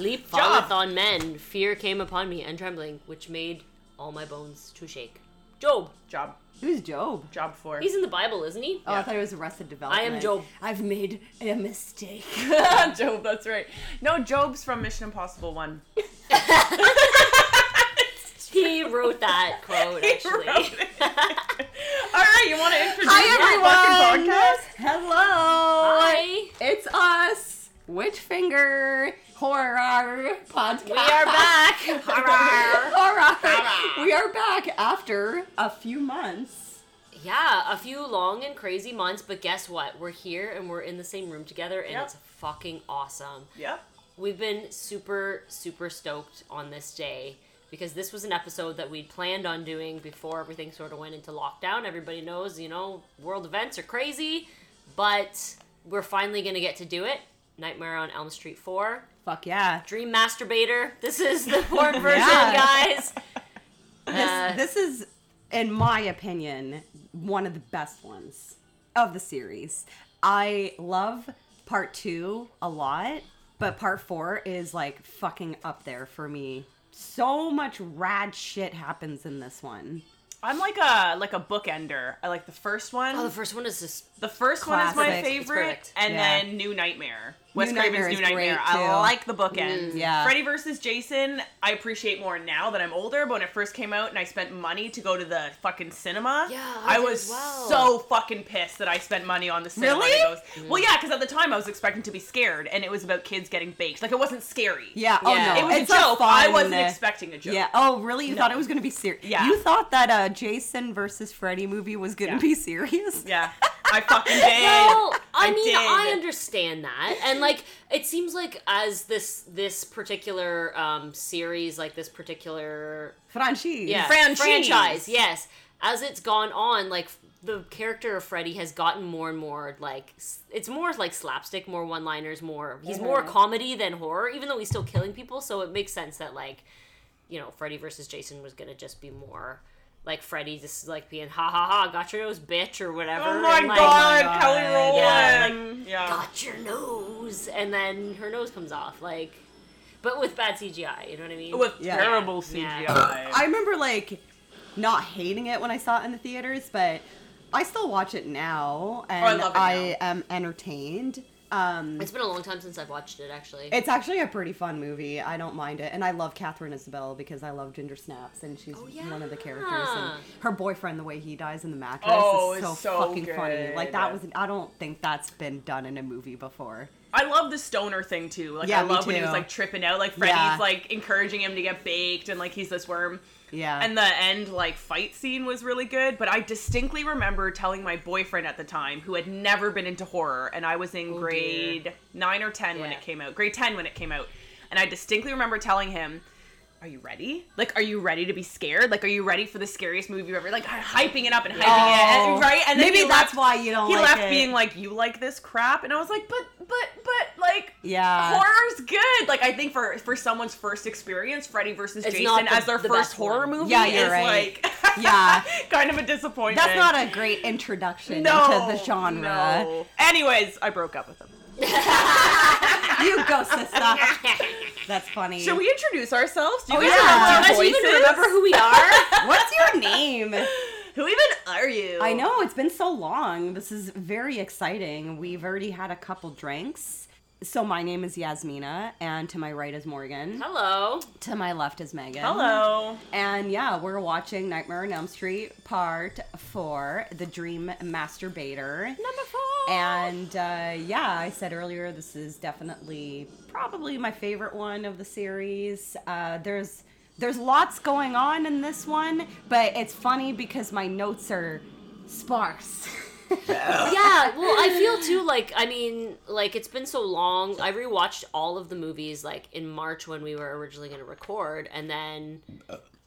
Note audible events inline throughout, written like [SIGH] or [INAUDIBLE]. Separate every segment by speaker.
Speaker 1: mouth on men, fear came upon me and trembling, which made all my bones to shake. Job.
Speaker 2: Job.
Speaker 3: Who's Job?
Speaker 2: Job four. [LAUGHS]
Speaker 1: He's in the Bible, isn't he?
Speaker 3: Oh, I thought it was Arrested Development.
Speaker 1: I am Job.
Speaker 3: I've made
Speaker 1: [LAUGHS]
Speaker 3: a mistake.
Speaker 2: Job. That's right. No, Job's from Mission Impossible [LAUGHS] One.
Speaker 1: He wrote that quote, actually.
Speaker 2: All right, you want to introduce
Speaker 3: Hi,
Speaker 2: your fucking podcast?
Speaker 3: everyone. Hello.
Speaker 1: Hi.
Speaker 3: It's us, Witchfinger Horror Podcast.
Speaker 1: We are
Speaker 3: [LAUGHS]
Speaker 1: back. Horror.
Speaker 3: Horror. We are back after a few months.
Speaker 1: yeah, a few long and crazy months, but guess what? We're here and we're in the same room together, and
Speaker 2: Yep.
Speaker 1: it's fucking awesome.
Speaker 2: Yep.
Speaker 1: We've been super, super stoked on this day because this was an episode that we'd planned on doing before everything sort of went into lockdown. Everybody knows, you know, world events are crazy, but we're finally going to get to do it. Nightmare on Elm Street 4,
Speaker 3: Fuck yeah.
Speaker 1: Dream Masturbator. This is [LAUGHS] the porn version,
Speaker 3: Yeah.
Speaker 1: guys. Uh,
Speaker 3: this, this is, in my opinion, one of the best ones of the series. I love part two a lot, but part four is like fucking up there for me. So much rad shit happens in this one.
Speaker 2: I'm like a like a bookender. I like the first one.
Speaker 1: Oh, the first one is just
Speaker 2: The first one is my
Speaker 3: Classic. It's
Speaker 2: favorite,
Speaker 1: perfect.
Speaker 2: and
Speaker 3: Yeah.
Speaker 2: then New Nightmare. Wes
Speaker 3: Nightmare
Speaker 2: Craven's
Speaker 3: is
Speaker 2: New Nightmare.
Speaker 3: great,
Speaker 2: I
Speaker 3: too.
Speaker 2: like the bookend.
Speaker 3: Mm, yeah.
Speaker 2: Freddy versus Jason, I appreciate more now that I'm older, but when it first came out and I spent money to go to the fucking cinema,
Speaker 1: Yeah, I
Speaker 2: I
Speaker 1: did
Speaker 2: was
Speaker 1: as well.
Speaker 2: so fucking pissed that I spent money on the cinema.
Speaker 3: Really? Mm.
Speaker 2: to go- Well, yeah, because at the time I was expecting to be scared, and it was about kids getting baked. Like, it wasn't scary.
Speaker 3: Yeah. Oh
Speaker 1: Yeah.
Speaker 3: no,
Speaker 2: It was
Speaker 3: it's
Speaker 2: a joke. I
Speaker 3: fun- [LAUGHS]
Speaker 2: wasn't expecting a joke.
Speaker 3: Yeah. Oh, really? You
Speaker 2: No.
Speaker 3: thought it was going to be serious?
Speaker 2: Yeah.
Speaker 3: You thought that uh, Jason versus Freddy movie was going to
Speaker 2: Yeah.
Speaker 3: be serious?
Speaker 2: Yeah. I
Speaker 3: [LAUGHS]
Speaker 2: fucking did.
Speaker 1: Well, I,
Speaker 2: I
Speaker 1: mean,
Speaker 2: did.
Speaker 1: I understand that, and like, it seems like as this this particular um, series, like this particular
Speaker 3: Franchise.
Speaker 1: yeah
Speaker 2: Franchise.
Speaker 1: franchise, yes, as it's gone on, like the character of Freddy has gotten more and more like s- it's more like slapstick, more one liners, more he's more
Speaker 2: Mm-hmm.
Speaker 1: comedy than horror, even though he's still killing people. So it makes sense that like you know Freddy versus Jason was gonna just be more. Like Freddy just like being ha ha ha got your nose bitch or whatever.
Speaker 2: Oh my
Speaker 1: and, like,
Speaker 2: god, Kelly
Speaker 3: God.
Speaker 2: Rowland.
Speaker 1: Yeah,
Speaker 2: yeah.
Speaker 1: got your nose and then her nose comes off like but with bad cgi you know what i mean
Speaker 2: with
Speaker 3: Yeah. Uh,
Speaker 2: terrible
Speaker 1: Yeah.
Speaker 2: CGI.
Speaker 3: I remember like not hating it when I saw it in the theaters, but I still watch it now and
Speaker 2: Oh, I love it
Speaker 3: am entertained. Um,
Speaker 1: it's been a long time since i've watched it actually
Speaker 3: it's actually a pretty fun movie. I don't mind it, and I love Catherine Isabel because I love Ginger Snaps, and she's
Speaker 2: Oh,
Speaker 1: yeah.
Speaker 3: one of the characters. And her boyfriend, the way he dies in the mattress,
Speaker 2: Oh,
Speaker 3: is
Speaker 2: it's
Speaker 3: so,
Speaker 2: so
Speaker 3: fucking funny.
Speaker 2: good.
Speaker 3: Like that was I don't think that's been done in a movie before.
Speaker 2: I love the stoner thing too. Like
Speaker 3: Yeah,
Speaker 2: I
Speaker 3: me
Speaker 2: love when he
Speaker 3: too.
Speaker 2: was like tripping out, like Freddy's
Speaker 3: Yeah.
Speaker 2: like encouraging him to get baked and like he's this worm.
Speaker 3: Yeah,
Speaker 2: And the end like fight scene was really good, but I distinctly remember telling my boyfriend at the time who had never been into horror and I was in
Speaker 3: Oh,
Speaker 2: grade 9 or 10 when
Speaker 1: Yeah.
Speaker 2: it came out. Grade 10 when it came out. And I distinctly remember telling him are you ready? Like, are you ready to be scared? Like, are you ready for the scariest movie you've ever? Like, hyping it up and hyping it,
Speaker 3: Oh.
Speaker 2: and, right? And then
Speaker 3: maybe
Speaker 2: he
Speaker 3: that's
Speaker 2: left-
Speaker 3: why you don't.
Speaker 2: he
Speaker 3: like
Speaker 2: left
Speaker 3: it.
Speaker 2: being like, "You like this crap," and I was like, "But, but, but, like,
Speaker 3: Yeah.
Speaker 2: horror's good." Like, I think for for someone's first experience, Freddy versus
Speaker 1: It's not
Speaker 2: Jason
Speaker 1: the-
Speaker 2: as their
Speaker 1: the
Speaker 2: first
Speaker 1: best
Speaker 2: horror
Speaker 1: one.
Speaker 2: movie
Speaker 3: Yeah, you're
Speaker 2: is
Speaker 3: right.
Speaker 2: like, [LAUGHS]
Speaker 3: Yeah.
Speaker 2: kind of a disappointment.
Speaker 3: That's not a great introduction
Speaker 2: no
Speaker 3: into the genre.
Speaker 2: no. Anyways, I broke up with him.
Speaker 3: You go,
Speaker 2: [LAUGHS]
Speaker 3: sister.
Speaker 1: [LAUGHS]
Speaker 3: That's funny.
Speaker 2: Should we introduce ourselves? Do you
Speaker 3: Oh,
Speaker 2: guys
Speaker 3: yeah.
Speaker 2: remember our
Speaker 1: do you guys
Speaker 2: voices?
Speaker 1: even remember who we are [LAUGHS]
Speaker 3: What's your name?
Speaker 2: Who even are you?
Speaker 3: I know it's been so long. This is very exciting. We've already had a couple drinks. So my name is Yasmina, and to my right is Morgan.
Speaker 1: hello
Speaker 3: To my left is Megan.
Speaker 2: Hello.
Speaker 3: And yeah, we're watching Nightmare on Elm Street Part Four: The Dream Masturbator.
Speaker 2: Number four.
Speaker 3: And uh, yeah, I said earlier, this is definitely probably my favorite one of the series. Uh, there's there's lots going on in this one, but it's funny because my notes are sparse.
Speaker 1: yeah well i feel too like i mean like it's been so long i rewatched all of the movies like in march when we were originally going to record and then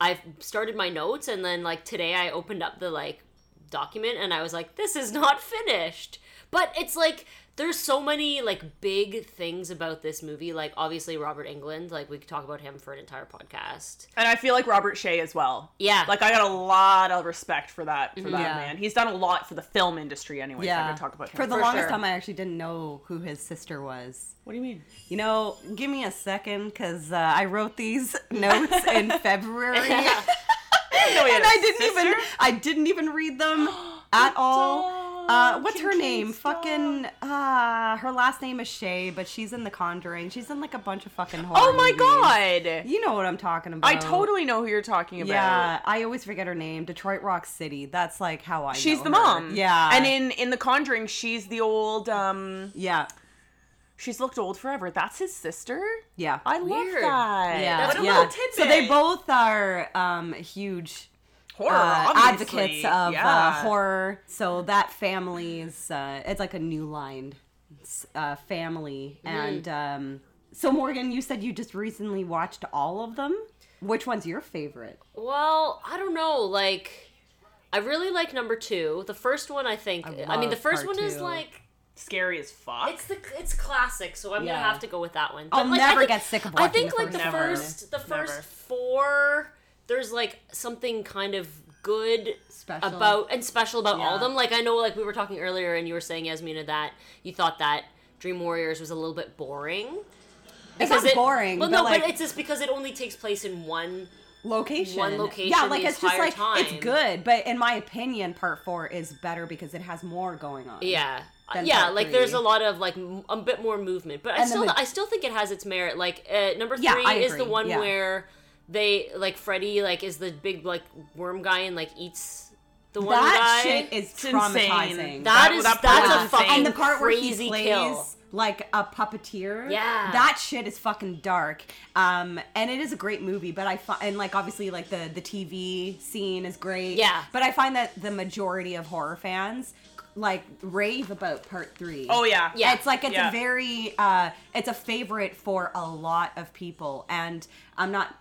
Speaker 1: i started my notes and then like today i [LAUGHS] opened up the like document and i was like this is not finished but it's like there's so many like big things about this movie. Like obviously Robert England, like we could talk about him for an entire podcast.
Speaker 2: And I feel like Robert Shea as well.
Speaker 1: Yeah.
Speaker 2: Like I got a lot of respect for that for that
Speaker 3: Yeah.
Speaker 2: man. He's done a lot for the film industry anyway. [LAUGHS] Yeah. I'm
Speaker 3: yeah.
Speaker 2: gonna talk about him.
Speaker 3: for the
Speaker 1: For
Speaker 3: longest
Speaker 1: sure.
Speaker 3: time, I actually didn't know who his sister was.
Speaker 2: what do you mean?
Speaker 3: You know, give me a second because uh, I wrote these [LAUGHS]
Speaker 2: [LAUGHS]
Speaker 3: notes in February, [LAUGHS] and
Speaker 2: No, he had a
Speaker 3: I didn't even
Speaker 2: Oh, sister?
Speaker 3: I didn't even
Speaker 2: [GASPS]
Speaker 3: read them at all. Uh,
Speaker 2: Stop.
Speaker 3: what's her
Speaker 2: Kincaid,
Speaker 3: name?
Speaker 2: stop.
Speaker 3: Fucking uh, her last name is Shay, but she's in The Conjuring. She's in like a bunch of fucking
Speaker 2: [GASPS]
Speaker 3: horror.
Speaker 2: Oh my
Speaker 3: movies.
Speaker 2: god.
Speaker 3: You know what I'm talking about?
Speaker 2: I totally know who you're talking about.
Speaker 3: Yeah, I always forget her name. Detroit Rock City. That's like how I.
Speaker 2: She's
Speaker 3: know
Speaker 2: the
Speaker 3: her.
Speaker 2: mom.
Speaker 3: Yeah.
Speaker 2: And in in The Conjuring, she's the old um
Speaker 3: yeah,
Speaker 2: she's looked old forever. That's his sister?
Speaker 3: yeah,
Speaker 2: I love
Speaker 1: Weird.
Speaker 2: that.
Speaker 3: yeah.
Speaker 1: What a
Speaker 3: yeah.
Speaker 2: little
Speaker 3: So they
Speaker 2: tidbit.
Speaker 3: both are um, huge
Speaker 2: Horror
Speaker 3: uh,
Speaker 2: obviously.
Speaker 3: advocates of uh,
Speaker 2: Yeah.
Speaker 3: horror. So that family's uh, it's like a new line uh, family,
Speaker 1: Mm-hmm.
Speaker 3: and um, so Morgan, you said you just recently watched all of them. Which one's your favorite?
Speaker 1: Well, I don't know. Like, I really like number two. The first one, I think. I, mean,
Speaker 3: love
Speaker 1: the first
Speaker 3: part
Speaker 1: one is
Speaker 3: two.
Speaker 1: like
Speaker 2: Scary as fuck.
Speaker 1: it's the it's classic, so I'm
Speaker 3: Yeah.
Speaker 1: gonna have to go with that one.
Speaker 3: I'll
Speaker 1: like,
Speaker 3: never get sick of
Speaker 1: I
Speaker 3: watching
Speaker 1: think
Speaker 3: the
Speaker 1: like the
Speaker 2: one.
Speaker 3: first
Speaker 2: Never.
Speaker 1: first the
Speaker 2: Never.
Speaker 1: first four. There's like something kind of good
Speaker 3: Special.
Speaker 1: about and special about all
Speaker 3: Yeah.
Speaker 1: of them. Like I know, like we were talking earlier, and you were saying Yasmina that you thought that Dream Warriors was a little bit boring.
Speaker 3: It's not
Speaker 1: it-
Speaker 3: boring.
Speaker 1: Well,
Speaker 3: but
Speaker 1: no,
Speaker 3: like,
Speaker 1: but it's just because it only takes place in one
Speaker 3: location.
Speaker 1: one location
Speaker 3: Yeah, like
Speaker 1: the
Speaker 3: it's just
Speaker 1: entire
Speaker 3: like
Speaker 1: time.
Speaker 3: it's good, but in my opinion, part four is better because it has more going on.
Speaker 1: Yeah.
Speaker 3: than
Speaker 1: Yeah,
Speaker 3: part
Speaker 1: like there's
Speaker 3: three.
Speaker 1: a lot of like m- a bit more movement, but I
Speaker 3: And the
Speaker 1: still
Speaker 3: mo-
Speaker 1: I still think it has its merit. Like uh, number three
Speaker 3: Yeah, I
Speaker 1: is the
Speaker 3: agree,
Speaker 1: one
Speaker 3: yeah.
Speaker 1: where they like Freddy like is the big like worm guy and like eats the one
Speaker 3: that
Speaker 1: guy.
Speaker 3: shit is
Speaker 2: It's insane.
Speaker 3: traumatizing.
Speaker 1: That is-
Speaker 2: part
Speaker 1: that's
Speaker 2: was
Speaker 1: a
Speaker 2: insane.
Speaker 1: fucking-
Speaker 3: and the part where he
Speaker 1: crazy
Speaker 3: plays
Speaker 1: kill.
Speaker 3: like a puppeteer.
Speaker 1: Yeah.
Speaker 3: that shit is fucking dark. Um, and it is a great movie, but I fi- and like obviously like the the TV scene is great.
Speaker 1: Yeah.
Speaker 3: but I find that the majority of horror fans like rave about part three.
Speaker 2: Oh yeah.
Speaker 1: Yeah.
Speaker 3: It's like it's
Speaker 2: Yeah.
Speaker 3: a very uh it's a favorite for a lot of people and I'm not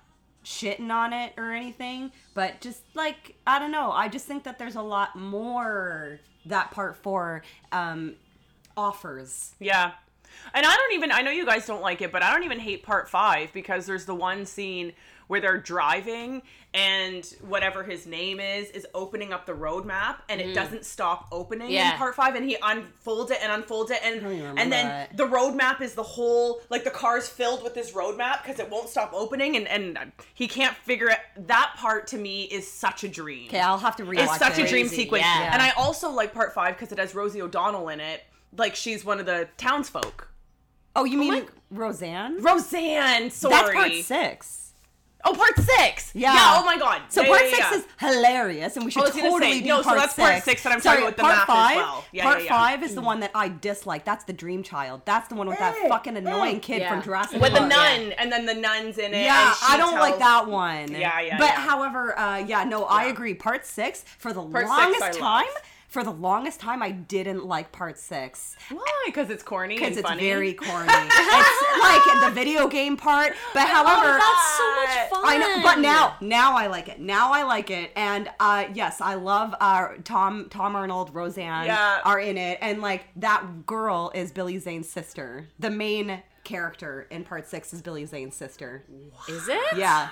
Speaker 3: shitting on it or anything, but just like I don't know, I just think that there's a lot more that part 4 um offers.
Speaker 2: Yeah. And I don't even I know you guys don't like it, but I don't even hate part 5 because there's the one scene where they're driving and whatever his name is is opening up the road map and it doesn't stop opening in
Speaker 1: Yeah.
Speaker 2: part 5 and he unfolds it and unfolds it and
Speaker 3: even remember
Speaker 2: and then
Speaker 3: that.
Speaker 2: the road map is the whole like the car's filled with this road map cuz it won't stop opening and and he can't figure it that part to me is such a dream.
Speaker 3: Okay, I'll have to rewatch
Speaker 2: It's such
Speaker 3: it.
Speaker 2: a dream
Speaker 1: Crazy,
Speaker 2: sequence.
Speaker 1: yeah.
Speaker 2: And I also like part five because it has Rosie O'Donnell in it. Like she's one of the townsfolk.
Speaker 3: Oh, you mean Roseanne?
Speaker 2: Roseanne, sorry.
Speaker 3: That's part 6.
Speaker 2: Oh, part six.
Speaker 3: Yeah.
Speaker 2: Yeah. Oh my god.
Speaker 3: So
Speaker 2: Yeah,
Speaker 3: part
Speaker 2: yeah,
Speaker 3: six
Speaker 2: yeah.
Speaker 3: is hilarious, and we should
Speaker 2: I was gonna
Speaker 3: totally
Speaker 2: say,
Speaker 3: do
Speaker 2: no, so
Speaker 3: part
Speaker 2: that's
Speaker 3: six.
Speaker 2: part six that I'm
Speaker 3: Sorry,
Speaker 2: talking about the
Speaker 3: part
Speaker 2: math as
Speaker 3: five,
Speaker 2: well. Yeah,
Speaker 3: part
Speaker 2: yeah, yeah. Mm.
Speaker 3: five is the one that I dislike. That's the Dream Child. That's the one with that fucking annoying kid
Speaker 1: Yeah.
Speaker 3: from Jurassic
Speaker 2: with the
Speaker 3: Park.
Speaker 2: nun, and then the nuns in it.
Speaker 3: Oh, Yeah,
Speaker 2: and she
Speaker 3: I don't like
Speaker 2: tells-
Speaker 3: that one.
Speaker 2: Yeah, yeah,
Speaker 3: But
Speaker 2: yeah.
Speaker 3: however, uh, yeah, no, I agree. Part six for the
Speaker 2: Part six I
Speaker 3: longest
Speaker 2: love.
Speaker 3: time. For the longest time, I didn't like part six
Speaker 2: Why? Because it's corny.
Speaker 3: because
Speaker 2: and
Speaker 3: it's
Speaker 2: funny.
Speaker 3: very corny. it's like the video game part.
Speaker 2: [LAUGHS] Oh
Speaker 3: But however,
Speaker 1: Oh, that's so much fun.
Speaker 3: I know, but now, now I like it. Now I like it, and uh, yes, I love uh, Tom, Tom Arnold, Roseanne
Speaker 2: Yeah.
Speaker 3: are in it, and like that girl is Billy Zane's sister. The main character in part six is Billy Zane's sister.
Speaker 1: is it?
Speaker 3: Yeah,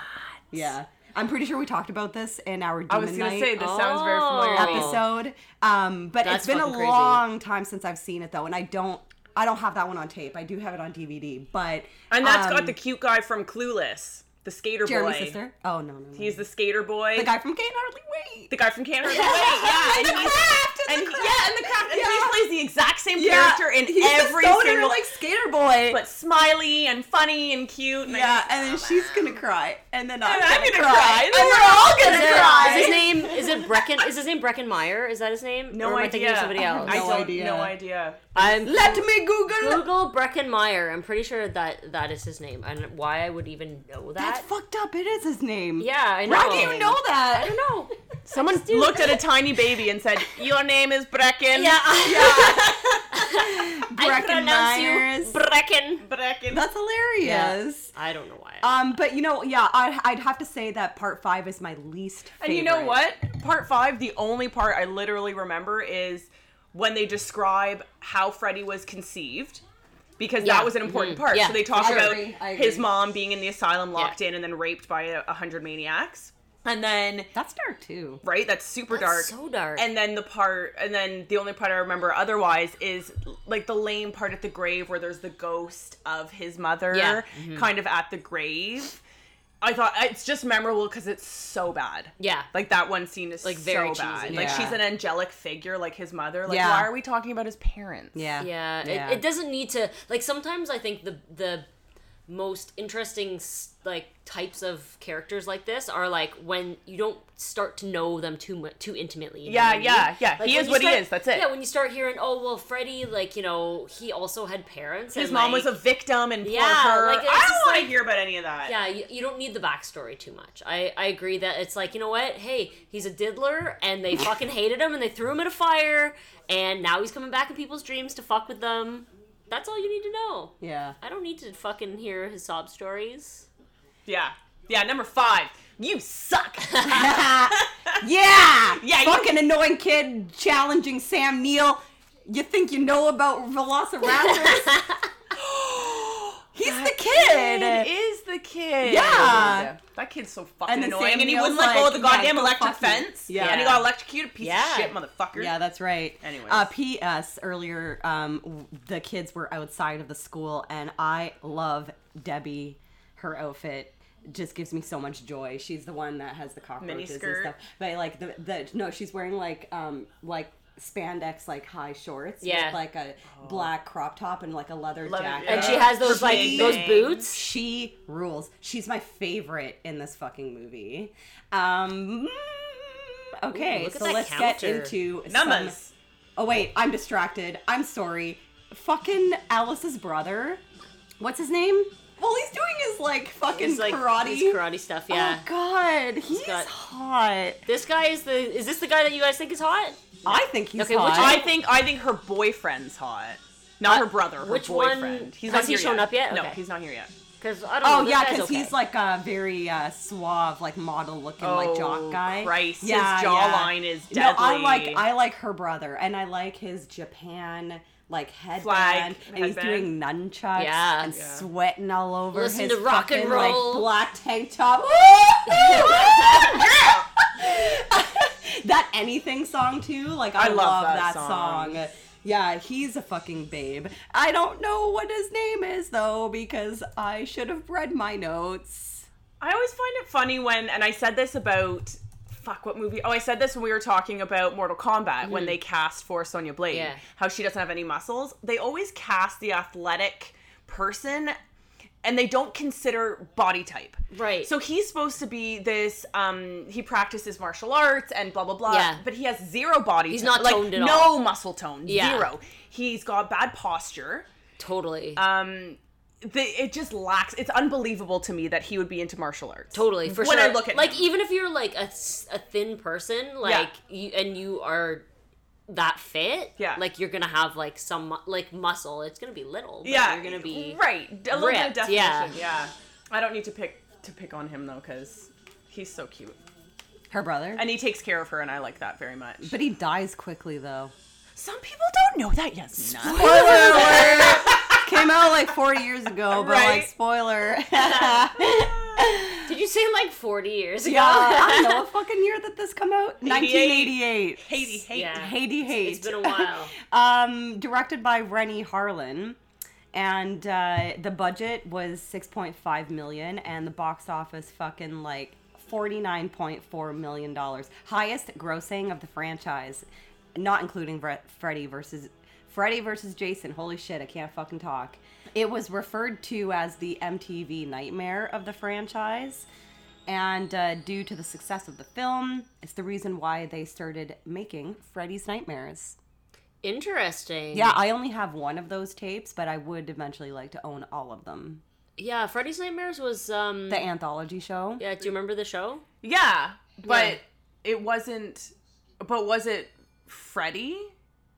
Speaker 3: yeah. I'm pretty sure we talked about this in our Demon
Speaker 2: I was gonna
Speaker 3: Night
Speaker 2: say Oh. this sounds very
Speaker 3: Oh.
Speaker 2: familiar. to me.
Speaker 3: episode. Um, but
Speaker 1: That's
Speaker 3: it's been a
Speaker 1: fucking crazy.
Speaker 3: long time since I've seen it though, and I don't. I don't have that one on tape. I do have it on DVD, but
Speaker 2: And that's
Speaker 3: um,
Speaker 2: got the cute guy from Clueless, the skater
Speaker 3: Jeremy's
Speaker 2: boy.
Speaker 3: sister. Oh no, no, no.
Speaker 2: He's the skater boy.
Speaker 3: the guy from Kate Hardly Wait.
Speaker 2: The guy from
Speaker 3: [LAUGHS]
Speaker 2: Canada. Wait, [LAUGHS] yeah, and
Speaker 3: And the
Speaker 2: he's
Speaker 3: craft,
Speaker 2: and
Speaker 3: and
Speaker 2: he,
Speaker 3: the
Speaker 2: yeah, and the craft, and he plays the exact same character in
Speaker 3: he's the
Speaker 2: every
Speaker 3: stoner,
Speaker 2: single,
Speaker 3: like skater boy.
Speaker 2: but smiley and funny and cute. And I
Speaker 3: yeah,
Speaker 2: just-
Speaker 3: and then she's gonna cry, and then I'm,
Speaker 2: And I'm
Speaker 3: gonna,
Speaker 2: gonna
Speaker 3: cry,
Speaker 2: cry,
Speaker 3: and
Speaker 2: and
Speaker 3: we're
Speaker 2: we're
Speaker 3: all
Speaker 2: all
Speaker 3: gonna
Speaker 1: Is, it-
Speaker 3: cry.
Speaker 1: is his name is it Brecken? Is his name Brecken Meyer? Is that his name?
Speaker 2: no
Speaker 1: or am I
Speaker 2: idea.
Speaker 1: thinking of somebody else?
Speaker 2: I
Speaker 3: [LAUGHS] No
Speaker 2: don't,
Speaker 3: idea.
Speaker 2: No idea.
Speaker 1: I'm
Speaker 3: Let me Google.
Speaker 1: Google Brecken Meyer. I'm pretty sure that that is his name. And why I would even know that?
Speaker 3: That's fucked up. It is his name.
Speaker 1: yeah, I know.
Speaker 3: How do you know that?
Speaker 1: I don't
Speaker 3: [LAUGHS]
Speaker 1: know.
Speaker 2: Someone looked at a tiny baby and said, "Your name is Brecken."
Speaker 1: Yeah, [LAUGHS]
Speaker 2: [LAUGHS]
Speaker 1: I
Speaker 3: Brecken
Speaker 1: pronounce
Speaker 3: Myers.
Speaker 1: you Brecken.
Speaker 2: Brecken.
Speaker 3: That's hilarious.
Speaker 1: I don't know why.
Speaker 3: Um, but you know, yeah, I, I'd have to say that part five is my least.
Speaker 2: And
Speaker 3: favorite.
Speaker 2: you know what? Part five, the only part I literally remember is when they describe how Freddy was conceived because
Speaker 1: Yeah.
Speaker 2: that was an important
Speaker 1: Mhm.
Speaker 2: part.
Speaker 1: Yeah.
Speaker 2: So they talk
Speaker 3: I
Speaker 2: about
Speaker 3: agree. I
Speaker 2: his
Speaker 3: agree.
Speaker 2: mom being in the asylum locked in and then raped by a, a hundred maniacs. And then
Speaker 3: That's dark too.
Speaker 2: right, that's super
Speaker 1: That's
Speaker 2: dark.
Speaker 1: so dark.
Speaker 2: And then the part and then the only part I remember otherwise is like the lame part at the grave where there's the ghost of his mother
Speaker 1: Yeah. Mm-hmm.
Speaker 2: kind of at the grave. I thought it's just memorable because it's so bad.
Speaker 1: yeah.
Speaker 2: Like that one scene is
Speaker 1: Like,
Speaker 2: like
Speaker 1: very
Speaker 2: very so bad.
Speaker 1: cheesy.
Speaker 2: Like
Speaker 3: Yeah.
Speaker 2: she's an angelic figure, like his mother. Like
Speaker 3: Yeah.
Speaker 2: why are we talking about his parents?
Speaker 3: Yeah.
Speaker 1: yeah, It, it doesn't need to like sometimes i think the the most interesting s- like types of characters like this are like when you don't start to know them too much too intimately you know
Speaker 2: Yeah,
Speaker 1: what I mean?
Speaker 2: yeah, yeah.
Speaker 1: Like,
Speaker 2: He
Speaker 1: when
Speaker 2: is
Speaker 1: you
Speaker 2: what he
Speaker 1: start-
Speaker 2: is, that's it.
Speaker 1: yeah when you start hearing oh well freddy like you know he also had parents
Speaker 2: His
Speaker 1: and,
Speaker 2: mom
Speaker 1: like,
Speaker 2: was a victim and poor
Speaker 1: Yeah,
Speaker 2: her.
Speaker 1: like,
Speaker 2: I
Speaker 1: it's
Speaker 2: don't
Speaker 1: just
Speaker 2: want to
Speaker 1: like-
Speaker 2: hear about any of that.
Speaker 1: yeah you, you don't need the backstory too much I, I agree that it's like you know what hey he's a diddler and
Speaker 2: [LAUGHS]
Speaker 1: they fucking hated him and they threw him in a fire and now he's coming back in people's dreams to fuck with them that's all you need to know
Speaker 3: Yeah.
Speaker 1: I don't need to fucking hear his sob stories.
Speaker 2: Yeah. Yeah, number five.
Speaker 1: [LAUGHS]
Speaker 2: You suck.
Speaker 3: [LAUGHS] yeah.
Speaker 2: Yeah, you-
Speaker 3: Fucking annoying kid challenging Sam Neill. You think you know about velociraptors?
Speaker 2: [LAUGHS]
Speaker 3: [GASPS] He's the kid.
Speaker 2: It is the kid.
Speaker 3: Yeah.
Speaker 2: That kid's so fucking
Speaker 3: And then
Speaker 2: annoying.
Speaker 3: Sam
Speaker 2: and he
Speaker 3: Neill's
Speaker 2: wouldn't let go of the
Speaker 3: like, yeah,
Speaker 2: goddamn
Speaker 3: go
Speaker 2: electric
Speaker 3: fuck me.
Speaker 2: fence.
Speaker 3: Yeah.
Speaker 2: And he got electrocuted, piece
Speaker 1: Yeah.
Speaker 2: of shit, motherfucker.
Speaker 3: Yeah, that's right.
Speaker 2: Anyways.
Speaker 3: uh, P.S. Earlier, um, w- the kids were outside of the school, and I love Debbie. Her outfit just gives me so much joy. She's the one that has the cockroaches and
Speaker 2: Miniskirt.
Speaker 3: stuff. But like the the no, she's wearing like um like spandex like high shorts
Speaker 1: Yeah. Oh.
Speaker 3: with like a black crop top and like a leather,
Speaker 2: Leather
Speaker 3: jacket.
Speaker 1: And
Speaker 2: Yeah.
Speaker 1: she has those
Speaker 2: Her
Speaker 1: like
Speaker 2: big
Speaker 1: those
Speaker 2: bangs.
Speaker 1: boots.
Speaker 3: She rules. She's my favorite in this fucking movie. Um,
Speaker 1: Ooh,
Speaker 3: okay,
Speaker 1: look at
Speaker 3: so
Speaker 1: that
Speaker 3: let's
Speaker 1: counter.
Speaker 3: get into some-
Speaker 2: Numbers.
Speaker 3: oh wait, I'm distracted. I'm sorry. Fucking Alice's brother. What's his name? Well, he's doing his like fucking
Speaker 1: It's like
Speaker 3: karate.
Speaker 1: these karate stuff, yeah.
Speaker 3: Oh god, he's,
Speaker 1: got-
Speaker 3: hot.
Speaker 1: This guy is the is this the guy that you guys think is hot?
Speaker 3: I think he's
Speaker 1: Okay, which
Speaker 3: hot.
Speaker 2: I think I think her boyfriend's hot.
Speaker 3: Uh,
Speaker 2: Not her brother. Her
Speaker 1: which one-
Speaker 2: boyfriend. He's
Speaker 1: has
Speaker 2: not
Speaker 1: he
Speaker 2: here
Speaker 1: shown
Speaker 2: yet.
Speaker 1: up yet?
Speaker 2: No,
Speaker 1: Okay.
Speaker 2: he's not here yet.
Speaker 1: Cuz I don't know.
Speaker 3: Oh
Speaker 1: this
Speaker 3: yeah,
Speaker 1: guy's
Speaker 3: because
Speaker 1: okay.
Speaker 3: he's like a very uh, suave, like model looking, like
Speaker 2: Oh,
Speaker 3: jock guy.
Speaker 2: Christ, his
Speaker 3: yeah,
Speaker 2: jawline
Speaker 3: yeah.
Speaker 2: is
Speaker 3: No, I
Speaker 2: deadly.
Speaker 3: like I like her brother, and I like his Japan like headband,
Speaker 2: Flag,
Speaker 3: and he's doing
Speaker 2: headband.
Speaker 3: nunchucks
Speaker 1: Yeah.
Speaker 3: and
Speaker 2: Yeah.
Speaker 3: sweating all over
Speaker 1: Listen to
Speaker 3: his
Speaker 1: rock and
Speaker 3: fucking,
Speaker 1: roll.
Speaker 3: like, black tank top.
Speaker 2: [LAUGHS]
Speaker 3: [LAUGHS] that anything song too. Like
Speaker 2: I
Speaker 3: I,
Speaker 2: love that
Speaker 3: song.
Speaker 2: song.
Speaker 3: Yeah, he's a fucking babe. I don't know what his name is though because I should have read my notes.
Speaker 2: I always find it funny when, and I said this about fuck what movie? Oh, I said this when we were talking about Mortal Kombat when they cast for Sonya Blade,
Speaker 1: Mm-hmm. Yeah.
Speaker 2: how she doesn't have any muscles. They always cast the athletic person, and they don't consider body type.
Speaker 1: right.
Speaker 2: So he's supposed to be this. Um, he practices martial arts and blah blah blah.
Speaker 1: Yeah.
Speaker 2: But he has zero body.
Speaker 1: He's
Speaker 2: tone.
Speaker 1: not
Speaker 2: like
Speaker 1: toned at
Speaker 2: no
Speaker 1: all.
Speaker 2: muscle tone.
Speaker 1: Yeah.
Speaker 2: Zero. He's got bad posture
Speaker 1: totally.
Speaker 2: um the, it just lacks it's unbelievable to me that he would be into martial arts
Speaker 1: totally for
Speaker 2: when
Speaker 1: sure.
Speaker 2: i look at
Speaker 1: like
Speaker 2: him.
Speaker 1: even if you're like a, s- a thin person, like you, and you are that fit,
Speaker 2: Yeah.
Speaker 1: like you're gonna have like some mu- like muscle. It's gonna be little. but
Speaker 2: yeah
Speaker 1: you're gonna
Speaker 2: [LAUGHS]
Speaker 1: be
Speaker 2: right a little bit of
Speaker 1: ripped,
Speaker 2: definition
Speaker 1: yeah.
Speaker 2: yeah. i don't need to pick to pick on him though because he's so cute
Speaker 3: Her brother.
Speaker 2: and he takes care of her and i like that very much
Speaker 3: but he dies quickly though.
Speaker 2: some people don't know that yet Snow.
Speaker 3: Spoiler alert! Came out like 40 years ago, but
Speaker 2: Right.
Speaker 3: like spoiler.
Speaker 1: Did you say like forty years ago?
Speaker 3: Yeah, I don't know what fucking year that this come out.
Speaker 2: 88.
Speaker 3: 1988.
Speaker 2: Haiti hate
Speaker 1: Yeah.
Speaker 3: Haiti hate.
Speaker 1: It's been a while.
Speaker 3: um, directed by Rennie Harlan, and uh, the budget was 6.5 million, and the box office fucking like 49.4 million dollars, highest grossing of the franchise, not including Bre- Freddy versus Freddy versus Jason. Holy shit, I can't fucking talk. It was referred to as the MTV nightmare of the franchise. And uh, due to the success of the film, it's the reason why they started making Freddy's Nightmares.
Speaker 1: Interesting.
Speaker 3: Yeah, I only have one of those tapes, but I would eventually like to own all of them.
Speaker 1: Yeah, Freddy's Nightmares was um
Speaker 3: The anthology show.
Speaker 1: yeah, do you remember the show?
Speaker 2: yeah but
Speaker 1: Yeah.
Speaker 2: it wasn't but was it freddy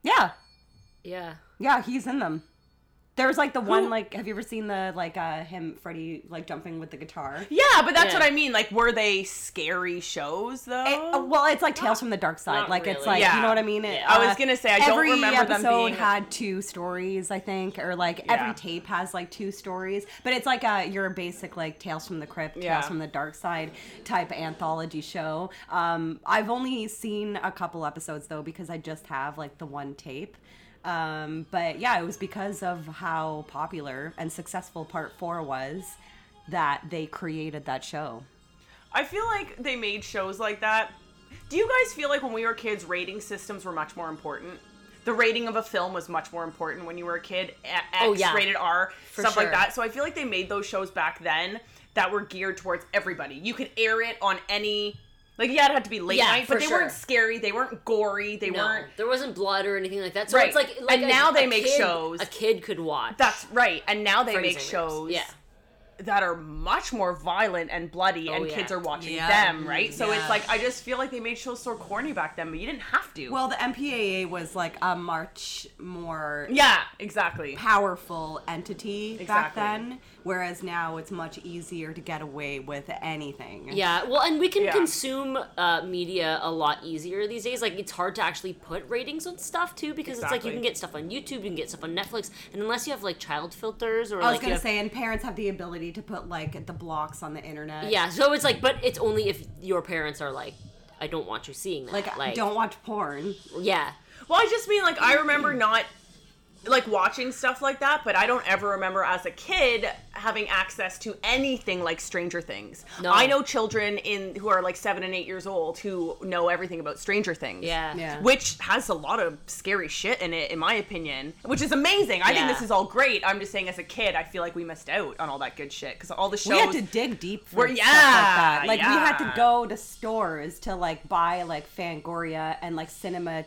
Speaker 3: Yeah.
Speaker 1: Yeah.
Speaker 3: Yeah, he's in them. There was like the one like have you ever seen the like uh him Freddy like jumping with the guitar?
Speaker 2: Yeah, but that's
Speaker 1: Yeah.
Speaker 2: what I mean. Like, were they scary shows though?
Speaker 3: It- uh, well, it's like Tales from the Dark Side.
Speaker 1: not
Speaker 3: Like it's
Speaker 1: really.
Speaker 3: like
Speaker 2: Ah, Yeah.
Speaker 3: you know what I mean. It,
Speaker 2: Yeah. I was
Speaker 3: uh,
Speaker 2: gonna say, I don't
Speaker 3: every
Speaker 2: remember them
Speaker 3: episode
Speaker 2: being-
Speaker 3: had two stories, I think, or like
Speaker 2: Yeah.
Speaker 3: every tape has like two stories. But it's like uh, your basic like Tales from the Crypt,
Speaker 2: Yeah.
Speaker 3: Tales from the Dark Side type anthology show. Um, I've only seen a couple episodes though because I just have like the one tape. Um, but yeah, it was because of how popular and successful Part Four was that they created that show.
Speaker 2: I feel like they made shows like that. Do you guys feel like when we were kids, rating systems were much more important? The rating of a film was much more important when you were a kid. A- X
Speaker 1: Oh, yeah.
Speaker 2: rated R, stuff like
Speaker 1: sure.
Speaker 2: that. So I feel like they made those shows back then that were geared towards everybody. You could air it on any. Like yeah, it had to be late
Speaker 1: Yeah,
Speaker 2: night, but
Speaker 1: for
Speaker 2: they
Speaker 1: sure.
Speaker 2: weren't scary. They weren't gory. They
Speaker 1: No,
Speaker 2: weren't.
Speaker 1: there wasn't blood or anything like that. So
Speaker 2: Right.
Speaker 1: it's like, like
Speaker 2: And now they
Speaker 1: a
Speaker 2: make
Speaker 1: kid-
Speaker 2: shows.
Speaker 1: a kid could watch.
Speaker 2: That's right. And now they
Speaker 1: Freddy's
Speaker 2: make
Speaker 1: Nightmares.
Speaker 2: shows.
Speaker 1: Yeah.
Speaker 2: that are much more violent and bloody, and
Speaker 1: yeah.
Speaker 2: kids are watching
Speaker 4: Yeah.
Speaker 2: them, right? So it's
Speaker 4: Yeah.
Speaker 2: like I just feel like they made shows so corny back then, but you didn't have to.
Speaker 3: Well, the MPAA was like a much more
Speaker 2: yeah, exactly.
Speaker 3: powerful entity back
Speaker 2: Exactly.
Speaker 3: then, whereas now it's much easier to get away with anything.
Speaker 1: Yeah, well, and we can
Speaker 2: Yeah.
Speaker 1: consume uh, media a lot easier these days. Like, it's hard to actually put ratings on stuff too, because it's like
Speaker 2: Exactly.
Speaker 1: you can get stuff on YouTube, you can get stuff on Netflix, and unless you have like child filters or
Speaker 3: I was
Speaker 1: like you
Speaker 3: gonna
Speaker 1: have-
Speaker 3: say, and parents have the ability to put like the blocks on the internet.
Speaker 1: yeah, so it's like, but it's only if your parents are like, I don't want you seeing that.
Speaker 3: like, don't watch porn.
Speaker 1: yeah,
Speaker 2: Well, I just mean like I remember not like watching stuff like that, but I don't ever remember as a kid having access to anything like Stranger Things.
Speaker 1: No.
Speaker 2: I know children in who are like seven and eight years old who know everything about Stranger Things.
Speaker 1: yeah,
Speaker 3: Yeah.
Speaker 2: which has a lot of scary shit in it, in my opinion, which is amazing. I think
Speaker 1: Yeah.
Speaker 2: this is all great. I'm just saying, as a kid, I feel like we missed out on all that good shit because all the shows.
Speaker 3: We had to dig deep for
Speaker 2: We're-
Speaker 3: stuff
Speaker 2: yeah,
Speaker 3: like that. Like we had
Speaker 2: yeah.
Speaker 3: to go to stores to like buy like Fangoria and like Cinema,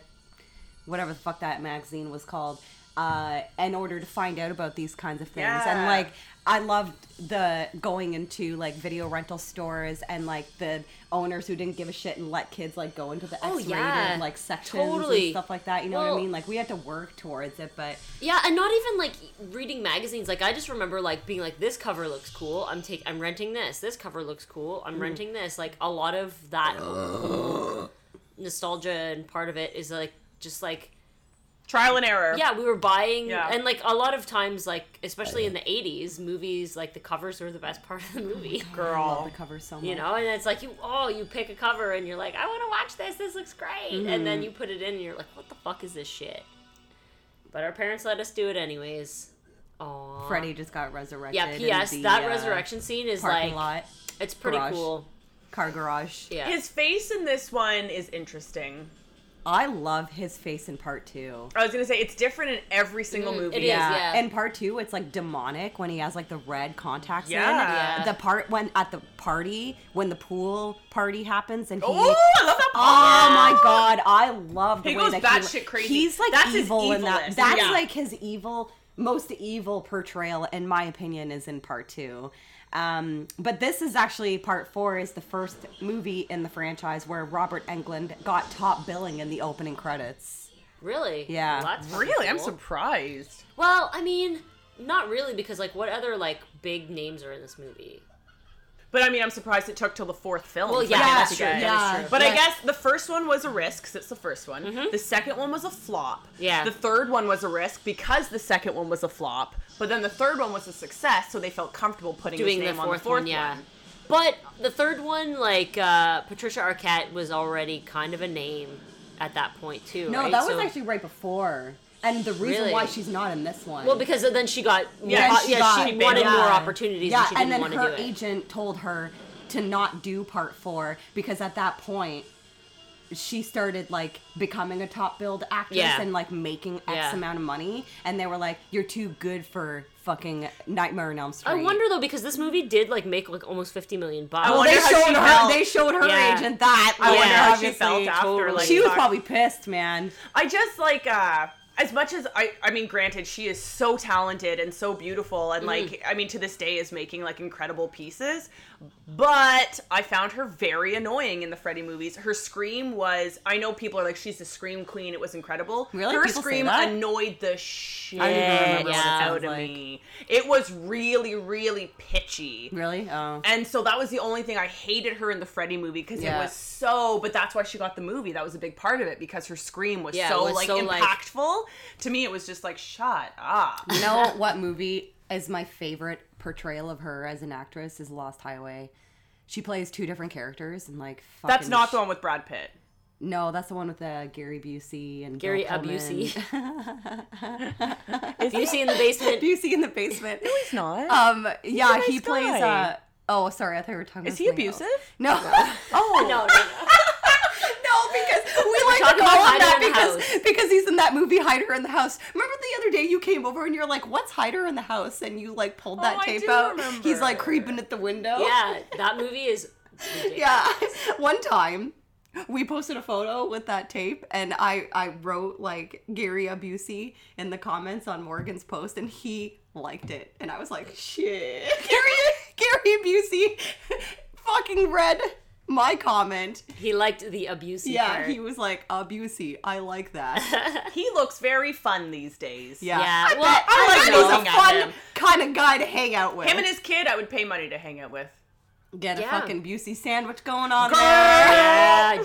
Speaker 3: whatever the fuck that magazine was called, uh, in order to find out about these kinds of things.
Speaker 2: Yeah.
Speaker 3: And like I loved the going into like video rental stores and like the owners who didn't give a shit and let kids like go into the X-rated
Speaker 1: Oh, yeah.
Speaker 3: like sections
Speaker 1: Totally.
Speaker 3: and stuff like that. You know what
Speaker 1: Well-
Speaker 3: I mean? Like we had to work towards it, but
Speaker 1: yeah, and not even like reading magazines. Like, I just remember like being like, this cover looks cool. I'm take, I'm renting this. This cover looks cool. I'm renting this. Like a lot of that nostalgia and part of it is like just like
Speaker 2: trial and error.
Speaker 1: Yeah, we were buying,
Speaker 2: Yeah.
Speaker 1: and like a lot of times, like especially in the '80s, movies like the covers were the best part of the movie.
Speaker 3: I
Speaker 2: girl.
Speaker 3: love the cover so much.
Speaker 1: You know, and it's like you oh you pick a cover and you're like I want to watch this. This looks great, and
Speaker 3: Mm-hmm.
Speaker 1: then you put it in and you're like, what the fuck is this shit? But our parents let us do it anyways. Aww.
Speaker 3: Freddy just got resurrected.
Speaker 1: Yeah.
Speaker 3: in
Speaker 1: P.S.
Speaker 3: the,
Speaker 1: that
Speaker 3: uh,
Speaker 1: resurrection scene is
Speaker 3: parking
Speaker 1: like
Speaker 3: lot,
Speaker 1: it's pretty
Speaker 3: garage.
Speaker 1: cool.
Speaker 3: car garage.
Speaker 1: Yeah.
Speaker 2: His face in this one is interesting.
Speaker 3: I love his face in part two.
Speaker 2: I was gonna say it's different in every single
Speaker 3: Mm,
Speaker 1: Mhm,
Speaker 2: movie.
Speaker 1: it is. Yeah.
Speaker 3: In part two, it's like demonic when he has like the red contacts
Speaker 2: Yeah.
Speaker 1: Yeah.
Speaker 3: in. The part when at the party, when the pool party happens and he.
Speaker 2: Oh, I love that.
Speaker 3: Oh
Speaker 2: part.
Speaker 3: my god, I love the
Speaker 2: He
Speaker 3: way
Speaker 2: goes
Speaker 3: that
Speaker 2: batshit
Speaker 3: he,
Speaker 2: crazy.
Speaker 3: He's like
Speaker 2: That's his
Speaker 3: evil in
Speaker 2: evilness.
Speaker 3: that. That's
Speaker 2: Yeah.
Speaker 3: like his evil, most evil portrayal, in my opinion, is in part two. Um, but this is actually part four is the first movie in the franchise where Robert Englund got top billing in the opening credits.
Speaker 1: Really.
Speaker 3: Yeah.
Speaker 1: Well, that's fucking
Speaker 2: Really, I'm
Speaker 1: cool.
Speaker 2: surprised.
Speaker 1: Well, I mean, not really because like what other like big names are in this movie?
Speaker 2: But I mean, I'm surprised it took till the fourth film.
Speaker 1: Well,
Speaker 2: for
Speaker 1: yeah,
Speaker 2: them
Speaker 1: that's
Speaker 2: to
Speaker 1: true. That
Speaker 2: get-
Speaker 1: is
Speaker 3: Yeah.
Speaker 1: true. Mm-hmm.
Speaker 2: But I
Speaker 3: Yeah.
Speaker 2: guess the first one was a risk 'cause it's the first one. The second one was a flop.
Speaker 1: Yeah.
Speaker 2: The third one was a risk because the second one was a flop. But then the third one was a success, so they felt comfortable putting his
Speaker 1: doing the
Speaker 2: name
Speaker 1: fourth,
Speaker 2: on the fourth
Speaker 1: one, yeah. But the third one, like uh, Patricia Arquette, was already kind of a name at that point too.
Speaker 3: No,
Speaker 1: right?
Speaker 3: that was
Speaker 1: So-
Speaker 3: actually right before. And the reason
Speaker 1: Really?
Speaker 3: why she's not in this one.
Speaker 1: well because then she got
Speaker 2: Yeah,
Speaker 1: more,
Speaker 2: she
Speaker 1: yeah,
Speaker 3: got-
Speaker 1: she wanted
Speaker 2: yeah.
Speaker 1: more opportunities
Speaker 3: yeah,
Speaker 1: and she didn't
Speaker 3: and then
Speaker 1: want to
Speaker 3: her
Speaker 1: do it.
Speaker 3: agent told her to not do part four because at that point she started like becoming a top build actress
Speaker 1: Yeah.
Speaker 3: and like making X
Speaker 1: Yeah.
Speaker 3: amount of money, and they were like, "You're too good for fucking Nightmare on Elm Street."
Speaker 1: I wonder though because this movie did like make like almost fifty million bucks.
Speaker 2: I
Speaker 3: Well,
Speaker 2: wonder
Speaker 3: they
Speaker 2: how she
Speaker 3: showed her.
Speaker 2: felt.
Speaker 3: They showed her
Speaker 1: Yeah.
Speaker 3: agent that.
Speaker 2: I
Speaker 1: Yeah,
Speaker 2: wonder how she
Speaker 3: obviously.
Speaker 2: felt after.
Speaker 1: totally.
Speaker 2: Like,
Speaker 3: She was
Speaker 2: fuck.
Speaker 3: probably pissed, man.
Speaker 2: I just like. uh as much as I, I mean, granted, she is so talented and so beautiful, and
Speaker 3: Mm-hmm.
Speaker 2: like, I mean, to this day is making like incredible pieces. But I found her very annoying in the Freddy movies. Her scream was, I know people are like, she's the scream queen. It was incredible.
Speaker 3: Really?
Speaker 2: Her
Speaker 3: People say
Speaker 2: scream
Speaker 3: that?
Speaker 2: annoyed the shit
Speaker 3: don't even remember
Speaker 1: what it
Speaker 2: out
Speaker 3: sounds
Speaker 2: of
Speaker 3: like.
Speaker 2: me. It was really, really pitchy.
Speaker 3: Really? Oh.
Speaker 2: And so that was the only thing I hated her in the Freddy movie because
Speaker 3: Yeah.
Speaker 2: it was so. But that's why she got the movie. That was a big part of it because her scream was
Speaker 1: Yeah, it
Speaker 2: so
Speaker 1: was
Speaker 2: like
Speaker 1: so, like-
Speaker 2: impactful. to me, it was just like shut up. [LAUGHS]
Speaker 3: You know what movie is my favorite portrayal of her as an actress is Lost Highway. She plays two different characters and like fucking
Speaker 2: That's not the one with Brad Pitt.
Speaker 3: No, that's the one with uh, Gary Busey and
Speaker 1: Gary
Speaker 2: uh,
Speaker 3: Bill
Speaker 1: [LAUGHS]
Speaker 3: Pullman.
Speaker 1: Abusey. Busey in the
Speaker 3: [LAUGHS]
Speaker 1: basement.
Speaker 3: [LAUGHS] Busey in
Speaker 2: [LAUGHS]
Speaker 3: the basement.
Speaker 2: He's not.
Speaker 1: Oh,
Speaker 3: Um, yeah,
Speaker 2: nice
Speaker 3: he plays.
Speaker 2: guy.
Speaker 3: Uh, oh, sorry, I thought we were talking.
Speaker 2: Is
Speaker 3: about
Speaker 2: he
Speaker 3: something else.
Speaker 2: abusive?
Speaker 3: No.
Speaker 2: oh,
Speaker 1: No, no, no.
Speaker 3: [LAUGHS] No,
Speaker 2: [LAUGHS]
Speaker 3: because we like
Speaker 1: talking
Speaker 3: to call
Speaker 1: about
Speaker 3: him
Speaker 1: Hider
Speaker 3: that
Speaker 1: in the
Speaker 3: because
Speaker 1: House.
Speaker 3: because he's in that movie Hider in the House. Remember the other day you came over and you're like, "What's Hider in the House?" and you like pulled that
Speaker 2: Oh, I
Speaker 3: tape
Speaker 2: do
Speaker 3: out.
Speaker 2: remember.
Speaker 3: He's like creeping at the window.
Speaker 1: Yeah, that movie is. ridiculous.
Speaker 3: yeah. [LAUGHS] One time we posted a photo with that tape and I I wrote like Gary Abusey in the comments on Morgan's post and he liked it and I was like, "Shit, [LAUGHS] Gary Gary Abusey [LAUGHS] fucking read my comment."
Speaker 1: He liked the abuse.
Speaker 3: Yeah, he was like, Abusey, I like
Speaker 1: [LAUGHS]
Speaker 3: that.
Speaker 2: [LAUGHS] he looks very fun these days.
Speaker 3: Yeah.
Speaker 1: Yeah,
Speaker 3: I
Speaker 1: well,
Speaker 3: bet, I
Speaker 1: I
Speaker 3: bet
Speaker 1: like
Speaker 3: he's
Speaker 2: looking
Speaker 3: a
Speaker 2: at
Speaker 3: fun
Speaker 2: him.
Speaker 3: kind of guy to hang out with.
Speaker 2: him and his kid, I would pay money to hang out with.
Speaker 3: Get a
Speaker 1: Yeah.
Speaker 3: fucking Busey sandwich going on
Speaker 2: Girl!
Speaker 3: there. [LAUGHS]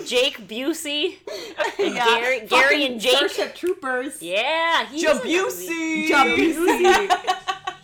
Speaker 1: Yeah, Jake Busey.
Speaker 3: Yeah.
Speaker 1: Gary- Gary
Speaker 3: Fucking
Speaker 1: and Jake.
Speaker 3: Starship Troopers.
Speaker 1: Yeah, he was in that movie. [LAUGHS]
Speaker 2: Jabusey,
Speaker 3: [LAUGHS] Jabusey.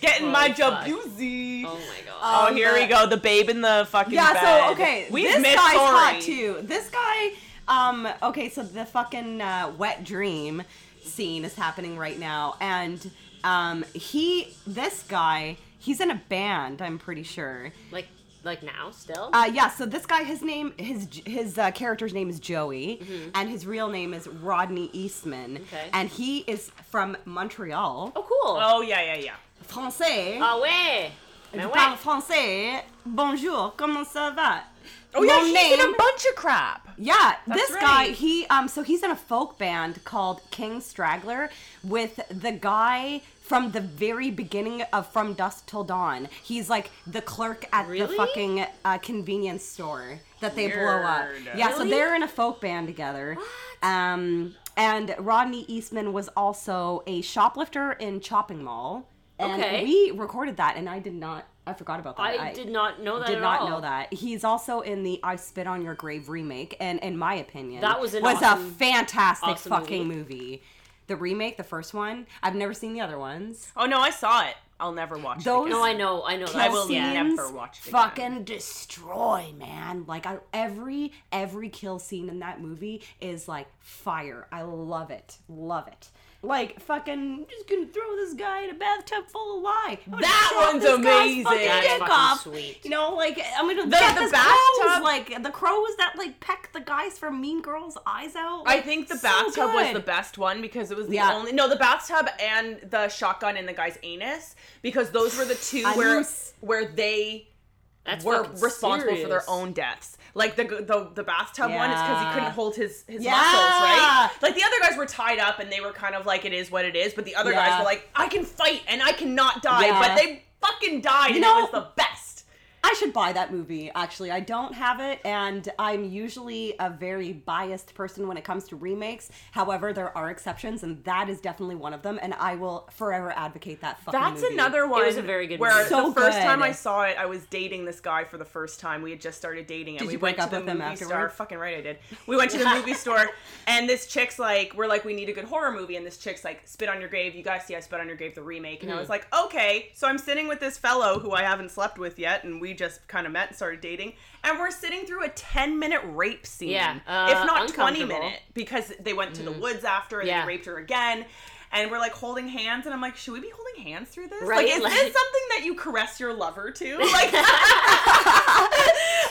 Speaker 2: getting my
Speaker 1: Oh, fuck.
Speaker 2: Jabusey.
Speaker 1: Oh
Speaker 2: Oh,
Speaker 1: my god.
Speaker 3: Um,
Speaker 2: here we
Speaker 3: the-
Speaker 2: go. The babe in the fucking
Speaker 3: Yeah,
Speaker 2: bed.
Speaker 3: so okay,
Speaker 2: we
Speaker 3: this
Speaker 2: missed
Speaker 3: guy's hot
Speaker 2: Sorry.
Speaker 3: too. This guy, um, okay, so the fucking uh, wet dream scene is happening right now, and um, he, this guy, he's in a band, I'm pretty sure.
Speaker 1: Like, like now still.
Speaker 3: Uh, yeah, so this guy, his name, his his uh, character's name is Joey,
Speaker 2: Mm-hmm.
Speaker 3: and his real name is Rodney Eastman,
Speaker 1: Okay.
Speaker 3: and he is from Montreal,
Speaker 1: oh, cool.
Speaker 2: Oh Uh, yeah, yeah, yeah.
Speaker 3: français.
Speaker 1: Ah ouais. Mais
Speaker 3: Je
Speaker 1: ouais.
Speaker 3: parle français. Bonjour, comment ça va?
Speaker 2: Oh yeah,
Speaker 3: Mon
Speaker 2: he's in
Speaker 3: name-
Speaker 2: a bunch of crap.
Speaker 3: Yeah, this guy,
Speaker 2: right.
Speaker 3: he um so he's in a folk band called King Straggler with the guy from the very beginning of From Dusk Till Dawn. He's like the clerk at the
Speaker 1: Really?
Speaker 3: fucking uh, convenience store that they blow up.
Speaker 2: Weird.
Speaker 3: Yeah, so
Speaker 1: Really?
Speaker 3: they're in a folk band together. Um and Rodney Eastman was also a shoplifter in Chopping Mall. And
Speaker 1: Okay.
Speaker 3: we recorded that and I did not I forgot about that.
Speaker 1: I did not know that.
Speaker 3: Did
Speaker 1: at
Speaker 3: not
Speaker 1: all.
Speaker 3: know that. He's also in the I Spit on Your Grave remake, and in my opinion,
Speaker 1: That was an
Speaker 3: a
Speaker 1: awesome-
Speaker 3: fantastic
Speaker 1: awesome
Speaker 3: fucking movie. The remake, the first one, I've never seen the other ones.
Speaker 2: Oh no, I saw it. I'll never watch
Speaker 3: Those-
Speaker 2: it.
Speaker 1: No, I know. I know.
Speaker 2: I
Speaker 1: That.
Speaker 2: will
Speaker 1: Yeah.
Speaker 2: never
Speaker 3: scenes
Speaker 2: watch it again.
Speaker 3: Fucking destroy, man! Like I, every every kill scene in that movie is like fire. I love it, love it. Like fucking, just gonna throw this guy in a bathtub full of lye. I'm gonna
Speaker 2: That
Speaker 3: chop
Speaker 2: one's
Speaker 3: this guy's
Speaker 2: amazing.
Speaker 3: fucking
Speaker 2: That's
Speaker 3: dick
Speaker 1: fucking
Speaker 3: off.
Speaker 1: sweet.
Speaker 3: You know, like I'm gonna
Speaker 2: The-
Speaker 3: get
Speaker 2: the
Speaker 3: this
Speaker 2: bathtub-
Speaker 3: crows, like the crows that like peck the guys from Mean Girls' eyes out.
Speaker 2: I
Speaker 3: Like,
Speaker 2: think the
Speaker 3: so
Speaker 2: bathtub was
Speaker 3: good.
Speaker 2: the best one because it was the
Speaker 3: Yeah.
Speaker 2: only no the bathtub and the shotgun in the guy's anus because those were the two where
Speaker 3: [SIGHS] Anus.
Speaker 2: where they
Speaker 1: That's
Speaker 2: were
Speaker 1: fucking
Speaker 2: responsible for their
Speaker 1: serious.
Speaker 2: own deaths. Like the the, the bathtub one is because
Speaker 3: Yeah.
Speaker 2: he couldn't hold his his
Speaker 3: Yeah.
Speaker 2: muscles right. Like the other guys were tied up and they were kind of like it is what it is, but the other
Speaker 3: Yeah.
Speaker 2: guys were like I can fight and I cannot die,
Speaker 3: Yeah.
Speaker 2: but they fucking died and
Speaker 3: know-
Speaker 2: it was the best.
Speaker 3: I should buy that movie. Actually, I don't have it, and I'm usually a very biased person when it comes to remakes. However, there are exceptions, and that is definitely one of them. And I will forever advocate that fucking
Speaker 2: That's
Speaker 3: movie. [LAUGHS]
Speaker 2: another one.
Speaker 1: was a very good
Speaker 2: Where
Speaker 1: movie.
Speaker 3: So
Speaker 2: the first time
Speaker 3: good.
Speaker 2: I saw it, I was dating this guy for the first time. We had just started dating, and
Speaker 3: Did
Speaker 2: we
Speaker 3: you
Speaker 2: went
Speaker 3: break
Speaker 2: to
Speaker 3: up
Speaker 2: the
Speaker 3: with him
Speaker 2: movie store.
Speaker 3: afterward?
Speaker 2: Fucking right, I did. We went to the movie
Speaker 3: [LAUGHS]
Speaker 2: store, and this chick's like, we're like, we need a good horror movie, and this chick's like, Spit on Your Grave. You guys see I Spit on Your Grave, the remake, and I
Speaker 3: Mm.
Speaker 2: was like, okay. So I'm sitting with this fellow who I haven't slept with yet, and we just kind of met and started dating, and we're sitting through a 10 minute rape scene,
Speaker 1: Yeah, uh,
Speaker 2: if not 20
Speaker 1: uncomfortable.
Speaker 2: minute, because they went to the woods after and
Speaker 1: Mm. Yeah.
Speaker 2: they raped her again. And we're like holding hands, and I'm like, should we be holding hands through this?
Speaker 1: Right,
Speaker 2: Like, is
Speaker 1: like-
Speaker 2: this something that you caress your lover to? Like,
Speaker 1: [LAUGHS]
Speaker 3: Oh,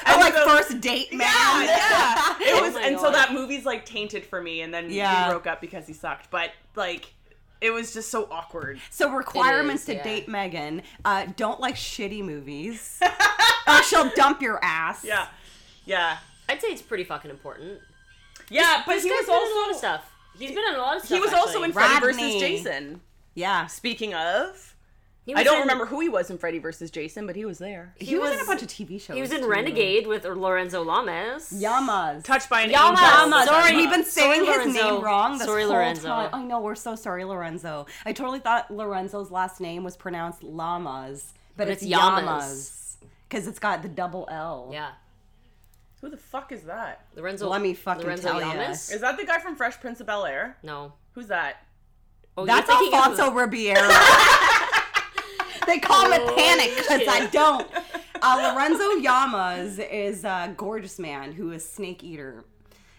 Speaker 2: and
Speaker 3: like
Speaker 2: so-
Speaker 3: first date, man.
Speaker 2: Yeah, yeah. It
Speaker 1: Oh
Speaker 2: was,
Speaker 1: my
Speaker 2: and so
Speaker 1: God.
Speaker 2: that movie's like tainted for me, and then
Speaker 3: Yeah.
Speaker 2: we broke up because he sucked. But like, it was just so awkward.
Speaker 3: So requirements
Speaker 1: It
Speaker 3: to
Speaker 1: is, yeah.
Speaker 3: date Megan: uh, don't like
Speaker 1: [LAUGHS]
Speaker 3: shitty movies, or she'll dump your ass.
Speaker 2: Yeah, yeah,
Speaker 1: I'd say it's pretty fucking important.
Speaker 2: yeah. But
Speaker 1: This
Speaker 2: he
Speaker 1: guy's
Speaker 2: was
Speaker 1: done a lot
Speaker 2: also
Speaker 1: of stuff. He's been in a lot of stuff.
Speaker 2: He was also
Speaker 1: actually.
Speaker 2: in Freddy
Speaker 3: Rodney.
Speaker 2: versus Jason.
Speaker 3: Yeah.
Speaker 2: Speaking of,
Speaker 1: He
Speaker 2: I
Speaker 1: was
Speaker 2: don't
Speaker 1: in-
Speaker 2: remember who he was in Freddy versus Jason, but he was there.
Speaker 3: He,
Speaker 1: He
Speaker 3: was, in
Speaker 1: was-
Speaker 3: a bunch of TV shows.
Speaker 1: He was in
Speaker 3: too.
Speaker 1: Renegade with Lorenzo Lamas.
Speaker 3: Yamas.
Speaker 2: Touched by an
Speaker 1: Yama,
Speaker 2: angel.
Speaker 1: Yama, sorry.
Speaker 3: We've been saying
Speaker 1: Sorry,
Speaker 3: his
Speaker 1: Lorenzo.
Speaker 3: name wrong this
Speaker 1: Sorry,
Speaker 3: whole
Speaker 1: Lorenzo.
Speaker 3: time. I know we're so sorry, Lorenzo. I totally thought Lorenzo's last name was pronounced Lamas, but, it's,
Speaker 1: it's Yamas.
Speaker 3: Yamas because it's got the double L.
Speaker 1: Yeah.
Speaker 2: Who the fuck is that?
Speaker 1: Lorenzo.
Speaker 3: Let me fucking
Speaker 1: Lorenzo
Speaker 3: tell ya.
Speaker 1: Lamas?
Speaker 2: Is that the guy from Fresh Prince of Bel Air?
Speaker 1: No.
Speaker 2: Who's that?
Speaker 1: Oh,
Speaker 3: That's
Speaker 1: you're thinking of- [LAUGHS]
Speaker 3: Alfonso Ribeiro. they call him
Speaker 1: Oh,
Speaker 3: a panic because I
Speaker 1: [LAUGHS]
Speaker 3: don't. Uh, Lorenzo Yamas is a gorgeous man who is snake eater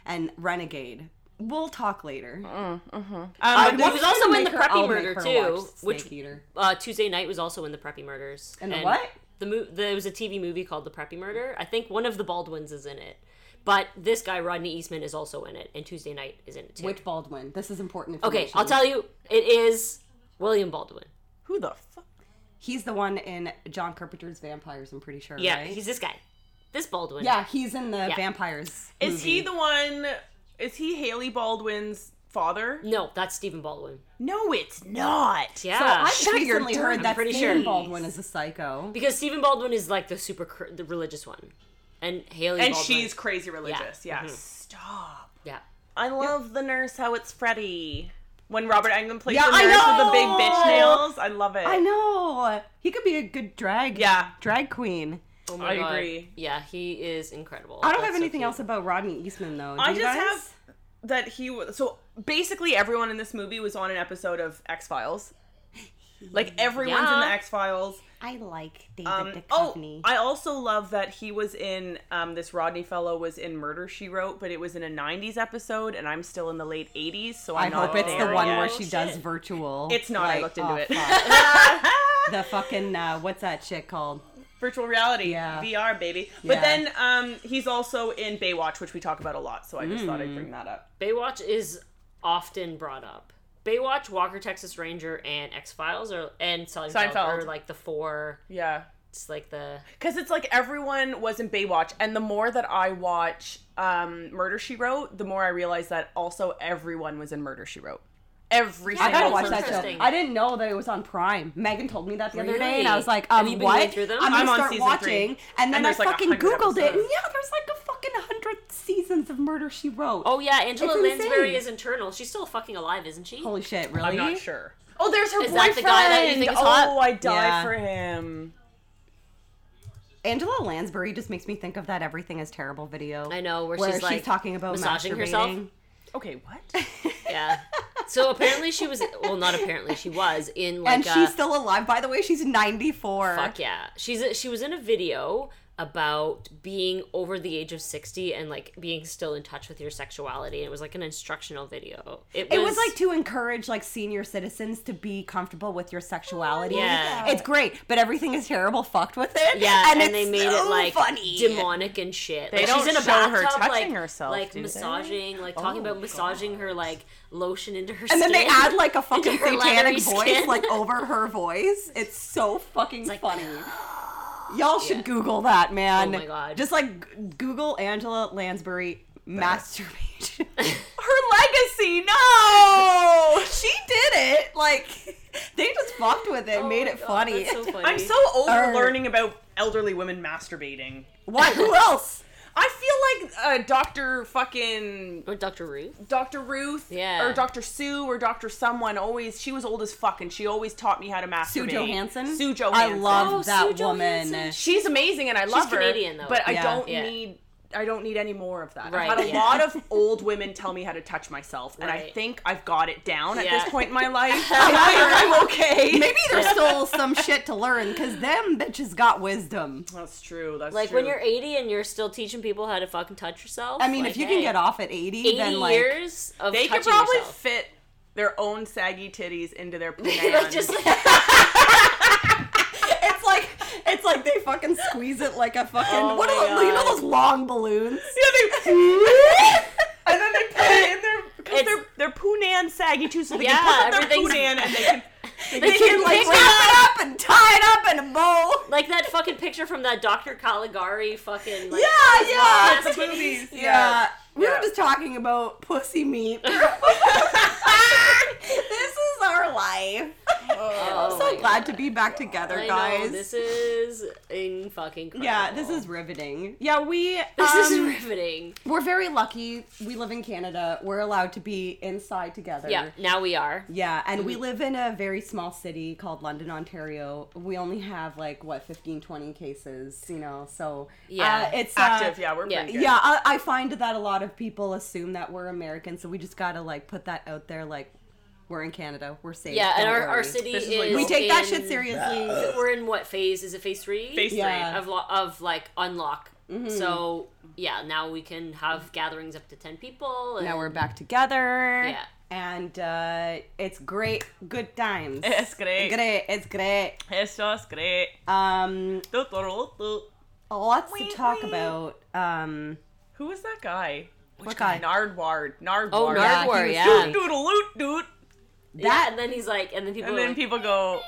Speaker 3: and renegade. We'll talk later. Uh,
Speaker 2: Um,
Speaker 3: I
Speaker 2: but
Speaker 1: Mm, mm-hmm. Uh, he
Speaker 3: want
Speaker 1: was
Speaker 3: to
Speaker 1: also in
Speaker 3: make
Speaker 1: the
Speaker 3: her-
Speaker 1: Preppy
Speaker 3: I'll make
Speaker 1: Murder,
Speaker 3: her
Speaker 1: too,
Speaker 3: watch
Speaker 1: which-
Speaker 3: Snake Eater.
Speaker 1: Uh, Tuesday night was also in the Preppy Murders.
Speaker 3: And the what?
Speaker 1: The, mo- the it was a TV movie called The Preppy Murder. I think one of the Baldwins is in it, but this guy Rodney Eastman is also in it, and Tuesday night is in it too.
Speaker 3: Which Baldwin? This is important.
Speaker 1: okay,
Speaker 3: information.
Speaker 1: I'll tell you, it is William Baldwin.
Speaker 2: who the fuck?
Speaker 3: He's the one in John Carpenter's Vampires. I'm pretty sure.
Speaker 1: Yeah,
Speaker 3: right?
Speaker 1: he's this guy, this Baldwin.
Speaker 3: yeah, he's in the
Speaker 1: Yeah.
Speaker 3: Vampires.
Speaker 2: Is he
Speaker 3: movie.
Speaker 2: the one? Is he Haley Baldwin's father?
Speaker 1: No, that's Stephen Baldwin.
Speaker 2: No, it's not.
Speaker 1: Yeah.
Speaker 3: I
Speaker 1: Shut your
Speaker 3: recently
Speaker 1: dirt,
Speaker 3: heard
Speaker 1: I'm
Speaker 3: that
Speaker 1: pretty
Speaker 3: Stephen
Speaker 1: sure.
Speaker 3: Baldwin is a psycho.
Speaker 1: Because Stephen Baldwin is like the super cr- the religious one, and Haley
Speaker 2: And
Speaker 1: Baldwin-
Speaker 2: she's crazy religious. Yeah.
Speaker 1: Mhm.
Speaker 2: Stop.
Speaker 1: yeah.
Speaker 2: Mm-hmm. I love the nurse how it's Freddy. When Robert Englund plays
Speaker 3: Yeah,
Speaker 2: the
Speaker 3: I
Speaker 2: nurse with the big
Speaker 3: know!
Speaker 2: bitch nails, I love it.
Speaker 3: I know he could be a good drag.
Speaker 2: Yeah.
Speaker 3: drag queen.
Speaker 1: Oh my
Speaker 2: I
Speaker 1: God.
Speaker 2: agree.
Speaker 1: Yeah, he is incredible.
Speaker 3: I don't
Speaker 1: That's
Speaker 3: have
Speaker 1: so
Speaker 3: anything
Speaker 1: cute.
Speaker 3: else about Rodney Eastman though. Do
Speaker 2: I
Speaker 3: you
Speaker 2: just
Speaker 3: guys?
Speaker 2: have that he was so basically everyone in this movie was on an episode of X Files. Like everyone's in the
Speaker 1: Yeah.
Speaker 2: X Files.
Speaker 3: I like David
Speaker 2: Um, oh, I also love that he was in um, this Rodney fellow was in Murder She Wrote, but it was in a '90s episode, and I'm still in the late '80s, so
Speaker 3: I
Speaker 2: I'm not
Speaker 3: hope it's the
Speaker 2: there
Speaker 3: one
Speaker 2: yet.
Speaker 3: where
Speaker 1: Oh,
Speaker 3: she
Speaker 1: shit.
Speaker 3: does virtual.
Speaker 2: It's not. I
Speaker 3: like,
Speaker 2: looked into
Speaker 3: oh,
Speaker 2: it.
Speaker 3: fuck. the fucking uh, what's that shit called?
Speaker 2: Virtual reality,
Speaker 3: Yeah.
Speaker 2: VR, baby.
Speaker 3: Yeah.
Speaker 2: But then um, he's also in Baywatch, which we talk about a lot, so I just thought
Speaker 3: Mm.
Speaker 2: I'd bring that up.
Speaker 1: Baywatch is often brought up. Baywatch, Walker, Texas Ranger, and X Files are and Seinfeld,
Speaker 2: Seinfeld.
Speaker 1: are like the four.
Speaker 2: Yeah.
Speaker 1: It's like the
Speaker 2: Because it's like everyone was in Baywatch, and the more that I watch um, Murder She Wrote, the more I realize that also everyone was in Murder She Wrote. Every
Speaker 1: Yeah,
Speaker 3: I
Speaker 2: single
Speaker 3: gotta
Speaker 1: that's
Speaker 3: watch
Speaker 2: person.
Speaker 3: that show.
Speaker 1: interesting.
Speaker 3: I didn't know that it was on Prime. Megan told me that the other day, and I
Speaker 1: Really?
Speaker 3: was like,
Speaker 1: Have
Speaker 3: um,
Speaker 1: you been
Speaker 3: what?
Speaker 1: going through them?
Speaker 3: I'm gonna
Speaker 2: I'm on
Speaker 3: start
Speaker 2: season
Speaker 3: watching,
Speaker 2: three.
Speaker 3: and
Speaker 2: And
Speaker 3: then I
Speaker 2: there's, like,
Speaker 3: fucking
Speaker 2: 100
Speaker 3: Googled it, and
Speaker 2: episodes.
Speaker 3: yeah, there's like a fucking hundred seasons of Murder She Wrote.
Speaker 1: oh yeah, Angela
Speaker 3: It's insane.
Speaker 1: Lansbury is internal. She's still fucking alive, isn't she?
Speaker 3: holy shit, really?
Speaker 2: I'm not sure. Oh, there's her
Speaker 1: Is
Speaker 2: boyfriend.
Speaker 1: that the guy that you think is
Speaker 2: oh,
Speaker 1: hot?
Speaker 2: I died
Speaker 3: Yeah.
Speaker 2: for him.
Speaker 3: Angela Lansbury just makes me think of that "Everything Is Terrible" video.
Speaker 1: I know, where she's, like,
Speaker 3: talking about
Speaker 1: massaging
Speaker 3: masturbating.
Speaker 1: herself.
Speaker 2: Okay, what?
Speaker 1: [LAUGHS] Yeah. So apparently she was well, not apparently she was in like
Speaker 3: [LAUGHS] and
Speaker 1: a,
Speaker 3: she's still alive, by the way. She's 94.
Speaker 1: Fuck yeah. She's a, she was in a video about being over the age of 60 and like being still in touch with your sexuality. It was like an instructional video. It was,
Speaker 3: It was like to encourage like senior citizens to be comfortable with your sexuality.
Speaker 1: Yeah.
Speaker 3: it's great, but everything is terrible. Fucked with it. [LAUGHS]
Speaker 1: yeah, and,
Speaker 3: it's
Speaker 1: they made
Speaker 3: so
Speaker 1: it like
Speaker 3: funny.
Speaker 1: demonic and shit.
Speaker 2: They
Speaker 1: like,
Speaker 2: don't
Speaker 1: she's in a
Speaker 2: show her
Speaker 1: bathtub, like,
Speaker 2: touching herself,
Speaker 1: like
Speaker 2: do they?
Speaker 1: massaging, like talking about massaging her like lotion into her.
Speaker 3: and then they
Speaker 1: skin.
Speaker 3: add
Speaker 1: [LAUGHS]
Speaker 3: like a fucking
Speaker 1: Into her
Speaker 3: satanic
Speaker 1: leathery
Speaker 3: voice
Speaker 1: skin.
Speaker 3: like over her voice. It's so fucking
Speaker 1: like- ah,
Speaker 3: funny. Y'all should Google that, man.
Speaker 1: Oh my God.
Speaker 3: Just like g- Google Angela Lansbury
Speaker 1: [LAUGHS]
Speaker 3: masturbation.
Speaker 2: her legacy? No.
Speaker 3: she did it. Like [LAUGHS] they just fucked with it,
Speaker 1: Oh
Speaker 3: made
Speaker 1: my
Speaker 3: it
Speaker 1: God,
Speaker 3: funny.
Speaker 1: that's
Speaker 3: [LAUGHS]
Speaker 1: so funny.
Speaker 2: I'm so over
Speaker 3: Or-
Speaker 2: learning about elderly women masturbating.
Speaker 3: Why? Who else?
Speaker 2: I feel like uh, Doctor fucking
Speaker 1: Or Dr. Oh, Ruth.
Speaker 2: Dr. Ruth
Speaker 1: Yeah.
Speaker 2: or Dr. Sue or Dr. someone always she was old as fuck and she always taught me how to masturbate.
Speaker 3: Sue Johansson.
Speaker 2: Sue Johansson.
Speaker 3: I love
Speaker 1: Oh,
Speaker 3: that
Speaker 1: Sue
Speaker 3: woman.
Speaker 1: Johansson.
Speaker 3: [LAUGHS]
Speaker 2: She's amazing and I love her.
Speaker 1: Canadian, though.
Speaker 2: But I
Speaker 3: Yeah.
Speaker 2: don't
Speaker 1: Yeah.
Speaker 2: need I don't need any more of that.
Speaker 1: Right,
Speaker 2: I've had a
Speaker 1: yeah.
Speaker 2: lot of old women tell me how to touch myself and I
Speaker 1: Right.
Speaker 2: think I've got it down at
Speaker 1: Yeah.
Speaker 2: this point in my life.
Speaker 1: [LAUGHS]
Speaker 2: [LAUGHS] I think I'm okay.
Speaker 3: Maybe there's still some shit to learn because them bitches got wisdom.
Speaker 2: That's true. That's
Speaker 1: Like
Speaker 2: true.
Speaker 1: when you're 80 and you're still teaching people how to fucking touch yourself.
Speaker 3: I mean,
Speaker 1: like,
Speaker 3: if you can
Speaker 1: hey,
Speaker 3: get off at 80,
Speaker 1: 80
Speaker 3: then like
Speaker 1: years of
Speaker 2: they could
Speaker 1: touching
Speaker 2: probably
Speaker 1: yourself.
Speaker 2: fit their own saggy titties into their
Speaker 1: [LAUGHS] Like,
Speaker 2: pants.
Speaker 1: just like,
Speaker 3: [LAUGHS] it's like it's like they fucking squeeze it like a fucking
Speaker 2: Oh
Speaker 3: what
Speaker 2: my
Speaker 3: are those, you know
Speaker 2: God.
Speaker 3: those long [LAUGHS] balloons?
Speaker 2: Yeah, they- [LAUGHS] and then they put it in their because
Speaker 1: It's-
Speaker 2: they're they're poonan saggy too, so they
Speaker 1: Yeah,
Speaker 2: can put up their
Speaker 1: everything's-
Speaker 2: poonan and
Speaker 1: [LAUGHS]
Speaker 2: they can
Speaker 1: they
Speaker 3: They can like wrap it up and tie it up in a bow.
Speaker 1: like that fucking picture from that Dr. Caligari fucking like,
Speaker 3: Yeah, yeah.
Speaker 2: the boobies.
Speaker 3: Yeah. We were
Speaker 2: Yeah.
Speaker 3: [LAUGHS] just talking about pussy meat. life. I'm so glad to be back together,
Speaker 1: Oh I
Speaker 3: guys.
Speaker 1: know this is in fucking.
Speaker 3: yeah, this is riveting. Yeah, we
Speaker 1: [LAUGHS] This is
Speaker 3: um,
Speaker 1: riveting.
Speaker 3: we're very lucky. We live in Canada. We're allowed to be inside together.
Speaker 1: Yeah, Mm-hmm. now we are.
Speaker 3: Yeah, and we live in a very small city called London, Ontario. We only have like what 15, 20 cases, you know. So
Speaker 1: Yeah.
Speaker 3: uh, it's uh,
Speaker 2: Active, yeah, we're
Speaker 1: yeah.
Speaker 2: pretty good.
Speaker 3: Yeah, I, I find that a lot of people assume that we're American, so we just gotta like put that out there. Like, we're in Canada, we're safe.
Speaker 1: Yeah, and
Speaker 3: don't
Speaker 1: our,
Speaker 3: worry.
Speaker 1: our city
Speaker 2: This
Speaker 1: is.
Speaker 2: is what you
Speaker 3: We
Speaker 2: Well,
Speaker 3: take that
Speaker 1: in-
Speaker 3: shit seriously.
Speaker 1: We're in what phase? Is it phase three?
Speaker 2: Phase
Speaker 3: Yeah.
Speaker 2: three.
Speaker 1: of lo- of like unlock.
Speaker 3: Mm-hmm.
Speaker 1: So yeah, now we can have gatherings up to ten people. And
Speaker 3: Now we're back together.
Speaker 1: Yeah.
Speaker 3: And uh, it's great, good times.
Speaker 2: It's great.
Speaker 3: Great, it's great.
Speaker 2: Estos great.
Speaker 3: Um,
Speaker 2: Totorotl.
Speaker 3: lots to
Speaker 2: Wee,
Speaker 3: talk
Speaker 2: wee.
Speaker 3: about. Um,
Speaker 2: Who was that guy?
Speaker 3: What guy?
Speaker 2: Nardward. Nardward.
Speaker 1: oh
Speaker 3: Yeah, he
Speaker 1: Nardwar,
Speaker 3: was
Speaker 1: yeah.
Speaker 3: doing
Speaker 2: Doodle loot doot.
Speaker 1: Yeah,
Speaker 3: that
Speaker 1: and then he's like, and then people.
Speaker 2: And
Speaker 1: are
Speaker 2: then
Speaker 1: like,
Speaker 2: people go,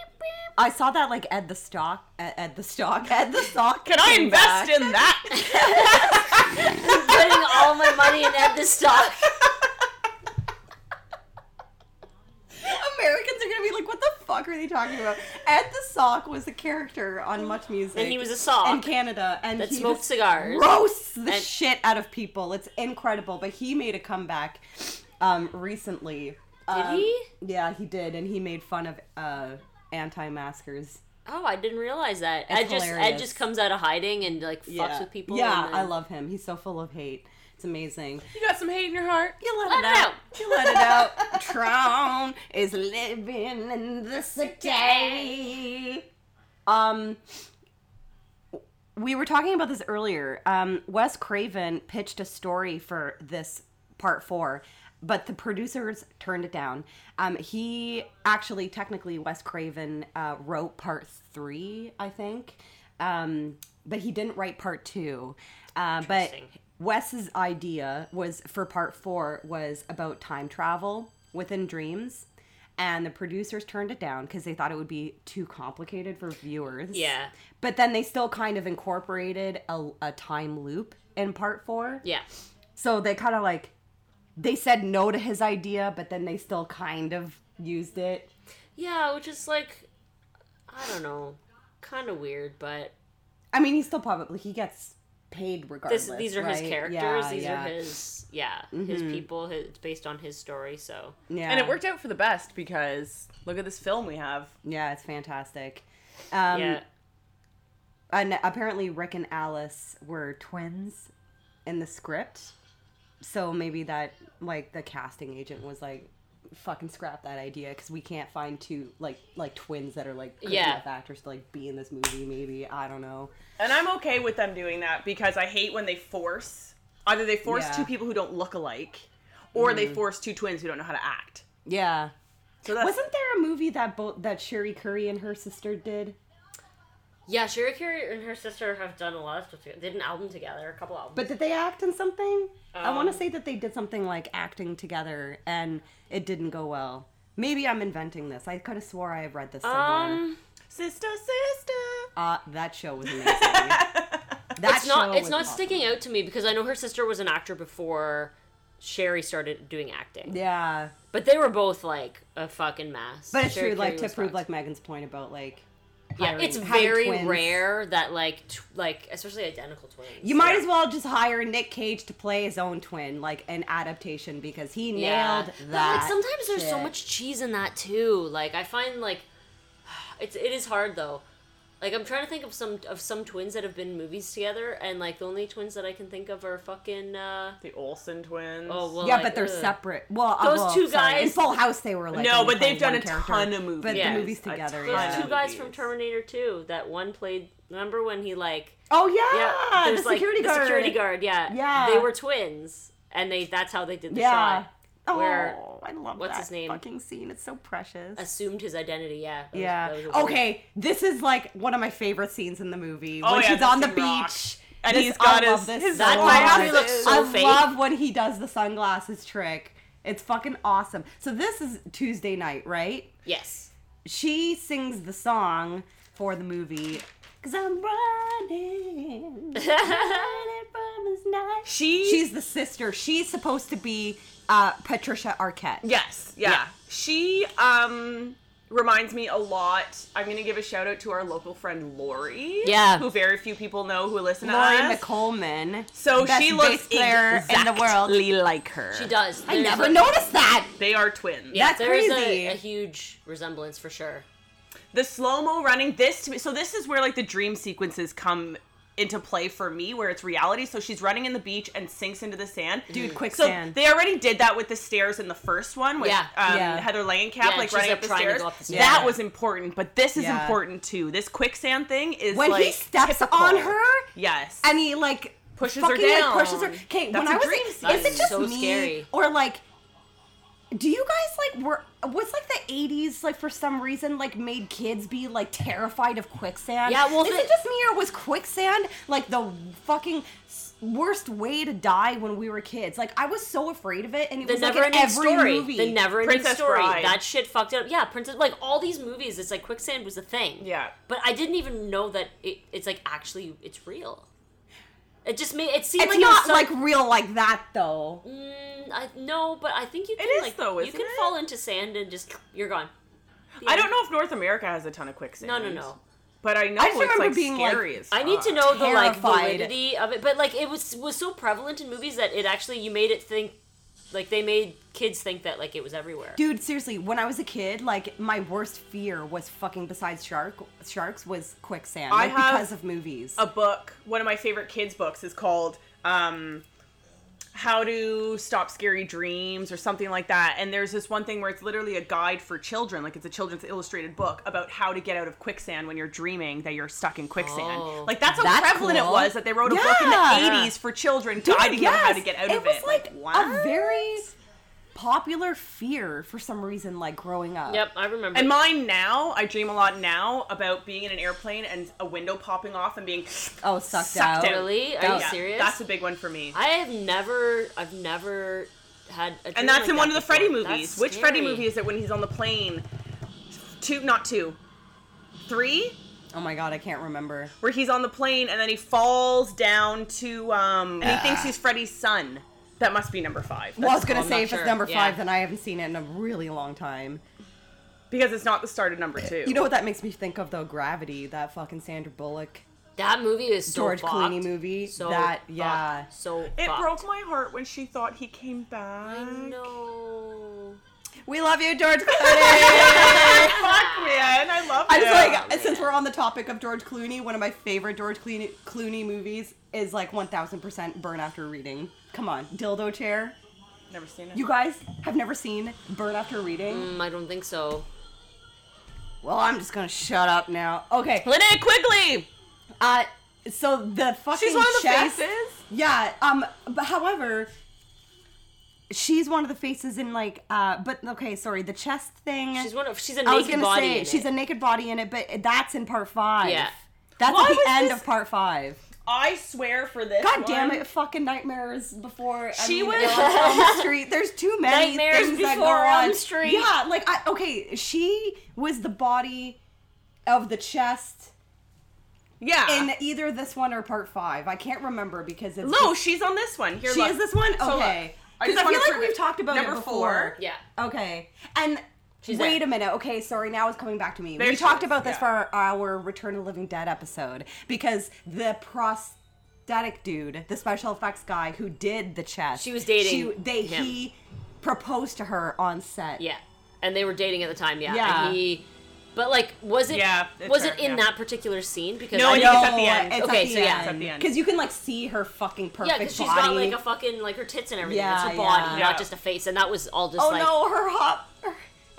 Speaker 3: I saw that like Ed the Stock, Ed, Ed the Stock, [LAUGHS] Ed the Stock.
Speaker 2: Can I
Speaker 3: came
Speaker 2: invest
Speaker 3: back.
Speaker 2: in that?
Speaker 1: putting all my money in Ed the
Speaker 3: [LAUGHS]
Speaker 1: stock.
Speaker 3: [LAUGHS] Americans are gonna be like, what the fuck are they talking about? Ed the Sock was a character on Much Music.
Speaker 1: And he was a sock
Speaker 3: in Canada, and
Speaker 1: that
Speaker 3: he
Speaker 1: smoked
Speaker 3: just
Speaker 1: cigars.
Speaker 3: roasts the
Speaker 1: And-
Speaker 3: shit out of people. It's incredible, but he made a comeback um, recently. Um,
Speaker 1: he?
Speaker 3: Yeah, he did, and he made fun of uh, anti-maskers.
Speaker 1: Oh, I didn't realize that.
Speaker 3: It's
Speaker 1: Ed just Ed
Speaker 3: hilarious.
Speaker 1: just comes out of hiding and like fucks
Speaker 3: yeah,
Speaker 1: with people.
Speaker 3: Yeah,
Speaker 1: and then-
Speaker 3: I love him. He's so full of hate. It's amazing.
Speaker 2: you got some hate in your heart.
Speaker 3: You let,
Speaker 1: Let
Speaker 3: it
Speaker 1: it
Speaker 3: out.
Speaker 1: out.
Speaker 3: You let it out. Tron is living in the city. Um, we were talking about this earlier. Um, Wes Craven pitched a story for this part four, but the producers turned it down. Um, he actually, technically, Wes Craven uh, wrote part three, I think, um, but he didn't write part two. Uh, but
Speaker 1: Interesting.
Speaker 3: Wes's idea was for part four was about time travel within dreams. And the producers turned it down because they thought it would be too complicated for viewers.
Speaker 1: Yeah.
Speaker 3: But then they still kind of incorporated a, a time loop in part four.
Speaker 1: Yeah.
Speaker 3: So they kind of like, they said no to his idea, but then they still kind of used it.
Speaker 1: Yeah, which is like, I don't know, kind of weird, but
Speaker 3: I mean, he still probably, he gets paid regardless.
Speaker 1: this, these are his
Speaker 3: right?
Speaker 1: characters.
Speaker 3: Yeah,
Speaker 1: these
Speaker 3: yeah.
Speaker 1: are his yeah Mm-hmm. his people. His, it's based on his story. So
Speaker 3: Yeah.
Speaker 2: And it worked out for the best because look at this film we have.
Speaker 3: Yeah, it's fantastic. Um,
Speaker 1: yeah,
Speaker 3: and apparently Rick and Alice were twins in the script. So maybe that like the casting agent was like fucking scrap that idea cuz we can't find two like like twins that are like good
Speaker 1: Yeah.
Speaker 3: enough actors to like be in this movie maybe. I don't know.
Speaker 2: And I'm okay with them doing that because I hate when they force either they force
Speaker 3: Yeah. Mm.
Speaker 2: two people who don't look alike or they force two twins who don't know how to act.
Speaker 3: Yeah.
Speaker 2: So that's
Speaker 3: Wasn't there a movie that both that Sherry Curry and her sister did?
Speaker 1: yeah. Shira Carey and her sister have done a lot of stuff together. They did an album together, a couple albums.
Speaker 3: But did they act in something? I want to
Speaker 1: Um,
Speaker 3: say that they did something like acting together and it didn't go well. Maybe I'm inventing this. I could have swore I have read this somewhere.
Speaker 1: um,
Speaker 2: sister sister.
Speaker 3: Uh, that show was
Speaker 1: [LAUGHS]
Speaker 3: amazing. that
Speaker 1: it's not
Speaker 3: show
Speaker 1: it's
Speaker 3: was
Speaker 1: not
Speaker 3: awesome.
Speaker 1: sticking out to me because I know her sister was an actor before Sherry started doing acting.
Speaker 3: Yeah,
Speaker 1: But they were both like a fucking mess.
Speaker 3: but it's
Speaker 1: Sherry
Speaker 3: true. Like
Speaker 1: Carey
Speaker 3: to
Speaker 1: was
Speaker 3: prove
Speaker 1: fucked.
Speaker 3: like Megan's point about like
Speaker 1: yeah,
Speaker 3: hiring-
Speaker 1: it's
Speaker 3: having
Speaker 1: very
Speaker 3: twins.
Speaker 1: rare that like tw- like especially identical twins.
Speaker 3: You might as well just hire Nick Cage to play his own twin, like an adaptation, because he nailed
Speaker 1: But,
Speaker 3: that.
Speaker 1: like sometimes there's so
Speaker 3: shit.
Speaker 1: much cheese in that too. Like I find like [SIGHS] it's it is hard though. Like I'm trying to think of some of some twins that have been in movies together, and like the only twins that I can think of are fucking. Uh,
Speaker 2: The Olsen twins.
Speaker 1: oh well.
Speaker 3: Yeah,
Speaker 1: like,
Speaker 3: but they're
Speaker 1: ugh.
Speaker 3: separate. Well, uh,
Speaker 1: Those
Speaker 3: well,
Speaker 1: two
Speaker 3: sorry. in
Speaker 1: guys-
Speaker 3: Full House, they were like
Speaker 2: No,
Speaker 3: only
Speaker 2: but they've
Speaker 3: playing
Speaker 2: done
Speaker 3: one
Speaker 2: a
Speaker 3: character.
Speaker 2: ton of movies.
Speaker 3: But
Speaker 1: Yes,
Speaker 3: the movies
Speaker 2: a
Speaker 3: together.
Speaker 2: ton
Speaker 1: Those
Speaker 3: Yeah.
Speaker 1: two guys from
Speaker 2: movies.
Speaker 1: Terminator 2. That one played. Remember when he like?
Speaker 3: oh
Speaker 1: Yeah,
Speaker 3: yeah,
Speaker 1: there's
Speaker 3: the
Speaker 1: like
Speaker 3: security
Speaker 1: the
Speaker 3: guard.
Speaker 1: security guard. Yeah,
Speaker 3: Yeah.
Speaker 1: They were twins, and they that's how they did the
Speaker 3: Yeah.
Speaker 1: shot.
Speaker 3: Oh,
Speaker 1: where-
Speaker 3: I love
Speaker 1: what's
Speaker 3: that
Speaker 1: his name?
Speaker 3: fucking scene. It's so precious.
Speaker 1: Assumed his identity. Yeah. that was-
Speaker 3: Yeah.
Speaker 1: that was a weird-
Speaker 3: Okay. This is like one of my favorite scenes in the movie.
Speaker 2: Oh,
Speaker 3: when
Speaker 2: yeah,
Speaker 3: she's
Speaker 2: that
Speaker 3: on the
Speaker 2: scene
Speaker 3: beach.
Speaker 2: rocks. And
Speaker 3: This-
Speaker 2: he's
Speaker 3: I
Speaker 2: got
Speaker 3: love
Speaker 2: his-
Speaker 3: this
Speaker 2: his
Speaker 3: so
Speaker 1: That
Speaker 3: much.
Speaker 1: eye looks so
Speaker 3: I
Speaker 1: fake.
Speaker 3: love when he does the sunglasses trick. It's fucking awesome. So this is Tuesday night, right?
Speaker 1: Yes. [LAUGHS]
Speaker 3: She sings the song for the movie. Cause I'm running, running from this night.
Speaker 2: She-
Speaker 3: she's the sister. She's supposed to be uh, Patricia Arquette.
Speaker 2: Yes, yeah. She um reminds me a lot. I'm going to give a shout out to our local friend Lori.
Speaker 1: Yeah.
Speaker 2: Who very few people know who listen to
Speaker 3: Lauren
Speaker 2: us.
Speaker 3: McColeman.
Speaker 2: so
Speaker 3: best
Speaker 2: she
Speaker 3: bass
Speaker 2: looks
Speaker 3: player in the world.
Speaker 2: exactly like her.
Speaker 1: She does.
Speaker 3: I
Speaker 1: There's
Speaker 3: never
Speaker 1: a-
Speaker 3: noticed that.
Speaker 2: They are twins.
Speaker 1: Yeah,
Speaker 3: That's
Speaker 1: there is
Speaker 3: crazy.
Speaker 1: A, a huge resemblance for sure.
Speaker 2: the slow mo running this to me, so this is where like the dream sequences come into play for me where it's reality so she's running in the beach and sinks into the sand
Speaker 3: Dude,
Speaker 1: Mm-hmm.
Speaker 2: so
Speaker 3: quicksand.
Speaker 2: they already did that with the stairs in the first one with
Speaker 1: Yeah.
Speaker 2: um,
Speaker 3: Yeah.
Speaker 2: Heather Langenkamp
Speaker 1: Yeah,
Speaker 2: like
Speaker 1: she's,
Speaker 2: running
Speaker 1: like,
Speaker 2: up the
Speaker 1: trying to
Speaker 2: stairs.
Speaker 1: go up the stairs.
Speaker 2: That
Speaker 3: Yeah.
Speaker 2: was important, but this is
Speaker 3: Yeah.
Speaker 2: important too. This quicksand thing is
Speaker 3: when
Speaker 2: like
Speaker 3: he steps
Speaker 2: typical.
Speaker 3: on her,
Speaker 2: Yes,
Speaker 3: and he like
Speaker 2: Pushes her
Speaker 3: fucking,
Speaker 2: down.
Speaker 3: Like, pushes her. Okay,
Speaker 2: That's
Speaker 3: when
Speaker 2: a
Speaker 3: I was
Speaker 2: dream
Speaker 3: is
Speaker 2: sequence.
Speaker 3: it just
Speaker 1: So
Speaker 3: me
Speaker 1: scary.
Speaker 3: or like? Do you guys like were what's like the eighties like for some reason like made kids be like terrified of quicksand?
Speaker 1: Yeah, well,
Speaker 3: is
Speaker 1: the-
Speaker 3: it just me or was quicksand like the fucking s- worst way to die when we were kids? Like I was so afraid of it, and it
Speaker 1: The
Speaker 3: was
Speaker 1: never
Speaker 3: like in
Speaker 1: ending
Speaker 3: every
Speaker 1: story.
Speaker 3: movie.
Speaker 1: The never ending
Speaker 2: Princess
Speaker 1: story.
Speaker 2: Bride.
Speaker 1: That shit fucked it up. Yeah, Princess like all these movies, it's like quicksand was a thing.
Speaker 2: Yeah.
Speaker 1: But I didn't even know that it, it's like actually it's real. It just made it seemed
Speaker 3: it's
Speaker 1: like it was
Speaker 3: not
Speaker 1: so-
Speaker 3: like real like that though.
Speaker 1: Mm, I, no, but I think you can
Speaker 2: is
Speaker 1: like
Speaker 2: though,
Speaker 1: you
Speaker 2: isn't
Speaker 1: can
Speaker 2: it?
Speaker 1: fall into sand and just you're gone. The
Speaker 2: I
Speaker 1: end.
Speaker 2: don't know if North America has a ton of quicksand.
Speaker 1: No, no, no.
Speaker 2: But I know
Speaker 3: I
Speaker 2: it's
Speaker 3: just remember
Speaker 2: like
Speaker 3: being, like,
Speaker 2: scary as
Speaker 1: I need to
Speaker 2: fuck.
Speaker 1: know the like
Speaker 3: Terrified.
Speaker 1: validity of it, but like it was was so prevalent in movies that it actually you made it think like they made kids think that like it was everywhere.
Speaker 3: Dude, seriously, when I was a kid, like my worst fear was fucking besides shark sharks was quicksand.
Speaker 2: I
Speaker 3: like,
Speaker 2: have
Speaker 3: because of movies.
Speaker 2: a book. One of my favorite kids' books is called um, "How to Stop Scary Dreams" or something like that. And there's this one thing where it's literally a guide for children, like it's a children's illustrated book about how to get out of quicksand when you're dreaming that you're stuck in quicksand.
Speaker 1: Oh.
Speaker 2: Like that's how
Speaker 3: That's
Speaker 2: prevalent it
Speaker 3: cool.
Speaker 2: was that they wrote a book in the
Speaker 3: Yeah.
Speaker 2: 80s for children
Speaker 3: Dude,
Speaker 2: guiding them how
Speaker 3: yes,
Speaker 2: to get out
Speaker 3: it
Speaker 2: of
Speaker 3: was
Speaker 2: it.
Speaker 3: like,
Speaker 2: what?
Speaker 3: a very popular fear for some reason, like growing up.
Speaker 1: Yep, I remember.
Speaker 2: And mine now, I dream a lot now about being in an airplane and a window popping off and being
Speaker 3: Oh, sucked,
Speaker 2: Sucked
Speaker 3: out.
Speaker 2: out.
Speaker 1: really? Are
Speaker 3: That
Speaker 1: you
Speaker 3: was-
Speaker 2: Yeah,
Speaker 1: serious?
Speaker 2: That's a big one for me.
Speaker 1: I have never, I've never had. A dream
Speaker 2: and that's
Speaker 1: like
Speaker 2: in
Speaker 1: that
Speaker 2: one of the
Speaker 1: before.
Speaker 2: Freddy movies.
Speaker 1: That's
Speaker 2: Which Freddy
Speaker 1: scary.
Speaker 2: movie is it when he's on the plane? Two, not two, three,
Speaker 3: Oh my god, I can't remember.
Speaker 2: where he's on the plane and then he falls down to um, and he thinks he's Freddy's son. That must be number five. That's-
Speaker 3: well, I was gonna
Speaker 1: cool, I'm
Speaker 3: say
Speaker 1: not
Speaker 3: if
Speaker 1: sure.
Speaker 3: it's number
Speaker 1: Yeah.
Speaker 3: five, then I haven't seen it in a really long time.
Speaker 2: because it's not the start of number two.
Speaker 3: You know what that makes me think of though? Gravity, that fucking Sandra Bullock,
Speaker 1: That movie is so
Speaker 3: George
Speaker 1: fucked.
Speaker 3: Clooney movie.
Speaker 1: So
Speaker 3: that
Speaker 1: fucked.
Speaker 3: yeah.
Speaker 1: so
Speaker 2: it
Speaker 1: fucked.
Speaker 2: broke my heart when she thought he came back.
Speaker 1: I know.
Speaker 3: We love you, George Clooney.
Speaker 2: [LAUGHS] Fuck man, I love
Speaker 3: I just
Speaker 2: him.
Speaker 3: like since we're on the topic of George Clooney, one of my favorite George Clooney, Clooney movies is like 1000% Burn After Reading. Come on, dildo chair.
Speaker 2: Never seen it.
Speaker 3: You guys have never seen Burn After Reading?
Speaker 1: Mm, I don't think so.
Speaker 3: Well, I'm just gonna shut up now. Okay.
Speaker 2: Linnea Quigley.
Speaker 3: Uh, so the fucking
Speaker 2: She's one of the
Speaker 3: chef-
Speaker 2: faces.
Speaker 3: Yeah. Um. But however, she's one of the faces in like. Uh. But okay. Sorry. The chest thing.
Speaker 1: She's one of. She's a naked
Speaker 3: I was gonna
Speaker 1: body.
Speaker 3: say
Speaker 1: in
Speaker 3: she's
Speaker 1: it.
Speaker 3: a naked body in it, but that's in part five.
Speaker 1: Yeah.
Speaker 3: That's
Speaker 2: Why
Speaker 3: at the
Speaker 2: was
Speaker 3: end
Speaker 2: this-
Speaker 3: of part five.
Speaker 2: I swear for this.
Speaker 3: God damn
Speaker 2: one-
Speaker 3: it! Fucking nightmares before. I
Speaker 2: She
Speaker 3: mean,
Speaker 2: was-
Speaker 1: [LAUGHS]
Speaker 3: Elm Elm Street. There's too many
Speaker 1: Nightmares
Speaker 3: things that go
Speaker 1: before
Speaker 3: on.
Speaker 1: Elm Street.
Speaker 3: Yeah, like I okay. She was the body of the chest
Speaker 2: Yeah.
Speaker 1: Ah.
Speaker 3: in either this one or part five. I can't remember because it's
Speaker 2: No, she's on this one. Here,
Speaker 3: she
Speaker 2: look.
Speaker 3: is this one.
Speaker 2: So, look.
Speaker 3: Okay,
Speaker 2: I
Speaker 3: because
Speaker 2: just
Speaker 3: I,
Speaker 2: wanna
Speaker 3: feel like
Speaker 2: prove
Speaker 3: we've
Speaker 2: it.
Speaker 3: talked about it
Speaker 2: Number
Speaker 3: before.
Speaker 2: four.
Speaker 1: Yeah.
Speaker 3: Oh. Okay, and
Speaker 1: She's
Speaker 3: wait
Speaker 1: it.
Speaker 3: a minute. Okay, sorry. Now it's coming back to me.
Speaker 2: There
Speaker 3: we
Speaker 2: she
Speaker 3: talked
Speaker 2: is,
Speaker 3: about this
Speaker 2: yeah.
Speaker 3: for our, our Return of the Living Dead episode because the prosthetic dude, the special effects guy who did the chest,
Speaker 1: She was dating
Speaker 3: they
Speaker 1: him.
Speaker 3: he proposed to her on set.
Speaker 1: Yeah, and they were dating at the time. Yeah,
Speaker 3: Yeah.
Speaker 1: And he, but like, was it?
Speaker 2: Yeah, it's
Speaker 1: was
Speaker 2: her,
Speaker 1: it in
Speaker 2: yeah.
Speaker 1: that particular scene? Because
Speaker 2: No,
Speaker 1: I
Speaker 2: no.
Speaker 1: didn't-
Speaker 2: It's at the end.
Speaker 3: It's
Speaker 1: Okay,
Speaker 3: at the
Speaker 1: so yeah. It's
Speaker 2: at the end.
Speaker 3: because you can like see her fucking perfect
Speaker 1: yeah, because she's
Speaker 3: body.
Speaker 1: got like a fucking like her tits and everything.
Speaker 3: Yeah,
Speaker 1: it's her
Speaker 3: yeah.
Speaker 1: body,
Speaker 2: Yeah.
Speaker 1: not just a face. And that was all just
Speaker 3: Oh
Speaker 1: like
Speaker 3: no, her hop.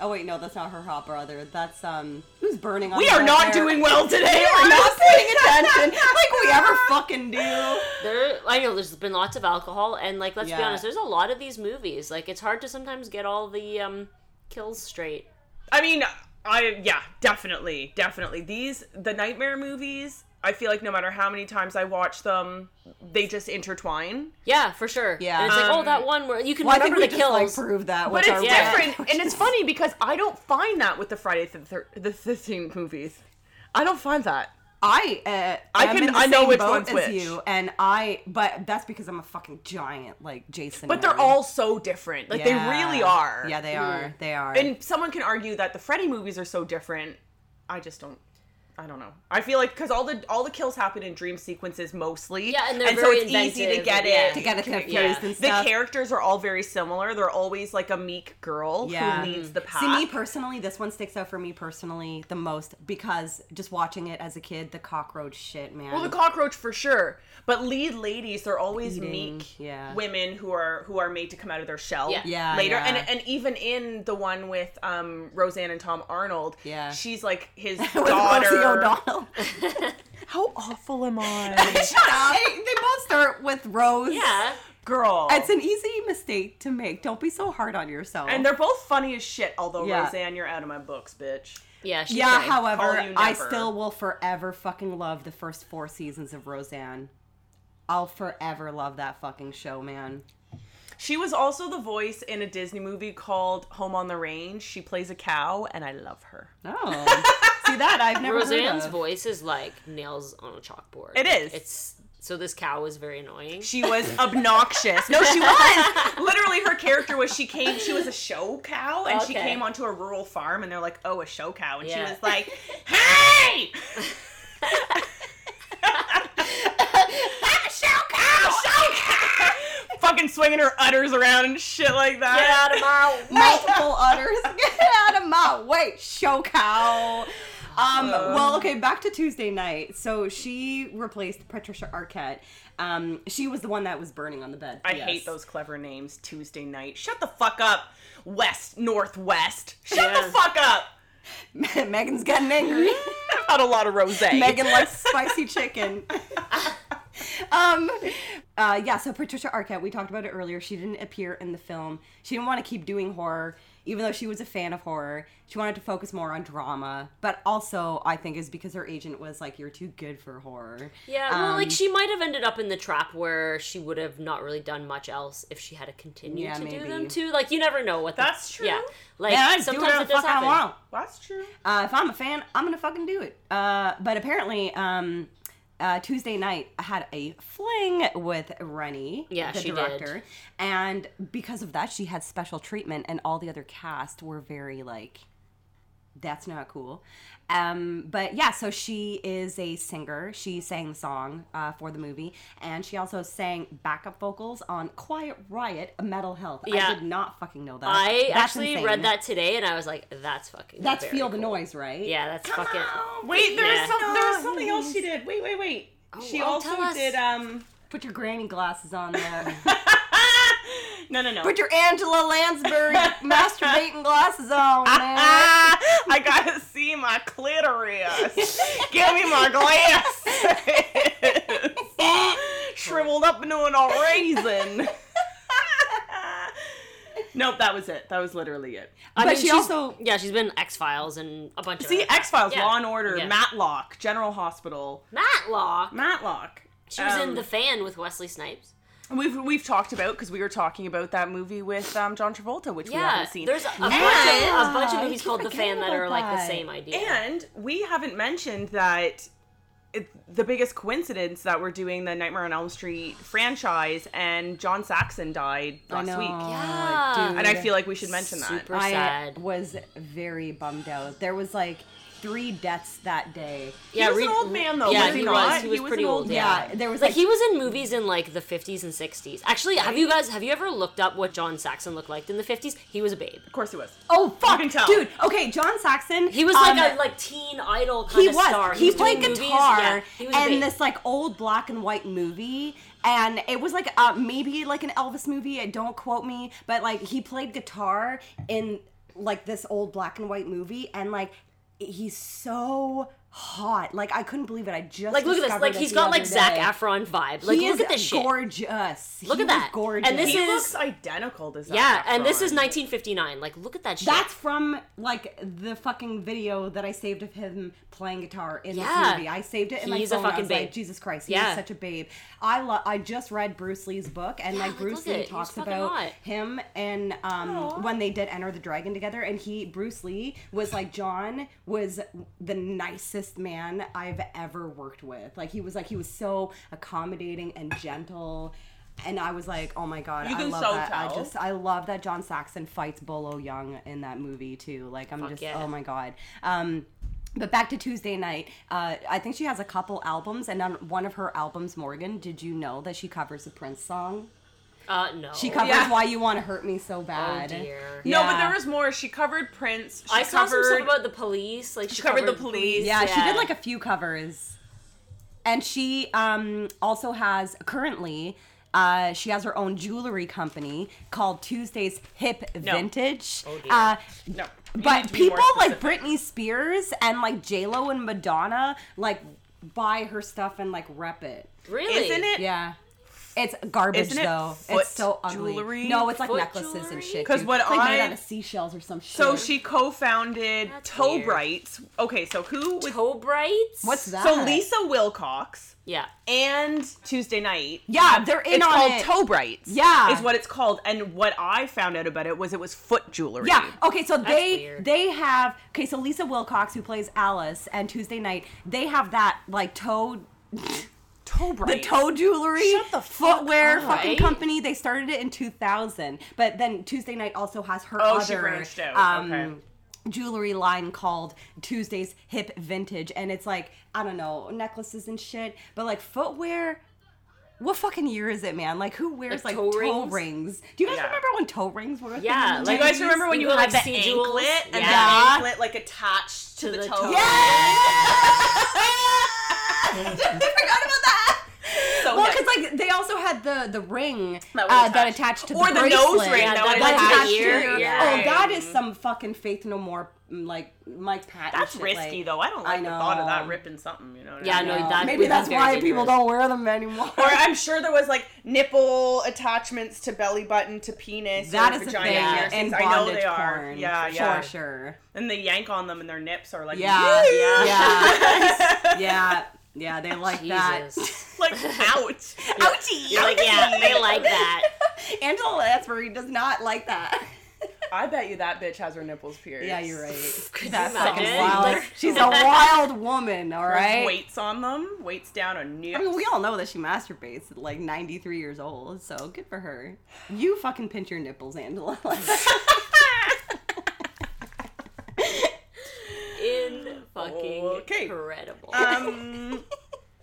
Speaker 3: Oh wait, no, that's not her hop brother. That's um, who's burning on?
Speaker 2: We
Speaker 3: the
Speaker 2: are not
Speaker 3: altar?
Speaker 2: doing well today.
Speaker 3: We
Speaker 2: [LAUGHS]
Speaker 3: are not paying attention, like we ever fucking do.
Speaker 1: there. I know there's been lots of alcohol, and like let's be
Speaker 3: Yeah.
Speaker 1: honest, there's a lot of these movies. Like it's hard to sometimes get all the um kills straight.
Speaker 2: I mean, I yeah, definitely, definitely. These the nightmare movies. I feel like no matter how many times I watch them, they just intertwine.
Speaker 1: Yeah, for sure.
Speaker 3: Yeah.
Speaker 1: and it's like oh
Speaker 2: Um,
Speaker 1: that one where you can
Speaker 3: Well, I think
Speaker 1: remember
Speaker 3: we
Speaker 1: the
Speaker 3: just
Speaker 1: kills.
Speaker 3: like proved that.
Speaker 2: But
Speaker 3: with
Speaker 2: it's
Speaker 3: our
Speaker 1: yeah.
Speaker 3: rant.
Speaker 2: different, and it's funny because I don't find that with the Friday the thir- the Thirteenth movies. I don't find that.
Speaker 3: [LAUGHS] I uh,
Speaker 2: I
Speaker 3: am
Speaker 2: can-
Speaker 3: in the
Speaker 2: I know
Speaker 3: same
Speaker 2: which
Speaker 3: boat
Speaker 2: one's
Speaker 3: as
Speaker 2: which.
Speaker 3: you, and I but that's because I'm a fucking giant like Jason.
Speaker 2: But they're
Speaker 3: Murray.
Speaker 2: all so different. Like
Speaker 3: Yeah.
Speaker 2: they really are.
Speaker 3: Yeah, they are. They are.
Speaker 2: And someone can argue that the Freddy movies are so different. I just don't. I don't know. I feel like because all the all the kills happen in dream sequences mostly.
Speaker 1: Yeah, and they're very
Speaker 2: easy to
Speaker 1: inventive,
Speaker 2: get
Speaker 1: yeah.
Speaker 2: it.
Speaker 1: To
Speaker 3: get it
Speaker 2: to-
Speaker 3: confused and
Speaker 2: The
Speaker 3: stuff.
Speaker 2: characters are all very similar. They're always like a meek girl
Speaker 3: Yeah.
Speaker 2: who leads the pack.
Speaker 3: See, me personally, this one sticks out for me personally the most because just watching it as a kid, the cockroach shit, man.
Speaker 2: Well, the cockroach for sure, but lead ladies are always
Speaker 3: Leading,
Speaker 2: meek
Speaker 3: yeah.
Speaker 2: women who are who are made to come out of their shell
Speaker 1: Yeah.
Speaker 3: Yeah,
Speaker 2: later.
Speaker 3: yeah.
Speaker 2: And and even in the one with um, Roseanne and Tom Arnold,
Speaker 3: Yeah.
Speaker 2: she's like his
Speaker 3: [LAUGHS] [LAUGHS] With Rosie oh,
Speaker 2: daughter.
Speaker 3: O'Donnell.
Speaker 2: [LAUGHS]
Speaker 3: [LAUGHS]
Speaker 2: How awful am I,
Speaker 3: Shut up. They, they both start with Rose.
Speaker 1: Yeah.
Speaker 2: girl?
Speaker 3: It's an easy mistake to make. Don't be so hard on yourself.
Speaker 2: and they're both funny as shit. Although
Speaker 3: Oh. Yeah.
Speaker 2: Roseanne, you're out of my books, bitch.
Speaker 1: Yeah. She's
Speaker 3: yeah,
Speaker 1: great.
Speaker 2: Call
Speaker 3: however,
Speaker 2: you
Speaker 3: I
Speaker 2: never.
Speaker 3: still will forever fucking love the first four seasons of Roseanne. I'll forever love that fucking show, man.
Speaker 2: She was also the voice in a Disney movie called Home on the Range. She plays a cow, and I love her. [LAUGHS]
Speaker 3: Oh, see that I've never
Speaker 1: Roseanne's
Speaker 3: heard of.
Speaker 1: voice is like nails on a chalkboard.
Speaker 2: It
Speaker 1: Like,
Speaker 2: is.
Speaker 1: It's so this cow is very annoying.
Speaker 2: She was obnoxious. No, she was. Literally, her character was she came, she was a show cow, and she
Speaker 1: Okay.
Speaker 2: came onto a rural farm, and they're like, oh, a show cow. And
Speaker 1: Yeah.
Speaker 2: she was like, hey! [LAUGHS] show cow! Show cow! Fucking swinging her udders around and shit like that.
Speaker 1: Get out of [LAUGHS] my
Speaker 3: multiple udders. [LAUGHS] Get out of my way, show cow. Um, well, okay, back to Tuesday night. So she replaced Patricia Arquette. Um, she was the one that was burning on the bed.
Speaker 2: I
Speaker 3: Yes.
Speaker 2: hate those clever names. Tuesday night. Shut the fuck up. West, Northwest. Shut
Speaker 1: Yeah.
Speaker 2: the fuck up. [LAUGHS]
Speaker 3: [LAUGHS] Megan's getting angry.
Speaker 2: I've had a lot of rose.
Speaker 3: Megan
Speaker 1: [LAUGHS]
Speaker 3: likes spicy chicken. um, uh, yeah, so Patricia Arquette, we talked about it earlier. She didn't appear in the film. She didn't want to keep doing horror, even though she was a fan of horror. She wanted to focus more on drama, but also, I think, is because her agent was like, You're too good for horror.
Speaker 1: Yeah, well,
Speaker 3: um,
Speaker 1: like she might have ended up in the trap where she would have not really done much else if she had to continue
Speaker 3: Yeah,
Speaker 1: to do
Speaker 3: maybe.
Speaker 1: them too. Like you never know what the-
Speaker 2: That's true.
Speaker 1: Yeah, like
Speaker 3: Yeah, I do
Speaker 1: sometimes
Speaker 3: whatever
Speaker 1: it
Speaker 3: the
Speaker 1: does
Speaker 3: fuck I
Speaker 1: happen.
Speaker 3: want.
Speaker 2: [LAUGHS] That's true.
Speaker 3: Uh, if I'm a fan, I'm gonna fucking do it. Uh, but apparently, um, uh, Tuesday night I had a fling with Rennie,
Speaker 1: Yeah,
Speaker 3: the
Speaker 1: she did.
Speaker 3: director, and because of that, she had special treatment, and all the other cast were very like, "That's not cool." Um, but yeah, so she is a singer. She sang the song uh, for the movie, and she also sang backup vocals on "Quiet Riot" Metal Health.
Speaker 1: Yeah.
Speaker 3: I did not fucking know that.
Speaker 1: I
Speaker 3: That's
Speaker 1: actually
Speaker 3: insane.
Speaker 1: read that today, and I was like, "That's fucking."
Speaker 3: That's
Speaker 1: very
Speaker 3: feel the
Speaker 1: cool.
Speaker 3: noise, right?
Speaker 1: Yeah, that's fucking.
Speaker 2: Wait, there
Speaker 1: Yeah.
Speaker 2: was some, there was something else she did. Wait, wait, wait. she
Speaker 1: oh,
Speaker 2: also
Speaker 1: tell us.
Speaker 2: did um
Speaker 3: Put your granny glasses on there.
Speaker 2: No, no, no.
Speaker 3: [LAUGHS] Put your Angela Lansbury masturbating glasses on there.
Speaker 2: ah, [LAUGHS] I got to see my
Speaker 1: [LAUGHS]
Speaker 2: clitoris. Give me my glasses. [LAUGHS] Shriveled up into an old
Speaker 1: [LAUGHS]
Speaker 2: raisin. [LAUGHS] nope, that was it. That was literally it.
Speaker 1: I
Speaker 3: But
Speaker 1: mean,
Speaker 3: she
Speaker 1: she's-
Speaker 3: also-
Speaker 1: yeah, she's been X Files and a bunch of
Speaker 2: See,
Speaker 1: other-
Speaker 2: X Files,
Speaker 1: Yeah.
Speaker 2: Law and Order,
Speaker 1: Yeah.
Speaker 2: Matlock, General Hospital,
Speaker 1: Matlock.
Speaker 2: Matlock.
Speaker 1: She was in
Speaker 3: Oh.
Speaker 2: Um,
Speaker 1: the fan with Wesley Snipes.
Speaker 2: We've we've talked about because we were talking about that movie with um, John Travolta, which we
Speaker 1: Yeah,
Speaker 2: haven't seen.
Speaker 1: there's a bunch, of, a
Speaker 3: And-
Speaker 1: bunch of
Speaker 3: I
Speaker 1: movies
Speaker 3: keep
Speaker 1: called The Fan
Speaker 3: forgetting
Speaker 1: that are
Speaker 3: about
Speaker 1: like the
Speaker 3: that.
Speaker 1: same idea.
Speaker 2: and we haven't mentioned that it, the biggest coincidence that we're doing the Nightmare on Elm Street franchise, and John Saxon died
Speaker 3: I
Speaker 2: last
Speaker 3: know,
Speaker 2: week,
Speaker 1: Yeah.
Speaker 3: dude.
Speaker 2: and I feel like we should mention that.
Speaker 1: Super
Speaker 3: I
Speaker 1: sad.
Speaker 3: was very bummed out. There was like three deaths that day.
Speaker 1: yeah,
Speaker 2: was an
Speaker 1: Reed-
Speaker 2: old man, though,
Speaker 1: Yeah,
Speaker 3: was he
Speaker 1: he
Speaker 3: not?
Speaker 1: was. He
Speaker 2: He
Speaker 1: was
Speaker 2: was
Speaker 1: pretty
Speaker 2: an
Speaker 1: old.
Speaker 2: old
Speaker 1: Yeah.
Speaker 3: Yeah, there was
Speaker 1: like,
Speaker 3: like-
Speaker 1: he was in movies in like the 50s and 60s. Actually, have you guys have you ever looked up what John Saxon looked like in the 50s? He was a babe.
Speaker 2: Of course, he was.
Speaker 3: Oh fuck,
Speaker 2: can tell.
Speaker 3: dude. Okay, John Saxon.
Speaker 1: He was like
Speaker 3: um,
Speaker 1: a like teen idol kind
Speaker 3: he
Speaker 1: of
Speaker 3: was.
Speaker 1: star.
Speaker 3: He,
Speaker 1: was
Speaker 3: played
Speaker 1: doing movies.
Speaker 3: guitar
Speaker 1: Yeah, he was a
Speaker 3: in
Speaker 1: babe.
Speaker 3: this like old black and white movie, and it was like uh, maybe like an Elvis movie. uh, Don't quote me, but like he played guitar in like this old black and white movie, and like he's so hot. Like I couldn't believe it. I just
Speaker 1: like look at this.
Speaker 3: discovered
Speaker 1: Like
Speaker 3: it
Speaker 1: he's
Speaker 3: the
Speaker 1: got
Speaker 3: other
Speaker 1: like Zac
Speaker 3: day.
Speaker 1: Efron vibe. Like
Speaker 3: he
Speaker 1: look
Speaker 3: is
Speaker 1: at this shit.
Speaker 3: gorgeous.
Speaker 1: Look
Speaker 3: He
Speaker 1: at
Speaker 3: was
Speaker 1: that.
Speaker 3: Gorgeous.
Speaker 1: And this
Speaker 2: He
Speaker 1: is-
Speaker 2: looks identical to Zac
Speaker 1: Yeah, and this is
Speaker 2: Efron.
Speaker 1: 1959. Like look at that shit.
Speaker 3: That's from like the fucking video that I saved of him playing guitar in
Speaker 1: Yeah.
Speaker 3: this movie. I saved it in
Speaker 1: He's a
Speaker 3: my phone. I
Speaker 1: fucking
Speaker 3: was like,
Speaker 1: babe.
Speaker 3: Jesus Christ, he
Speaker 1: Yeah.
Speaker 3: is such a babe. I lo- I just read Bruce Lee's book, and like
Speaker 1: like,
Speaker 3: Bruce
Speaker 1: look at
Speaker 3: Lee
Speaker 1: it. He was
Speaker 3: talks
Speaker 1: fucking
Speaker 3: about
Speaker 1: hot.
Speaker 3: him and um,
Speaker 2: Aw.
Speaker 3: when they did Enter the Dragon together, and he Bruce Lee was like John was the nicest nicest man I've ever worked with. Like he was like he was so accommodating and gentle. And I was like, oh my god,
Speaker 2: You
Speaker 3: I
Speaker 2: can
Speaker 3: love
Speaker 2: so
Speaker 3: that. I
Speaker 2: tell.
Speaker 3: just I love that John Saxon fights Bolo Young in that movie too. Like I'm
Speaker 1: Fuck
Speaker 3: just
Speaker 1: yeah.
Speaker 3: oh my god. Um but back to Tuesday night, uh, I think she has a couple albums, and on one of her albums, Morgan, did you know that she covers a Prince song?
Speaker 1: Uh, no.
Speaker 3: She covers
Speaker 2: yeah.
Speaker 3: "Why You Want to Hurt Me So Bad."
Speaker 1: Oh, dear.
Speaker 2: No, but
Speaker 3: Yeah.
Speaker 2: there was more. She covered Prince. She
Speaker 1: I saw
Speaker 2: covered,
Speaker 1: some stuff about the police. Like she,
Speaker 2: covered the police.
Speaker 3: Yeah, she did like a few covers. And she um, also has currently uh, she has her own jewelry company called Tuesday's Hip Vintage.
Speaker 1: Oh, dear.
Speaker 3: Uh,
Speaker 2: No, you need
Speaker 3: but
Speaker 2: to be more
Speaker 3: people like
Speaker 2: specific.
Speaker 3: Britney Spears and like J Lo and Madonna like buy her stuff and like rep it.
Speaker 1: Really?
Speaker 2: Isn't it?
Speaker 3: Yeah. It's garbage
Speaker 2: Isn't it
Speaker 3: though.
Speaker 2: foot
Speaker 3: it's so ugly.
Speaker 2: jewelry?
Speaker 3: No, it's like
Speaker 1: Foot
Speaker 3: necklaces
Speaker 1: jewelry?
Speaker 3: and shit.
Speaker 2: 'Cause
Speaker 3: dude.
Speaker 2: what
Speaker 3: it's like made
Speaker 2: I-
Speaker 3: out of seashells or some shit.
Speaker 2: So she co-founded
Speaker 1: That's
Speaker 2: Toe
Speaker 1: weird.
Speaker 2: Brights. Okay, so who was
Speaker 1: Toe brights.
Speaker 3: what's that?
Speaker 2: so Lisa Wilcox
Speaker 1: Yeah.
Speaker 2: and Tuesday Night.
Speaker 3: Yeah, they're in
Speaker 2: it's
Speaker 3: on
Speaker 2: called
Speaker 3: it.
Speaker 2: Toe Brights.
Speaker 3: Yeah.
Speaker 2: is what it's called. And what I found out about it was it was foot jewelry.
Speaker 3: Yeah. Okay. So they
Speaker 1: weird.
Speaker 3: they have okay. So Lisa Wilcox, who plays Alice, and Tuesday night they have that like toe
Speaker 2: Toe
Speaker 3: the
Speaker 2: Brights.
Speaker 3: toe jewelry
Speaker 2: Shut the fuck
Speaker 3: footwear
Speaker 2: up.
Speaker 3: fucking
Speaker 1: Right?
Speaker 3: company. They started it in two thousand, but then Tuesday night also has her
Speaker 2: Oh,
Speaker 3: other
Speaker 2: she branched out.
Speaker 3: um,
Speaker 2: Okay.
Speaker 3: jewelry line called Tuesday's Hip Vintage, and it's like I don't know necklaces and shit, but like footwear. What fucking year is it, man? Like who wears
Speaker 1: Like
Speaker 3: like, toe,
Speaker 1: toe
Speaker 3: rings?
Speaker 1: rings?
Speaker 3: Do you guys
Speaker 2: Yeah.
Speaker 3: remember when toe rings were? a thing?
Speaker 1: Yeah,
Speaker 2: Do you
Speaker 1: like-
Speaker 2: guys remember when
Speaker 1: You
Speaker 2: you,
Speaker 1: go,
Speaker 2: had
Speaker 1: like,
Speaker 2: the
Speaker 1: see jewels?
Speaker 2: anklet and
Speaker 1: Yeah.
Speaker 2: the anklet like attached to,
Speaker 1: To
Speaker 2: the,
Speaker 1: the
Speaker 2: toe?
Speaker 1: toe.
Speaker 3: I forgot about that.
Speaker 2: So
Speaker 3: well,
Speaker 2: yes.
Speaker 3: because like they also had the the ring
Speaker 2: That
Speaker 3: that,
Speaker 2: was
Speaker 3: uh, that
Speaker 2: attached.
Speaker 3: attached to the
Speaker 2: Or the nose
Speaker 3: bracelet.
Speaker 2: ring
Speaker 1: Yeah, that
Speaker 2: that was
Speaker 1: went to the
Speaker 2: attached
Speaker 1: ear,
Speaker 3: to your-
Speaker 1: yeah.
Speaker 3: Oh, that is some fucking faith no more mm, like Mike Patton.
Speaker 2: That's
Speaker 3: shit,
Speaker 2: risky
Speaker 3: like-
Speaker 2: though. I don't like
Speaker 3: I
Speaker 2: the thought of that
Speaker 3: know.
Speaker 2: ripping something. You know. What
Speaker 1: Yeah,
Speaker 2: I mean?
Speaker 1: no, that
Speaker 3: Maybe
Speaker 1: would be
Speaker 3: that's
Speaker 1: very
Speaker 3: why people
Speaker 1: dangerous.
Speaker 3: don't wear them anymore.
Speaker 2: Or I'm sure there was like nipple attachments to belly button to penis.
Speaker 3: [LAUGHS] that
Speaker 2: or
Speaker 3: is a
Speaker 2: vagina
Speaker 3: thing
Speaker 2: piercings.
Speaker 3: in
Speaker 2: I know
Speaker 3: bondage
Speaker 2: they are.
Speaker 3: porn.
Speaker 2: yeah,
Speaker 3: for
Speaker 2: yeah.
Speaker 3: sure.
Speaker 2: And they yank on them, and their nips are like [LAUGHS]
Speaker 3: Yeah, [LAUGHS]
Speaker 1: Yeah.
Speaker 3: yeah, yeah, yeah. They like that. [LAUGHS]
Speaker 1: Jesus.
Speaker 2: like ouch, ouchie.
Speaker 1: You're like, yeah, I like that.
Speaker 3: Angela Lansbury does not like that.
Speaker 2: I bet you that bitch has her nipples pierced.
Speaker 3: Yeah, you're right.
Speaker 1: [LAUGHS] Could you
Speaker 3: That's fucking
Speaker 1: imagine?
Speaker 3: wild.
Speaker 1: Like-
Speaker 3: She's [LAUGHS] a wild woman, all
Speaker 2: There's
Speaker 3: right?
Speaker 2: Weights on them. Weights down on nips.
Speaker 3: I mean, we all know that she masturbates at like 93 years old, so good for her. You fucking pinch your nipples, Angela. [LAUGHS]
Speaker 1: In fucking
Speaker 2: Okay.
Speaker 1: incredible.
Speaker 2: [LAUGHS]
Speaker 3: [LAUGHS]
Speaker 2: Um,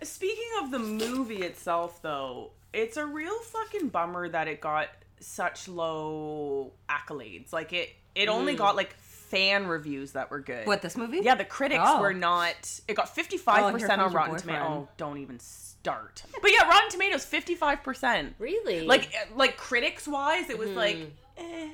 Speaker 2: speaking of the movie itself, though, it's a real fucking bummer that it got such low accolades. Like it, it only got like fan reviews that were good.
Speaker 3: Mm. what, this movie?
Speaker 2: Yeah, the critics
Speaker 3: Oh.
Speaker 2: were not. It got fifty five
Speaker 3: Oh, here
Speaker 2: percent
Speaker 3: comes
Speaker 2: on
Speaker 3: your
Speaker 2: Rotten
Speaker 3: boyfriend.
Speaker 2: Tomatoes. Oh, don't even start. But yeah, Rotten Tomatoes fifty five percent.
Speaker 1: really? Hmm.
Speaker 2: Like, like critics wise, it was like. eh.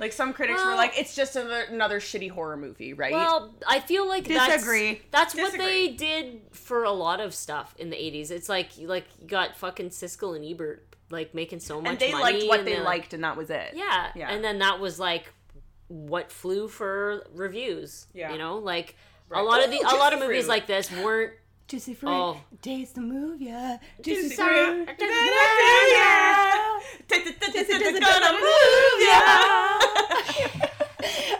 Speaker 2: Like some critics were
Speaker 1: Well-
Speaker 2: like, it's just another, another shitty horror movie, right?
Speaker 1: Well, I feel like
Speaker 3: Disagree.
Speaker 1: that's that's what
Speaker 2: Disagree.
Speaker 1: they did for a lot of stuff in the '80s. It's like you- like you got fucking Siskel and Ebert like making so much
Speaker 2: and they
Speaker 1: money,
Speaker 2: liked what
Speaker 1: and
Speaker 2: they
Speaker 1: they're like-
Speaker 2: liked, and that was it.
Speaker 1: Yeah.
Speaker 2: Yeah.
Speaker 1: And then that was like what flew for reviews.
Speaker 2: Yeah.
Speaker 1: You know, like a lot of the a
Speaker 2: Ooh,
Speaker 1: lot of
Speaker 2: Juicy
Speaker 1: movies
Speaker 2: Fruit.
Speaker 1: like this weren't
Speaker 3: Juicy Fruit.
Speaker 1: Oh.
Speaker 3: Days to move ya.
Speaker 2: Juicy
Speaker 3: Juicy
Speaker 2: fruit.
Speaker 3: Fruit. [LAUGHS]
Speaker 2: Da, da, da,
Speaker 3: Juicy
Speaker 2: Gonna
Speaker 3: fruit.
Speaker 2: move ya.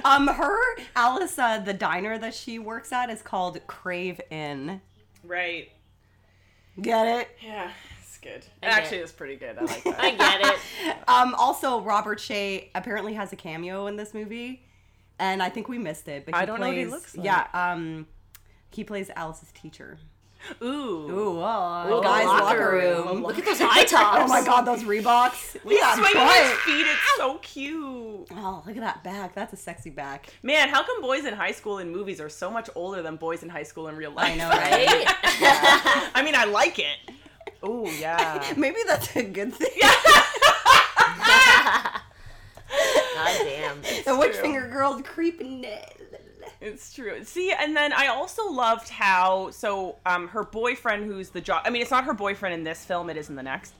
Speaker 3: um, her Alice, uh, the diner that she works at is called Crave Inn.
Speaker 2: Right.
Speaker 3: Get it?
Speaker 2: Yeah, it's good.
Speaker 1: get
Speaker 2: Actually,
Speaker 1: it.
Speaker 2: it's pretty good. I like that.
Speaker 1: [LAUGHS] I get it.
Speaker 3: Um, also, Robert Shea apparently has a cameo in this movie, and I think we missed it. But he
Speaker 2: I don't know what he
Speaker 3: plays,
Speaker 2: looks like.
Speaker 3: Yeah, um, he plays Alice's teacher.
Speaker 2: Ooh.
Speaker 3: Ooh,
Speaker 1: Ooh,
Speaker 3: guys'
Speaker 1: locker
Speaker 3: locker
Speaker 1: room.
Speaker 3: room.
Speaker 1: Look at those eye tops.
Speaker 3: Oh my god, those Reeboks. Look at
Speaker 2: He's swinging his
Speaker 3: that
Speaker 2: feet. It's so cute.
Speaker 3: butt. Oh, look at that back. That's a
Speaker 2: [LAUGHS]
Speaker 3: sexy back.
Speaker 2: Man, how come boys in high school in movies are so much older than boys in high school in real life?
Speaker 3: I
Speaker 1: [LAUGHS]
Speaker 3: know,
Speaker 1: Right?
Speaker 2: [LAUGHS] I mean, I like it. Ooh, yeah.
Speaker 3: [LAUGHS] Maybe that's a
Speaker 2: [LAUGHS]
Speaker 3: good thing.
Speaker 1: God damn.
Speaker 3: the witch finger girl's creeping.
Speaker 2: It's true. See, and then I also loved how so um her boyfriend who's the jock I mean it's not her boyfriend in this film, it is in the next.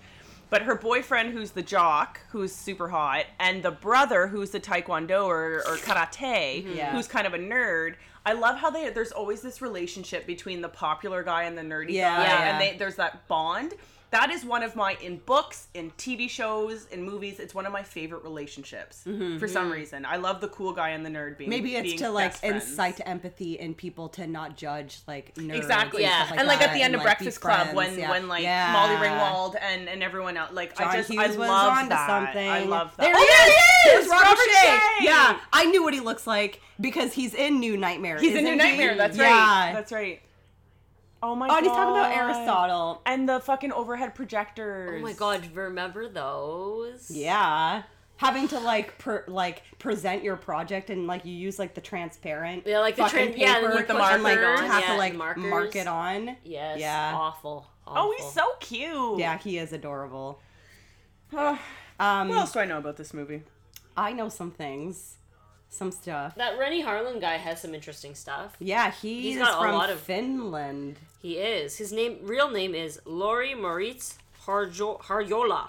Speaker 2: But her boyfriend who's the jock, who's super hot, and the brother who's the taekwondo or, or karate,
Speaker 3: Mm-hmm. Yeah.
Speaker 2: who's kind of a nerd. I love how they there's always this relationship between the popular guy and the nerdy
Speaker 3: Yeah,
Speaker 2: guy
Speaker 1: yeah.
Speaker 2: and they there's that bond. That is one of my in books, in TV shows, in movies. It's one of my favorite relationships
Speaker 3: Mm-hmm.
Speaker 2: for some reason. I love the cool guy and the nerd being
Speaker 3: Maybe
Speaker 2: being
Speaker 3: it's to like
Speaker 2: best friends.
Speaker 3: incite empathy in people to not judge like nerds
Speaker 2: Exactly.
Speaker 1: Yeah.
Speaker 3: yeah.
Speaker 2: and like at the end of
Speaker 3: like, be
Speaker 2: Breakfast Club,
Speaker 3: friends,
Speaker 2: when
Speaker 3: yeah.
Speaker 2: when like
Speaker 3: Yeah.
Speaker 2: Molly Ringwald and and everyone else, like I
Speaker 3: John
Speaker 2: just
Speaker 3: Hughes
Speaker 2: I
Speaker 3: was
Speaker 2: love
Speaker 3: onto
Speaker 2: that. I
Speaker 3: something.
Speaker 2: love that.
Speaker 3: There
Speaker 2: Oh,
Speaker 3: he is! There's
Speaker 2: It's
Speaker 3: Robert,
Speaker 2: Robert
Speaker 3: Shea!
Speaker 2: Shea!
Speaker 3: Yeah, I knew what he looks like because he's in New Nightmare.
Speaker 2: He's
Speaker 3: isn't
Speaker 2: in New
Speaker 3: he?
Speaker 2: Nightmare. That's
Speaker 3: Yeah.
Speaker 2: right. That's right. Oh my
Speaker 3: oh,
Speaker 2: god.
Speaker 3: and he's talking about Aristotle.
Speaker 2: And the fucking overhead projectors.
Speaker 1: Oh my god, remember those?
Speaker 3: Yeah. Having to like per, like present your project and like you use like the transparent
Speaker 1: Yeah, like the
Speaker 3: fucking
Speaker 1: tran- yeah,
Speaker 3: paper
Speaker 1: and you
Speaker 3: with the
Speaker 1: put
Speaker 3: marker
Speaker 1: marker
Speaker 3: and
Speaker 1: on,
Speaker 3: have
Speaker 1: yeah,
Speaker 3: to like
Speaker 1: and markers.
Speaker 3: mark it on.
Speaker 1: Yes.
Speaker 3: Yeah.
Speaker 1: Awful,
Speaker 2: Oh,
Speaker 1: awful.
Speaker 2: he's so cute.
Speaker 3: Yeah, he is adorable. [SIGHS]
Speaker 2: Ugh.
Speaker 3: Um,
Speaker 2: what else do I know about this movie?
Speaker 3: I know some things, some stuff.
Speaker 1: That Rennie Harlan guy has some interesting stuff.
Speaker 3: Yeah, he
Speaker 1: He's
Speaker 3: is
Speaker 1: got a
Speaker 3: from
Speaker 1: lot of-
Speaker 3: Finland.
Speaker 1: He is. His name, real name is Lori Moritz Harjo- Harjola.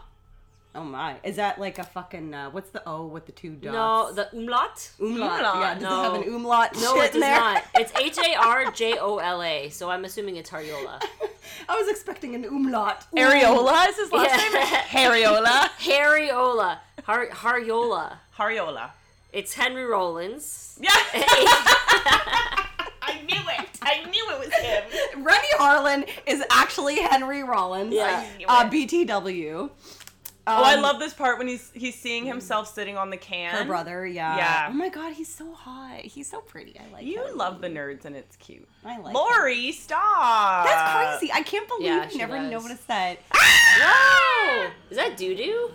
Speaker 3: Oh my, is that like a fucking uh, what's the O with the two
Speaker 1: No,
Speaker 3: dots?
Speaker 1: the umlaut.
Speaker 3: umlaut. Yeah, does
Speaker 1: no.
Speaker 3: it have an umlaut?
Speaker 1: No,
Speaker 3: shit
Speaker 1: it does
Speaker 3: in there?
Speaker 1: not. It's H A R J O L A. So I'm assuming it's Harjola.
Speaker 3: [LAUGHS] I was expecting an umlaut. Ooh.
Speaker 2: Areola is his last
Speaker 3: [LAUGHS]
Speaker 2: name? Hariola.
Speaker 1: Hariola. Har- Hariola. [LAUGHS]
Speaker 2: Hariola. [LAUGHS]
Speaker 1: It's Henry
Speaker 3: [LAUGHS]
Speaker 1: Rollins.
Speaker 2: Yeah. I knew it. I knew it was him.
Speaker 3: Rennie Harlan is actually Henry Rollins.
Speaker 1: Yeah.
Speaker 3: Uh, BTW.
Speaker 2: Oh, I
Speaker 3: Um,
Speaker 2: love this part when he's he's seeing himself sitting on the can.
Speaker 3: her brother. Yeah.
Speaker 2: Yeah.
Speaker 3: Oh my god, he's so hot. He's so pretty. I like
Speaker 2: You
Speaker 3: him.
Speaker 2: love the nerds and it's cute.
Speaker 3: I like him.
Speaker 2: Lori, stop.
Speaker 3: That's crazy. I can't believe
Speaker 1: Yeah,
Speaker 3: you
Speaker 1: she
Speaker 3: never
Speaker 1: does.
Speaker 3: noticed that.
Speaker 1: Whoa! Is that doo doo?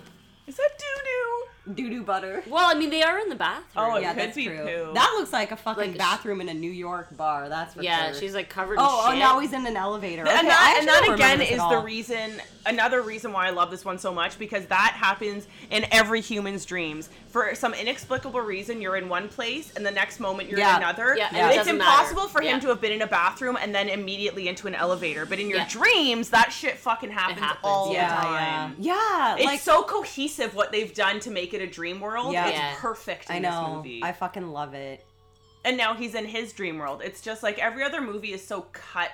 Speaker 2: Is that doo doo?
Speaker 3: Doo doo butter.
Speaker 1: Well, I mean, they are in the bathroom.
Speaker 2: Oh, it
Speaker 3: yeah,
Speaker 2: could
Speaker 3: that's
Speaker 2: be
Speaker 3: true.
Speaker 2: poo.
Speaker 3: That looks like a fucking
Speaker 1: Like,
Speaker 3: bathroom in a New York bar. That's for
Speaker 1: yeah,
Speaker 3: sure.
Speaker 1: she's like covered in
Speaker 3: Oh,
Speaker 1: shit.
Speaker 3: oh, now he's in an elevator. Okay,
Speaker 2: and
Speaker 3: I
Speaker 2: that,
Speaker 3: actually
Speaker 2: and that
Speaker 3: don't remember
Speaker 2: again
Speaker 3: this at
Speaker 2: is the
Speaker 3: all.
Speaker 2: reason, another reason why I love this one so much because that happens in every human's dreams. For some inexplicable reason, you're in one place and the next moment you're
Speaker 3: Yeah.
Speaker 2: in another.
Speaker 1: Yeah, and
Speaker 3: it
Speaker 2: It's
Speaker 1: doesn't
Speaker 2: impossible
Speaker 1: matter.
Speaker 2: for him
Speaker 1: Yeah.
Speaker 2: to have been in a bathroom and then immediately into an elevator. But in your
Speaker 1: Yeah.
Speaker 2: dreams, that shit fucking happens,
Speaker 1: happens,
Speaker 2: all
Speaker 3: Yeah,
Speaker 2: the time.
Speaker 3: yeah, yeah.
Speaker 2: It's
Speaker 3: like
Speaker 2: so cohesive what they've done to make it a dream world.
Speaker 3: Yeah.
Speaker 2: It's
Speaker 1: Yeah.
Speaker 2: perfect in
Speaker 3: I know.
Speaker 2: this movie.
Speaker 3: I fucking love it.
Speaker 2: and now he's in his dream world. It's just like every other movie is so cut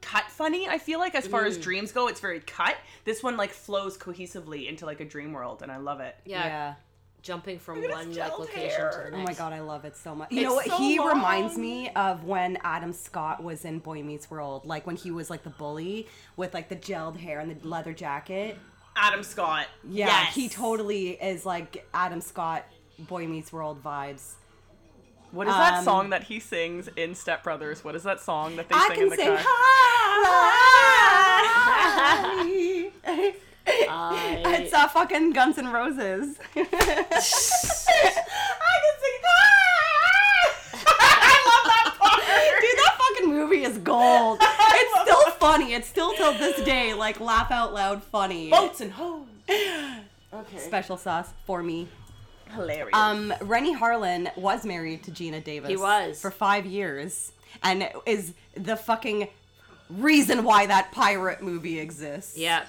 Speaker 2: cut funny. I feel like as far
Speaker 3: Mm.
Speaker 2: as dreams go, it's very cut. This one like flows cohesively into like a dream world and I love it.
Speaker 1: yeah,
Speaker 3: yeah.
Speaker 1: jumping from
Speaker 2: Look at his
Speaker 1: one like
Speaker 2: gelled
Speaker 1: location to
Speaker 2: hair.
Speaker 1: the
Speaker 3: Oh
Speaker 1: next.
Speaker 3: my god, I love it so much. You
Speaker 2: It's
Speaker 3: know what?
Speaker 2: so
Speaker 3: he reminds
Speaker 2: long.
Speaker 3: me of when Adam Scott was in Boy Meets World, like when he was like the bully with like the gelled hair and the leather jacket.
Speaker 2: Adam Scott.
Speaker 3: Yeah,
Speaker 2: Yes.
Speaker 3: he totally is like Adam Scott Boy Meets World vibes.
Speaker 2: What is that
Speaker 3: um,
Speaker 2: song that he sings in Step Brothers? What is that song that they
Speaker 3: I
Speaker 2: sing
Speaker 3: can
Speaker 2: in the
Speaker 3: say
Speaker 1: I-
Speaker 2: car?
Speaker 3: [LAUGHS] hi. [LAUGHS] it's uh, fucking Guns N' Roses. [LAUGHS] I can sing [LAUGHS] hi.
Speaker 2: I love that part.
Speaker 3: Dude, that fucking movie is gold. It's still funny. It's still till this day, like laugh out loud funny.
Speaker 2: Boats and hoes. [GASPS] Okay.
Speaker 3: Special sauce for me.
Speaker 2: Hilarious.
Speaker 3: Um, Rennie Harlan was married to Gina Davis.
Speaker 1: He was.
Speaker 3: for five years, and is the fucking reason why that pirate movie exists. [LAUGHS]
Speaker 1: Yeah,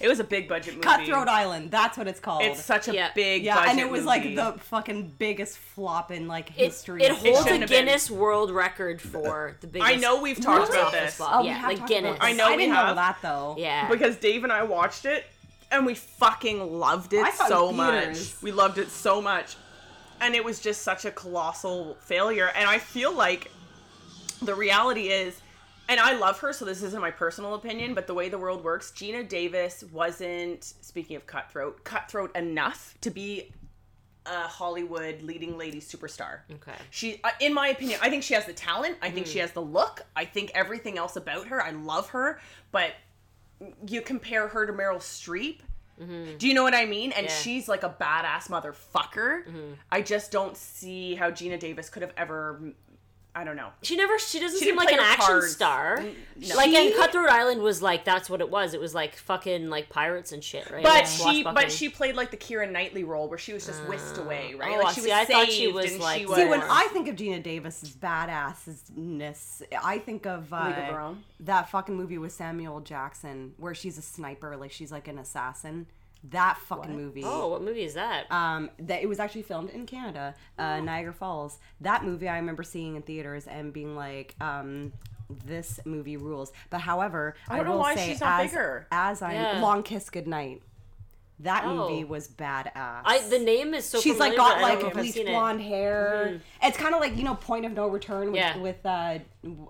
Speaker 2: it was a big budget movie.
Speaker 3: Cutthroat Island. That's what it's called.
Speaker 2: It's such a
Speaker 1: Yeah.
Speaker 2: big
Speaker 3: yeah,
Speaker 2: budget
Speaker 3: and it was
Speaker 2: movie.
Speaker 3: like the fucking biggest flop in like
Speaker 1: it,
Speaker 3: history.
Speaker 1: it holds
Speaker 2: shouldn't
Speaker 1: a
Speaker 2: have been.
Speaker 1: Guinness World Record for the biggest.
Speaker 2: I know we've talked
Speaker 1: box
Speaker 2: about
Speaker 1: office
Speaker 2: this.
Speaker 1: flop.
Speaker 3: Oh, we
Speaker 1: yeah,
Speaker 3: have
Speaker 1: like
Speaker 3: talked about
Speaker 1: Guinness.
Speaker 3: this.
Speaker 2: I know
Speaker 3: I
Speaker 2: we
Speaker 3: didn't know
Speaker 2: have.
Speaker 3: that though.
Speaker 1: [LAUGHS] Yeah,
Speaker 2: because Dave and I watched it and we fucking loved it
Speaker 3: I saw it in
Speaker 2: so
Speaker 3: theaters.
Speaker 2: much. We loved it so much. And it was just such a colossal failure. And I feel like the reality is, and I love her, so this isn't my personal opinion, but the way the world works, Gina Davis wasn't, speaking of cutthroat, cutthroat enough to be a Hollywood leading lady superstar.
Speaker 1: Okay. Mm.
Speaker 2: She, uh, in my opinion, I think she has the talent. I think she has the look. I think everything else about her. I love her, but you compare her to Meryl Streep. Do you know what I mean?
Speaker 1: Mm-hmm.
Speaker 2: And
Speaker 1: Yeah. Mm-hmm.
Speaker 2: she's like a badass motherfucker. I just don't see how Gina Davis could have ever. I don't know.
Speaker 1: she never. She doesn't
Speaker 2: She
Speaker 1: seem
Speaker 2: didn't
Speaker 1: like
Speaker 2: play
Speaker 1: an
Speaker 2: her
Speaker 1: action
Speaker 2: cards.
Speaker 1: star.
Speaker 2: no.
Speaker 1: Like and
Speaker 2: She-
Speaker 1: Cutthroat Island was like that's what it was. It was like fucking like pirates and shit, right?
Speaker 2: But
Speaker 1: Like,
Speaker 2: she,
Speaker 1: swashbuckling.
Speaker 2: but she played like the Kira Knightley role, where she was just whisked away, right?
Speaker 1: Oh,
Speaker 2: like
Speaker 1: I
Speaker 2: she
Speaker 1: see. I thought she
Speaker 2: saved
Speaker 1: was,
Speaker 2: and
Speaker 1: like,
Speaker 2: she
Speaker 1: See,
Speaker 2: was.
Speaker 3: See, when
Speaker 1: Or-
Speaker 3: I think of Gina Davis's badassness, I think of uh,
Speaker 2: League of Her Own?
Speaker 3: that fucking movie with Samuel Jackson where she's a sniper, like she's like an assassin. That fucking movie.
Speaker 1: oh, what movie is that?
Speaker 3: Um, that it was actually filmed in
Speaker 1: Oh.
Speaker 3: Canada, uh, Niagara Falls. That movie I remember seeing in theaters and being like, um, this movie rules. But however, I,
Speaker 2: don't know
Speaker 3: will
Speaker 2: why
Speaker 3: say
Speaker 2: she's not
Speaker 3: as,
Speaker 2: bigger.
Speaker 3: as I
Speaker 1: Yeah.
Speaker 3: long kiss goodnight. That
Speaker 1: Oh.
Speaker 3: movie was badass.
Speaker 1: I the name is so.
Speaker 3: She's like
Speaker 1: familiar,
Speaker 3: got
Speaker 1: but I don't
Speaker 3: like
Speaker 1: know if I've
Speaker 3: bleach
Speaker 1: seen it. Mm-hmm.
Speaker 3: blonde hair. It's kind of like you know Point of No Return with
Speaker 1: Yeah.
Speaker 3: with uh,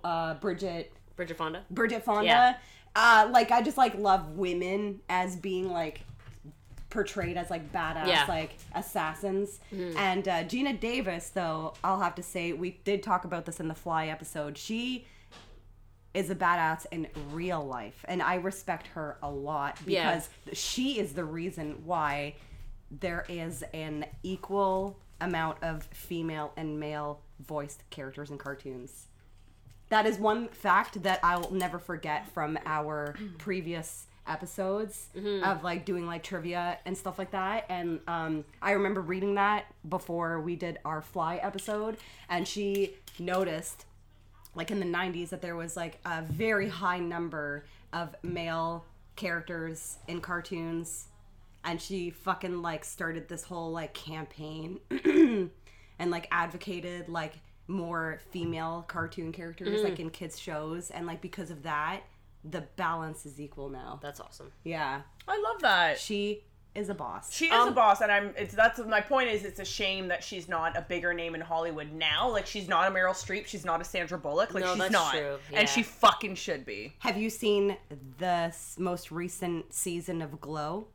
Speaker 3: uh, Bridget
Speaker 1: Bridget Fonda.
Speaker 3: Bridget Fonda.
Speaker 1: Yeah.
Speaker 3: Uh, like I just like love women as being like portrayed as like badass
Speaker 1: Yeah. Mm-hmm.
Speaker 3: like assassins. And uh, Gina Davis, though, I'll have to say we did talk about this in the Fly episode. She is a badass in real life, and I respect her a lot
Speaker 1: Yeah.
Speaker 3: because she is the reason why there is an equal amount of female and male voiced characters in cartoons. That is one fact that I'll never forget from our previous episodes of like doing like trivia and stuff like that. And um, I remember reading that before we did our fly episode, and she noticed like in the 90s that there was like a very high number of male characters in cartoons and she fucking like started this whole like campaign [CLEARS THROAT] and like advocated like more female cartoon characters like
Speaker 2: Mm.
Speaker 3: in kids shows and like because of that the balance is equal now
Speaker 1: That's awesome.
Speaker 3: yeah
Speaker 2: I love that.
Speaker 3: she is a boss
Speaker 2: She is a
Speaker 1: Um,
Speaker 2: boss, and I'm. It's that's my point. Is it's a shame that she's not a bigger name in Hollywood now. Like she's not a Meryl Streep. She's not a Sandra Bullock. Like
Speaker 1: No,
Speaker 2: she's
Speaker 1: that's
Speaker 2: not,
Speaker 1: true, yeah.
Speaker 2: and she fucking should be.
Speaker 3: have you seen the s- most recent season of glow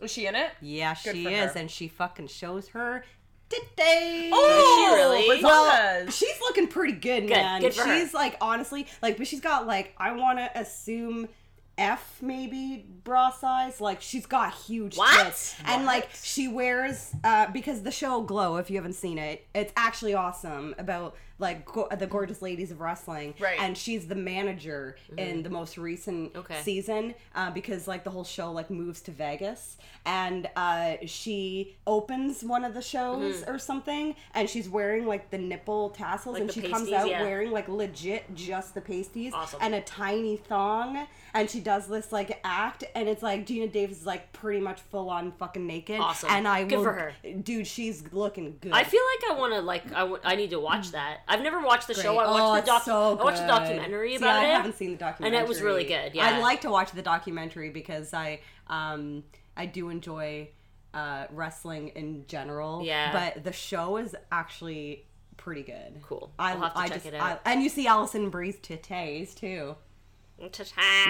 Speaker 2: Was she in it?
Speaker 3: yeah she
Speaker 2: for
Speaker 3: is
Speaker 2: her.
Speaker 3: and she fucking shows her today
Speaker 2: Oh,
Speaker 1: she really?
Speaker 2: Liz
Speaker 3: Well,
Speaker 2: does.
Speaker 3: she's looking pretty good, man.
Speaker 1: good for her.
Speaker 3: she's like honestly, like, but she's got like I want to assume F maybe bra size. Like she's got huge
Speaker 1: What?
Speaker 3: tits, and like she wears uh because the show Glow, if you haven't seen it, it's actually awesome about like go- the gorgeous ladies of wrestling,
Speaker 2: Right.
Speaker 3: And she's the manager in the most recent
Speaker 1: Mm-hmm. Okay.
Speaker 3: season season uh, because like the whole show like moves to Vegas and uh, she opens one of the shows
Speaker 1: Mm-hmm.
Speaker 3: or something and she's wearing like the nipple tassels and
Speaker 1: the
Speaker 3: she comes
Speaker 1: pasties,
Speaker 3: out
Speaker 1: yeah.
Speaker 3: wearing like legit just the pasties
Speaker 1: Awesome.
Speaker 3: and a tiny thong and she does this like act and it's like Gina Davis is like pretty much full on fucking naked
Speaker 1: Awesome.
Speaker 3: and I
Speaker 1: Good
Speaker 3: will,
Speaker 1: for her.
Speaker 3: dude she's looking good
Speaker 1: I feel like I want to like I wa- I need to
Speaker 2: Mm.
Speaker 1: watch that. I've never watched the show. I
Speaker 3: Great. Oh,
Speaker 1: watched
Speaker 3: it's
Speaker 1: the doc.
Speaker 3: so
Speaker 1: I watched the
Speaker 3: good.
Speaker 1: documentary
Speaker 3: See,
Speaker 1: about
Speaker 3: I
Speaker 1: it.
Speaker 3: haven't seen the documentary,
Speaker 1: it was really good,
Speaker 3: I
Speaker 1: yeah.
Speaker 3: like to watch the documentary because I um I do enjoy uh, wrestling in general.
Speaker 1: Yeah.
Speaker 3: but the show is actually pretty good.
Speaker 1: Cool.
Speaker 3: I,
Speaker 1: I'll have to
Speaker 3: I
Speaker 1: check
Speaker 3: just,
Speaker 1: it out.
Speaker 3: I- and you see Allison Breeze titties too. Yeah,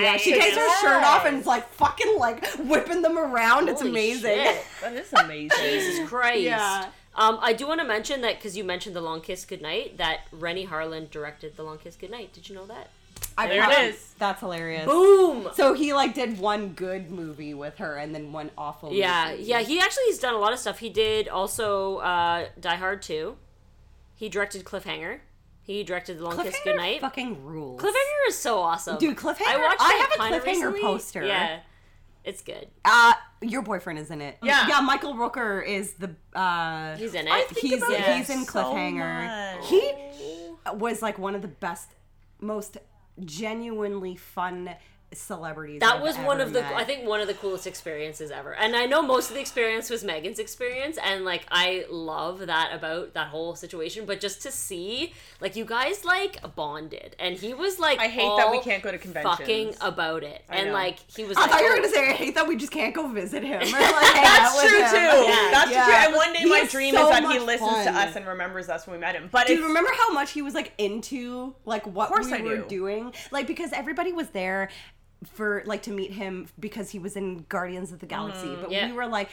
Speaker 1: Yeah,
Speaker 3: she takes [LAUGHS] her shirt off and is like fucking like whipping them around. it's
Speaker 1: Holy
Speaker 3: amazing. [LAUGHS]
Speaker 1: shit.
Speaker 2: That is amazing.
Speaker 1: Jesus Christ.
Speaker 3: Yeah.
Speaker 1: Um, I do want to mention that because you mentioned The Long Kiss Goodnight, that Rennie Harlan directed The Long Kiss Goodnight. Did you know that?
Speaker 3: I
Speaker 2: There it
Speaker 3: love-
Speaker 2: is.
Speaker 3: That's hilarious.
Speaker 1: Boom!
Speaker 3: So he like did one good movie with her and then one awful.
Speaker 1: Yeah,
Speaker 3: movie.
Speaker 1: yeah, he actually has done a lot of stuff. He did also uh, Die Hard 2. He directed Cliffhanger. He directed The Long Kiss
Speaker 3: Cliffhanger
Speaker 1: Goodnight.
Speaker 3: fucking rules.
Speaker 1: Cliffhanger is so awesome.
Speaker 3: Dude, Cliffhanger- I
Speaker 1: it
Speaker 3: have
Speaker 1: kinda
Speaker 3: a Cliffhanger
Speaker 1: recently.
Speaker 3: poster.
Speaker 1: Yeah. It's good.
Speaker 3: Uh, your boyfriend is in it.
Speaker 2: Yeah.
Speaker 3: yeah. Michael Rooker is the. Uh,
Speaker 1: He's in it.
Speaker 2: I think
Speaker 3: he's
Speaker 2: about
Speaker 1: it
Speaker 3: he's in
Speaker 2: so
Speaker 3: Cliffhanger.
Speaker 2: much.
Speaker 3: he was like one of the best, most genuinely fun celebrities.
Speaker 1: that
Speaker 3: I've
Speaker 1: was one
Speaker 3: ever
Speaker 1: of the
Speaker 3: met.
Speaker 1: i think one of the coolest experiences ever and i know most of the experience was megan's experience and like i love that about that whole situation but just to see like you guys like bonded and he was like
Speaker 2: I hate that we
Speaker 1: all
Speaker 2: can't go to conventions.
Speaker 1: fucking about it and
Speaker 2: know.
Speaker 1: like he was
Speaker 3: I
Speaker 1: like
Speaker 3: thought you were
Speaker 1: oh,
Speaker 3: gonna say I hate that we just can't go visit him. [LAUGHS] Or, like, hang out
Speaker 2: That's
Speaker 3: with
Speaker 2: true too.
Speaker 3: him.
Speaker 1: Yeah.
Speaker 2: That's
Speaker 3: Yeah.
Speaker 2: true. And one day
Speaker 3: He
Speaker 2: my
Speaker 3: is
Speaker 2: dream
Speaker 3: so
Speaker 2: is that he
Speaker 3: much
Speaker 2: listens to
Speaker 3: fun.
Speaker 2: us and remembers us when we met him. But
Speaker 3: Do
Speaker 2: it's,
Speaker 3: you remember how much he was like into like what
Speaker 2: course
Speaker 3: we
Speaker 2: I
Speaker 3: were
Speaker 2: do.
Speaker 3: doing? Like because everybody was there for like to meet him because he was in Guardians of the Galaxy, but
Speaker 1: yeah.
Speaker 3: we were like,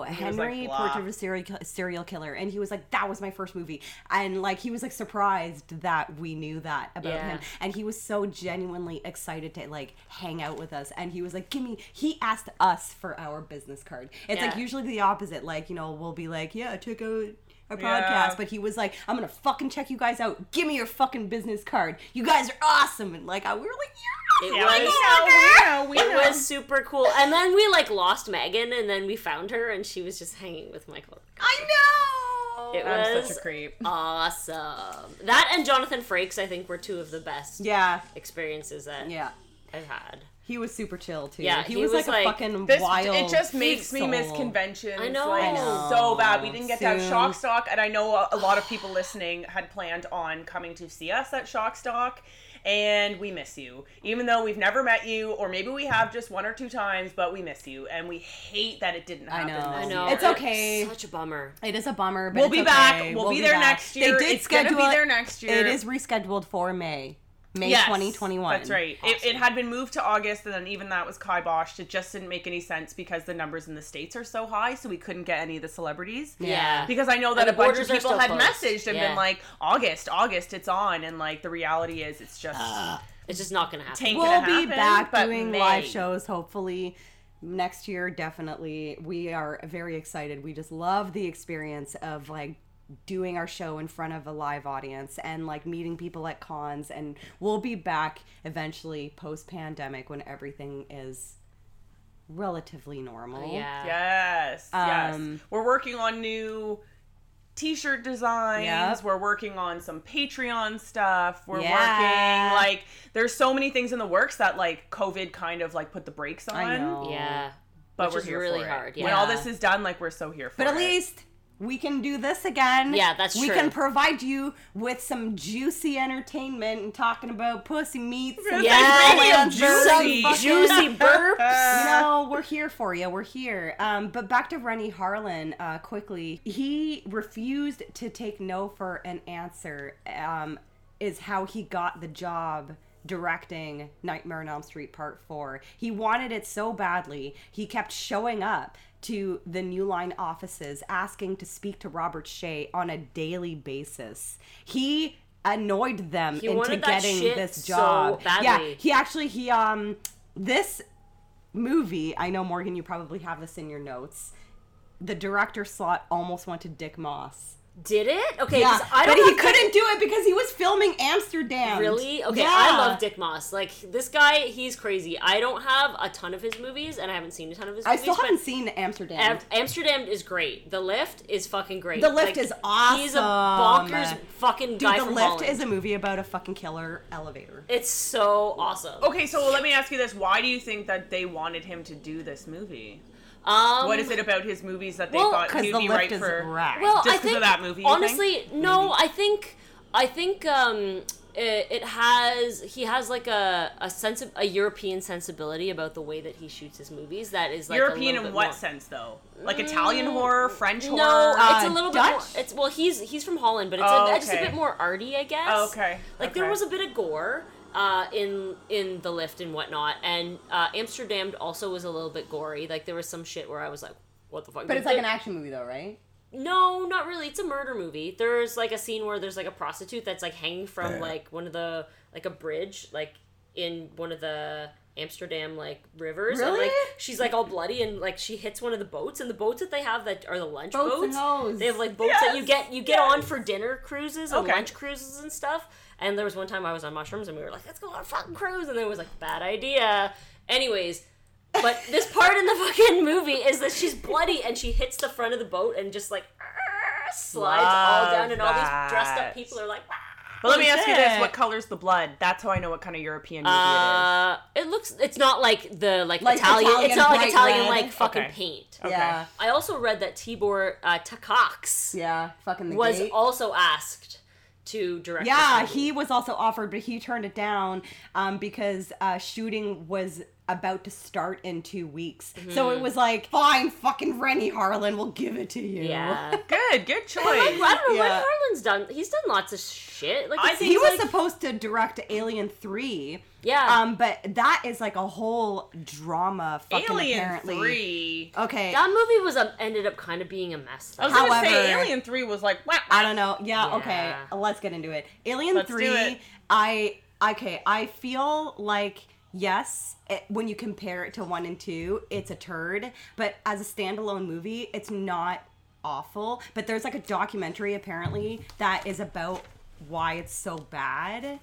Speaker 2: Mm, was like,
Speaker 3: Henry,
Speaker 2: blah.
Speaker 3: Portrait of a serial, Kill- serial Killer," and he was like, "That was my first movie," and like he was like surprised that we knew that about
Speaker 1: Yeah.
Speaker 3: him, and he was so genuinely excited to like hang out with us, and he was like, "Give me," he asked us for our business card. It's like
Speaker 1: Yeah.
Speaker 3: usually the opposite, like you know, we'll be like, "Yeah, check out." Our podcast,
Speaker 2: Yeah.
Speaker 3: but he was like, I'm gonna fucking check you guys out. Give me your fucking business card. You guys are awesome. And like, I, we were like, yeah.
Speaker 1: It
Speaker 2: Yeah,
Speaker 1: was-
Speaker 2: we know, we know, we
Speaker 1: "Oh, it
Speaker 2: know.
Speaker 1: was super cool and then we like lost megan and then we found her and she was just hanging with michael
Speaker 3: I know.
Speaker 1: it
Speaker 2: I'm
Speaker 1: was
Speaker 2: such a creep.
Speaker 1: awesome that and jonathan frakes i think were two of the best
Speaker 3: yeah,
Speaker 1: experiences that
Speaker 3: yeah.
Speaker 1: i've had
Speaker 3: He was super chill too.
Speaker 1: Yeah,
Speaker 3: he,
Speaker 1: he
Speaker 3: was,
Speaker 1: was
Speaker 3: like a
Speaker 1: like,
Speaker 3: fucking
Speaker 2: This,
Speaker 3: wild.
Speaker 2: it just makes me
Speaker 3: soul.
Speaker 2: miss conventions.
Speaker 1: I know.
Speaker 2: like,
Speaker 1: I know.
Speaker 2: so bad. We didn't get to have
Speaker 3: Soon.
Speaker 2: Shock Stock, and I know a, a lot of people listening had planned on coming to see us at Shock Stock, and we miss you. Even though we've never met you, or maybe we have just one or two times, but we miss you, and we hate that it didn't
Speaker 3: I
Speaker 2: happen.
Speaker 3: know.
Speaker 2: this
Speaker 1: I
Speaker 2: year.
Speaker 1: know.
Speaker 3: It's okay.
Speaker 1: Such a bummer.
Speaker 3: It is a bummer, but
Speaker 2: We'll
Speaker 3: it's
Speaker 2: be back.
Speaker 3: okay.
Speaker 2: We'll be there next year.
Speaker 3: They did
Speaker 2: It's gonna be
Speaker 3: schedule
Speaker 2: there next year.
Speaker 3: It is rescheduled for May, May
Speaker 2: Yes,
Speaker 3: 2021.
Speaker 2: That's right. It, it had been moved to August, and then even that was kiboshed. It just didn't make any sense because the numbers in the states are so high, so we couldn't get any of the celebrities.
Speaker 1: Yeah.
Speaker 2: Because I know that
Speaker 1: the
Speaker 2: a bunch of
Speaker 1: borders are
Speaker 2: people
Speaker 1: still
Speaker 2: had
Speaker 1: closed.
Speaker 2: messaged and
Speaker 1: Yeah.
Speaker 2: been like, "August, August, it's on," and like the reality is, it's just
Speaker 1: It's just not gonna happen.
Speaker 2: Tank-
Speaker 3: We'll
Speaker 2: gonna
Speaker 3: be
Speaker 2: happen,
Speaker 3: back
Speaker 2: but
Speaker 3: doing
Speaker 2: May.
Speaker 3: live shows, hopefully. Next year, definitely. We are very excited. We just love the experience of like doing our show in front of a live audience and like meeting people at cons. And we'll be back eventually post pandemic when everything is relatively normal.
Speaker 1: Yeah.
Speaker 2: yes,
Speaker 3: Um,
Speaker 2: yes. We're working on new t-shirt designs.
Speaker 3: Yep.
Speaker 2: We're working on some Patreon stuff. We're
Speaker 3: Yeah.
Speaker 2: working like there's so many things in the works that like COVID kind of like put the brakes on.
Speaker 3: I know.
Speaker 1: Yeah.
Speaker 2: but
Speaker 1: Which
Speaker 2: we're
Speaker 1: is
Speaker 2: here
Speaker 1: really
Speaker 2: for it.
Speaker 1: hard,
Speaker 2: When all
Speaker 1: yeah.
Speaker 2: this is done, like we're so here for
Speaker 3: But at
Speaker 2: it.
Speaker 3: least we can do this again.
Speaker 1: Yeah, that's
Speaker 3: we
Speaker 1: true.
Speaker 3: can provide you with some juicy entertainment and talking about pussy meats. and
Speaker 1: Yeah.
Speaker 3: Some
Speaker 1: Juicy,
Speaker 3: fucking-
Speaker 1: juicy [LAUGHS] burps.
Speaker 3: You know, we're here for you. We're here. Um, but back to Rennie Harlan uh, quickly. He refused to take no for an answer. Um, is how he got the job directing Nightmare on Elm Street Part Four. He wanted it so badly. He kept showing up to the New Line offices, asking to speak to Robert Shea on a daily basis. He annoyed them
Speaker 1: He
Speaker 3: into
Speaker 1: wanted that
Speaker 3: getting
Speaker 1: shit
Speaker 3: this
Speaker 1: so
Speaker 3: job. Yeah,
Speaker 1: badly.
Speaker 3: he actually he um this movie, I know Morgan, you probably have this in your notes. The director slot almost went to Dick Moss.
Speaker 1: Did it? Okay.
Speaker 3: Yeah,
Speaker 1: 'cause I don't
Speaker 3: but he
Speaker 1: have-
Speaker 3: couldn't do it because he was filming Amsterdam.
Speaker 1: Really? Okay, I love Dick Moss. Like this guy, he's crazy. I don't have a ton of his movies, and I haven't seen a ton of his.
Speaker 3: I
Speaker 1: movies,
Speaker 3: still
Speaker 1: but
Speaker 3: haven't seen Amsterdam.
Speaker 1: Am- Amsterdam is great. The Lift is fucking great.
Speaker 3: The Lift is
Speaker 1: He's a
Speaker 3: awesome.
Speaker 1: bonkers fucking
Speaker 3: Dude,
Speaker 1: guy
Speaker 3: The
Speaker 1: from
Speaker 3: Lift
Speaker 1: Holland.
Speaker 3: is a movie about a fucking killer elevator.
Speaker 1: it's so awesome.
Speaker 2: Okay, so let me ask you this: Why do you think that they wanted him to do this movie?
Speaker 1: Um,
Speaker 2: What is it about his movies that they
Speaker 1: well,
Speaker 2: thought
Speaker 3: Because
Speaker 2: he'd
Speaker 3: the
Speaker 2: be
Speaker 3: lift
Speaker 2: right
Speaker 3: is
Speaker 2: for?
Speaker 3: rad.
Speaker 1: Well,
Speaker 2: Just
Speaker 1: I
Speaker 2: 'cause of
Speaker 1: think
Speaker 2: that movie, you think?
Speaker 1: Honestly, no. I think I think um, it, it has he has like a a sense of a European sensibility about the way that he shoots his movies. That is like a
Speaker 2: European
Speaker 1: little
Speaker 2: in
Speaker 1: bit
Speaker 2: what
Speaker 1: more- Mm,
Speaker 2: sense, though? Like Italian horror, French horror?
Speaker 1: No,
Speaker 3: Uh,
Speaker 1: it's a little bit.
Speaker 3: Dutch?
Speaker 1: More, it's well, he's he's from Holland, but it's
Speaker 2: Oh,
Speaker 1: a, just a
Speaker 2: okay.
Speaker 1: bit more arty, I guess.
Speaker 2: Oh, okay,
Speaker 1: Like there
Speaker 2: okay.
Speaker 1: was a bit of gore uh, in in the lift and whatnot, and uh, Amsterdam also was a little bit gory. Like there was some shit where I was like, "What the fuck?"
Speaker 3: But it's like an action movie though, right?
Speaker 1: No, not really. It's a murder movie. There's like a scene where there's like a prostitute that's like hanging from like one of the like a bridge like in one of the Amsterdam like rivers. And,
Speaker 3: Really?
Speaker 1: like she's like all bloody and like she hits one of the boats and the boats that they have that are the lunch
Speaker 3: Boats and
Speaker 1: boats.
Speaker 3: hoes.
Speaker 1: They have like boats that you
Speaker 2: Yes,
Speaker 1: get you get
Speaker 2: yes.
Speaker 1: on for dinner cruises and
Speaker 2: Okay.
Speaker 1: lunch cruises and stuff. And there was one time I was on mushrooms and we were like, let's go on a fucking cruise and then it was like bad idea. Anyways, but this part in the fucking movie is that she's bloody and she hits the front of the boat and just like "Arr," slides all
Speaker 2: Love
Speaker 1: down, and all these dressed up
Speaker 2: that.
Speaker 1: people are like.
Speaker 2: But let me ask you this:
Speaker 3: shit.
Speaker 2: What color's the blood? That's how I know what kind of European movie it is.
Speaker 1: Uh, it looks. It's not like the like,
Speaker 3: Like
Speaker 1: Italian.
Speaker 3: Italian
Speaker 1: It's not like
Speaker 3: bright
Speaker 1: Italian
Speaker 3: red.
Speaker 1: like fucking
Speaker 2: Okay.
Speaker 1: paint.
Speaker 2: Okay.
Speaker 3: Yeah.
Speaker 1: I also read that Tibor uh, Takacs
Speaker 3: Yeah. Fucking the
Speaker 1: was
Speaker 3: gate.
Speaker 1: also asked to direct.
Speaker 3: Yeah,
Speaker 1: this movie.
Speaker 3: he was also offered, but he turned it down um, because uh, shooting was about to start in two weeks. So
Speaker 1: Mm-hmm.
Speaker 3: it was like, fine, fucking Rennie Harlan, we'll give it to you.
Speaker 1: Yeah.
Speaker 2: Good, good
Speaker 1: I
Speaker 2: choice.
Speaker 1: don't know
Speaker 3: Yeah.
Speaker 1: what Harlan's done. He's done lots of shit. Like
Speaker 2: I
Speaker 1: it
Speaker 2: think
Speaker 3: He
Speaker 1: seems
Speaker 3: was
Speaker 1: like-
Speaker 3: supposed to direct Alien 3.
Speaker 1: Yeah.
Speaker 3: Um, but that is like a whole drama fucking
Speaker 2: Alien
Speaker 3: apparently.
Speaker 2: Three.
Speaker 3: Okay.
Speaker 1: that movie was a, ended up kind of being a mess.
Speaker 2: I was
Speaker 1: though.
Speaker 2: gonna say
Speaker 3: However-
Speaker 2: Alien Three was like, wow.
Speaker 3: I don't know. Yeah,
Speaker 1: Yeah.
Speaker 3: okay. Let's get into it. Alien
Speaker 2: Let's do
Speaker 3: 3,
Speaker 2: it.
Speaker 3: I okay, I feel like yes, it, when you compare it to 1 and 2, it's a turd, but as a standalone movie, it's not awful, but there's like a documentary apparently that is about why it's so bad.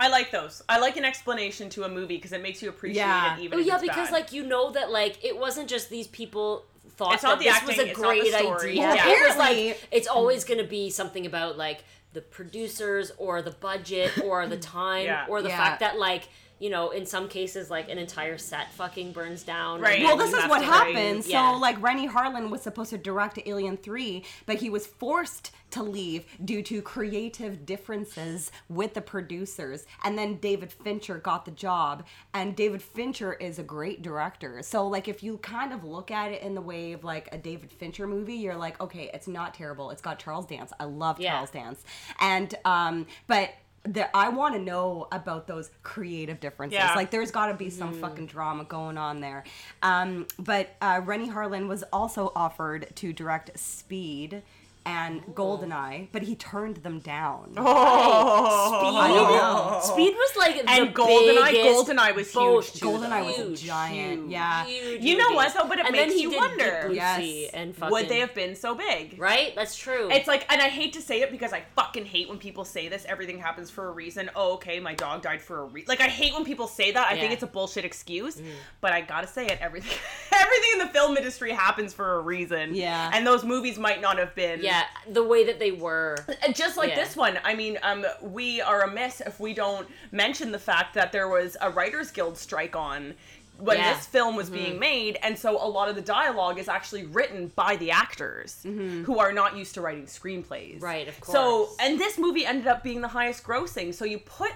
Speaker 2: I like those. I like an explanation to a movie because it makes you appreciate
Speaker 3: Yeah.
Speaker 2: it even.
Speaker 1: Oh
Speaker 2: if
Speaker 1: yeah,
Speaker 2: it's
Speaker 1: because
Speaker 2: bad.
Speaker 1: like you know that like it wasn't just these people thought
Speaker 2: It's
Speaker 1: that
Speaker 2: not the
Speaker 1: this was
Speaker 2: acting,
Speaker 1: a
Speaker 2: it's not the
Speaker 1: great
Speaker 2: story.
Speaker 1: idea.
Speaker 2: Well,
Speaker 1: It was like
Speaker 3: apparently-
Speaker 1: it's always going to be something about like the producers or the budget or the time
Speaker 3: [LAUGHS]
Speaker 2: Yeah.
Speaker 1: or the
Speaker 3: Yeah.
Speaker 1: fact that like you know, in some cases, like an entire set fucking burns down.
Speaker 2: Right.
Speaker 1: and
Speaker 2: Well,
Speaker 3: Well,
Speaker 1: you
Speaker 3: this is
Speaker 1: have
Speaker 3: what
Speaker 1: to-
Speaker 3: happened.
Speaker 1: Yeah.
Speaker 3: So, like, Rennie Harlan was supposed to direct Alien 3, but he was forced to leave due to creative differences with the producers. And then David Fincher got the job, and David Fincher is a great director. So, like, if you kind of look at it in the way of like a David Fincher movie, you're like, okay, it's not terrible. It's got Charles Dance. I love
Speaker 1: Yeah.
Speaker 3: Charles Dance. And, um, but. That I want to know about those creative differences.
Speaker 2: Yeah.
Speaker 3: Like there's got to be
Speaker 1: Hmm.
Speaker 3: some fucking drama going on there. Um, but uh, Rennie Harlan was also offered to direct Speed and Goldeneye, but he turned
Speaker 1: [LAUGHS]
Speaker 3: them down.
Speaker 1: Oh. Speed.
Speaker 3: I don't know.
Speaker 1: Speed was like the
Speaker 2: Oh. And Goldeneye-
Speaker 1: biggest-
Speaker 2: Goldeneye was
Speaker 1: both-
Speaker 2: huge, too,
Speaker 3: Goldeneye was a
Speaker 1: huge,
Speaker 3: giant,
Speaker 1: huge,
Speaker 3: yeah.
Speaker 1: huge
Speaker 2: You know what,
Speaker 1: movies.
Speaker 2: though? But it
Speaker 1: and
Speaker 2: makes
Speaker 1: then he
Speaker 2: you
Speaker 1: did
Speaker 2: wonder.
Speaker 1: Deep Blue
Speaker 3: Yes.
Speaker 1: Sea and fucking,
Speaker 2: Would they have been so big?
Speaker 1: right? That's true.
Speaker 2: It's like, and I hate to say it because I fucking hate when people say this. Everything happens for a reason. Oh, okay, my dog died for a reason. Like, I hate when people say that. I think
Speaker 1: Yeah. Mm.
Speaker 2: it's a bullshit excuse. But I gotta say it. Everything, [LAUGHS] everything in the film industry happens for a reason.
Speaker 3: Yeah.
Speaker 2: And those movies might not have been.
Speaker 1: yeah, the way that they were.
Speaker 2: And just like
Speaker 1: Yeah.
Speaker 2: this one, I mean, um, we are amiss if we don't mention the fact that there was a Writers Guild strike on when
Speaker 1: Yeah. Mm-hmm.
Speaker 2: this film was being made, and so a lot of the dialogue is actually written by the actors who are not used to writing screenplays.
Speaker 1: Mm-hmm. Right, of
Speaker 2: So,
Speaker 1: course.
Speaker 2: and this movie ended up being the highest grossing. So you put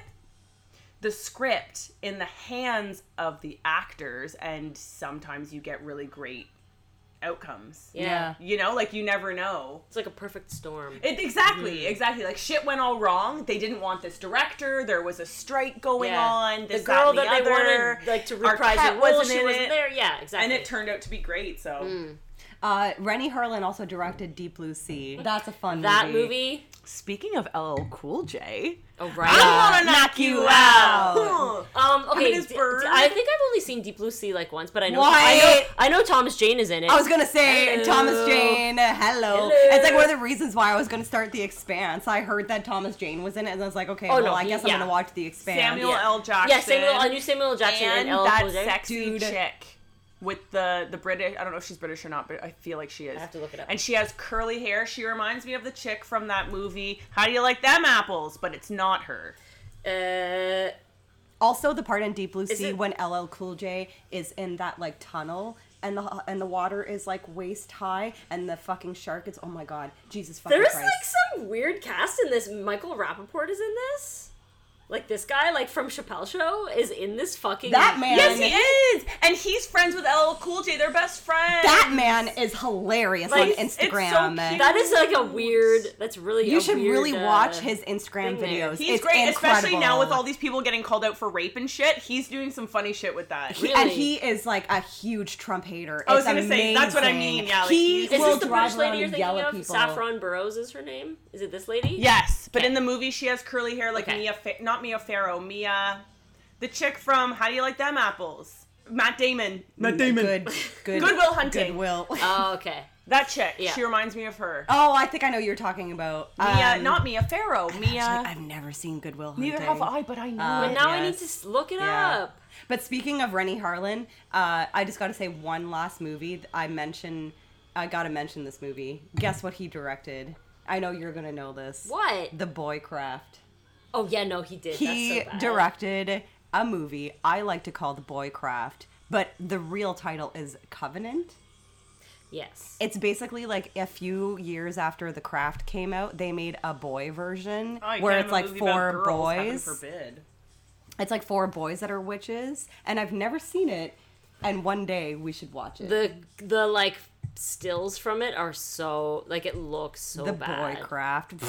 Speaker 2: the script in the hands of the actors, and sometimes you get really great outcomes.
Speaker 1: Yeah.
Speaker 3: Yeah.
Speaker 2: You know, like you never know.
Speaker 1: It's like a perfect storm.
Speaker 2: It, exactly,
Speaker 1: Mm-hmm.
Speaker 2: exactly. Like shit went all wrong. They didn't want this director. There was a strike going
Speaker 1: Yeah.
Speaker 2: on. This,
Speaker 1: the girl
Speaker 2: that,
Speaker 1: that,
Speaker 2: and the
Speaker 1: they
Speaker 2: other.
Speaker 1: wanted like to reprise
Speaker 2: Arquette
Speaker 1: her role,
Speaker 2: wasn't
Speaker 1: she
Speaker 2: in
Speaker 1: wasn't
Speaker 2: it,
Speaker 1: there. Mm. Yeah, exactly.
Speaker 2: and it turned out to be great. So
Speaker 3: Uh, Rennie Harlan also directed Deep
Speaker 1: [LAUGHS]
Speaker 3: Blue Sea. That's a fun
Speaker 1: that
Speaker 3: movie.
Speaker 1: movie.
Speaker 2: speaking of LL Cool J,
Speaker 1: Oh right.
Speaker 2: I wanna knock you out.
Speaker 3: out.
Speaker 1: Um, okay,
Speaker 2: his
Speaker 1: d-
Speaker 2: bird.
Speaker 1: d- I think I've only seen Deep Blue Sea like once, but I know I know,
Speaker 3: Why?
Speaker 1: I know Thomas Jane is in it.
Speaker 3: I was gonna say
Speaker 1: Hello.
Speaker 3: Thomas Jane. Hello.
Speaker 1: Hello.
Speaker 3: It's like one of the reasons why I was gonna start The Expanse. I heard that Thomas Jane was in it, and I was like, okay,
Speaker 1: Oh,
Speaker 3: well,
Speaker 1: no,
Speaker 3: I
Speaker 1: he-
Speaker 3: guess
Speaker 1: yeah.
Speaker 3: I'm gonna watch The Expanse.
Speaker 2: Samuel
Speaker 1: Yeah.
Speaker 2: L. Jackson.
Speaker 1: yeah, Samuel. I knew Samuel Jackson and,
Speaker 2: and
Speaker 1: LL
Speaker 2: that
Speaker 1: Cool J.
Speaker 2: sexy
Speaker 3: Dude.
Speaker 2: chick with the the British. I don't know if she's British or not, but I feel like she is. I
Speaker 1: have to look it up.
Speaker 2: And she has curly hair. She reminds me of the chick from that movie. How do you like them apples? But it's not her.
Speaker 1: Uh,
Speaker 3: Also, the part in Deep Blue Sea
Speaker 1: it-
Speaker 3: when LL Cool J is in that like tunnel and the and the water is like waist high and the fucking shark is oh my god Jesus fucking
Speaker 1: there is
Speaker 3: Christ.
Speaker 1: like some weird cast in this. Michael Rappaport is in this. Like this guy, like from Chappelle Show, is in this fucking
Speaker 3: That man-
Speaker 2: Yes, he is, and he's friends with LL Cool J. They're best friends.
Speaker 3: that man is hilarious
Speaker 1: Like,
Speaker 3: on
Speaker 1: it's-
Speaker 2: it's so
Speaker 3: Instagram.
Speaker 2: cute.
Speaker 1: That is like a weird. That's really
Speaker 3: you
Speaker 1: a
Speaker 3: should
Speaker 1: weird,
Speaker 3: really
Speaker 1: uh,
Speaker 3: watch his Instagram
Speaker 1: thing there.
Speaker 3: videos.
Speaker 2: He's
Speaker 3: It's
Speaker 2: great, especially now with
Speaker 3: incredible.
Speaker 2: all these people getting called out for rape and shit. He's doing some funny shit with that.
Speaker 1: Really?
Speaker 3: And he is is like a huge Trump hater.
Speaker 2: I was
Speaker 3: It's
Speaker 2: gonna say, that's what I
Speaker 3: amazing.
Speaker 2: mean, yeah, like,
Speaker 3: he
Speaker 2: he's-
Speaker 1: Is
Speaker 3: will
Speaker 1: this the
Speaker 3: drive
Speaker 1: British lady
Speaker 3: around
Speaker 1: you're
Speaker 3: and yell
Speaker 1: thinking
Speaker 3: at
Speaker 1: of?
Speaker 3: people.
Speaker 1: Saffron Burrows is her name. Is it this lady?
Speaker 2: Yes, but
Speaker 1: Okay.
Speaker 2: in the movie she has curly hair like
Speaker 1: Okay.
Speaker 2: Mia, Fa- not Mia Farrow, Mia, the chick from How Do You Like Them Apples? Matt Damon. Matt
Speaker 3: Good, good,
Speaker 2: Goodwill Hunting.
Speaker 3: Goodwill. [LAUGHS]
Speaker 1: Oh, okay.
Speaker 2: That chick.
Speaker 1: Yeah.
Speaker 2: She reminds me of her.
Speaker 3: oh, I think I know who you're talking about.
Speaker 2: Mia,
Speaker 3: Um,
Speaker 2: not Mia Farrow. Mia.
Speaker 3: Actually, I've never seen Goodwill Hunting.
Speaker 2: neither have I, but I know
Speaker 3: Um,
Speaker 2: it.
Speaker 1: But now I need
Speaker 3: yes.
Speaker 1: to s- look it
Speaker 3: Yeah.
Speaker 1: up.
Speaker 3: But speaking of Rennie Harlan, uh, I just got to say one last movie. th- I mention, I got to mention this movie. Guess what he directed? I know you're gonna know this.
Speaker 1: What?
Speaker 3: The Boycraft.
Speaker 1: Oh yeah, no, he did.
Speaker 3: He
Speaker 1: That's so bad.
Speaker 3: directed a movie I like to call The Boycraft, but the real title is Covenant.
Speaker 1: Yes.
Speaker 3: It's basically like a few years after The Craft came out, they made a boy version
Speaker 2: Oh, you
Speaker 3: where
Speaker 2: can't
Speaker 3: it's
Speaker 2: have
Speaker 3: like
Speaker 2: a movie about
Speaker 3: four
Speaker 2: girls, heaven
Speaker 3: boys.
Speaker 2: forbid.
Speaker 3: It's like four boys that are witches, and I've never seen it. And one day we should watch it.
Speaker 1: the the like stills from it are so like it looks so
Speaker 3: The
Speaker 1: bad.
Speaker 3: boy craft.
Speaker 2: [LAUGHS]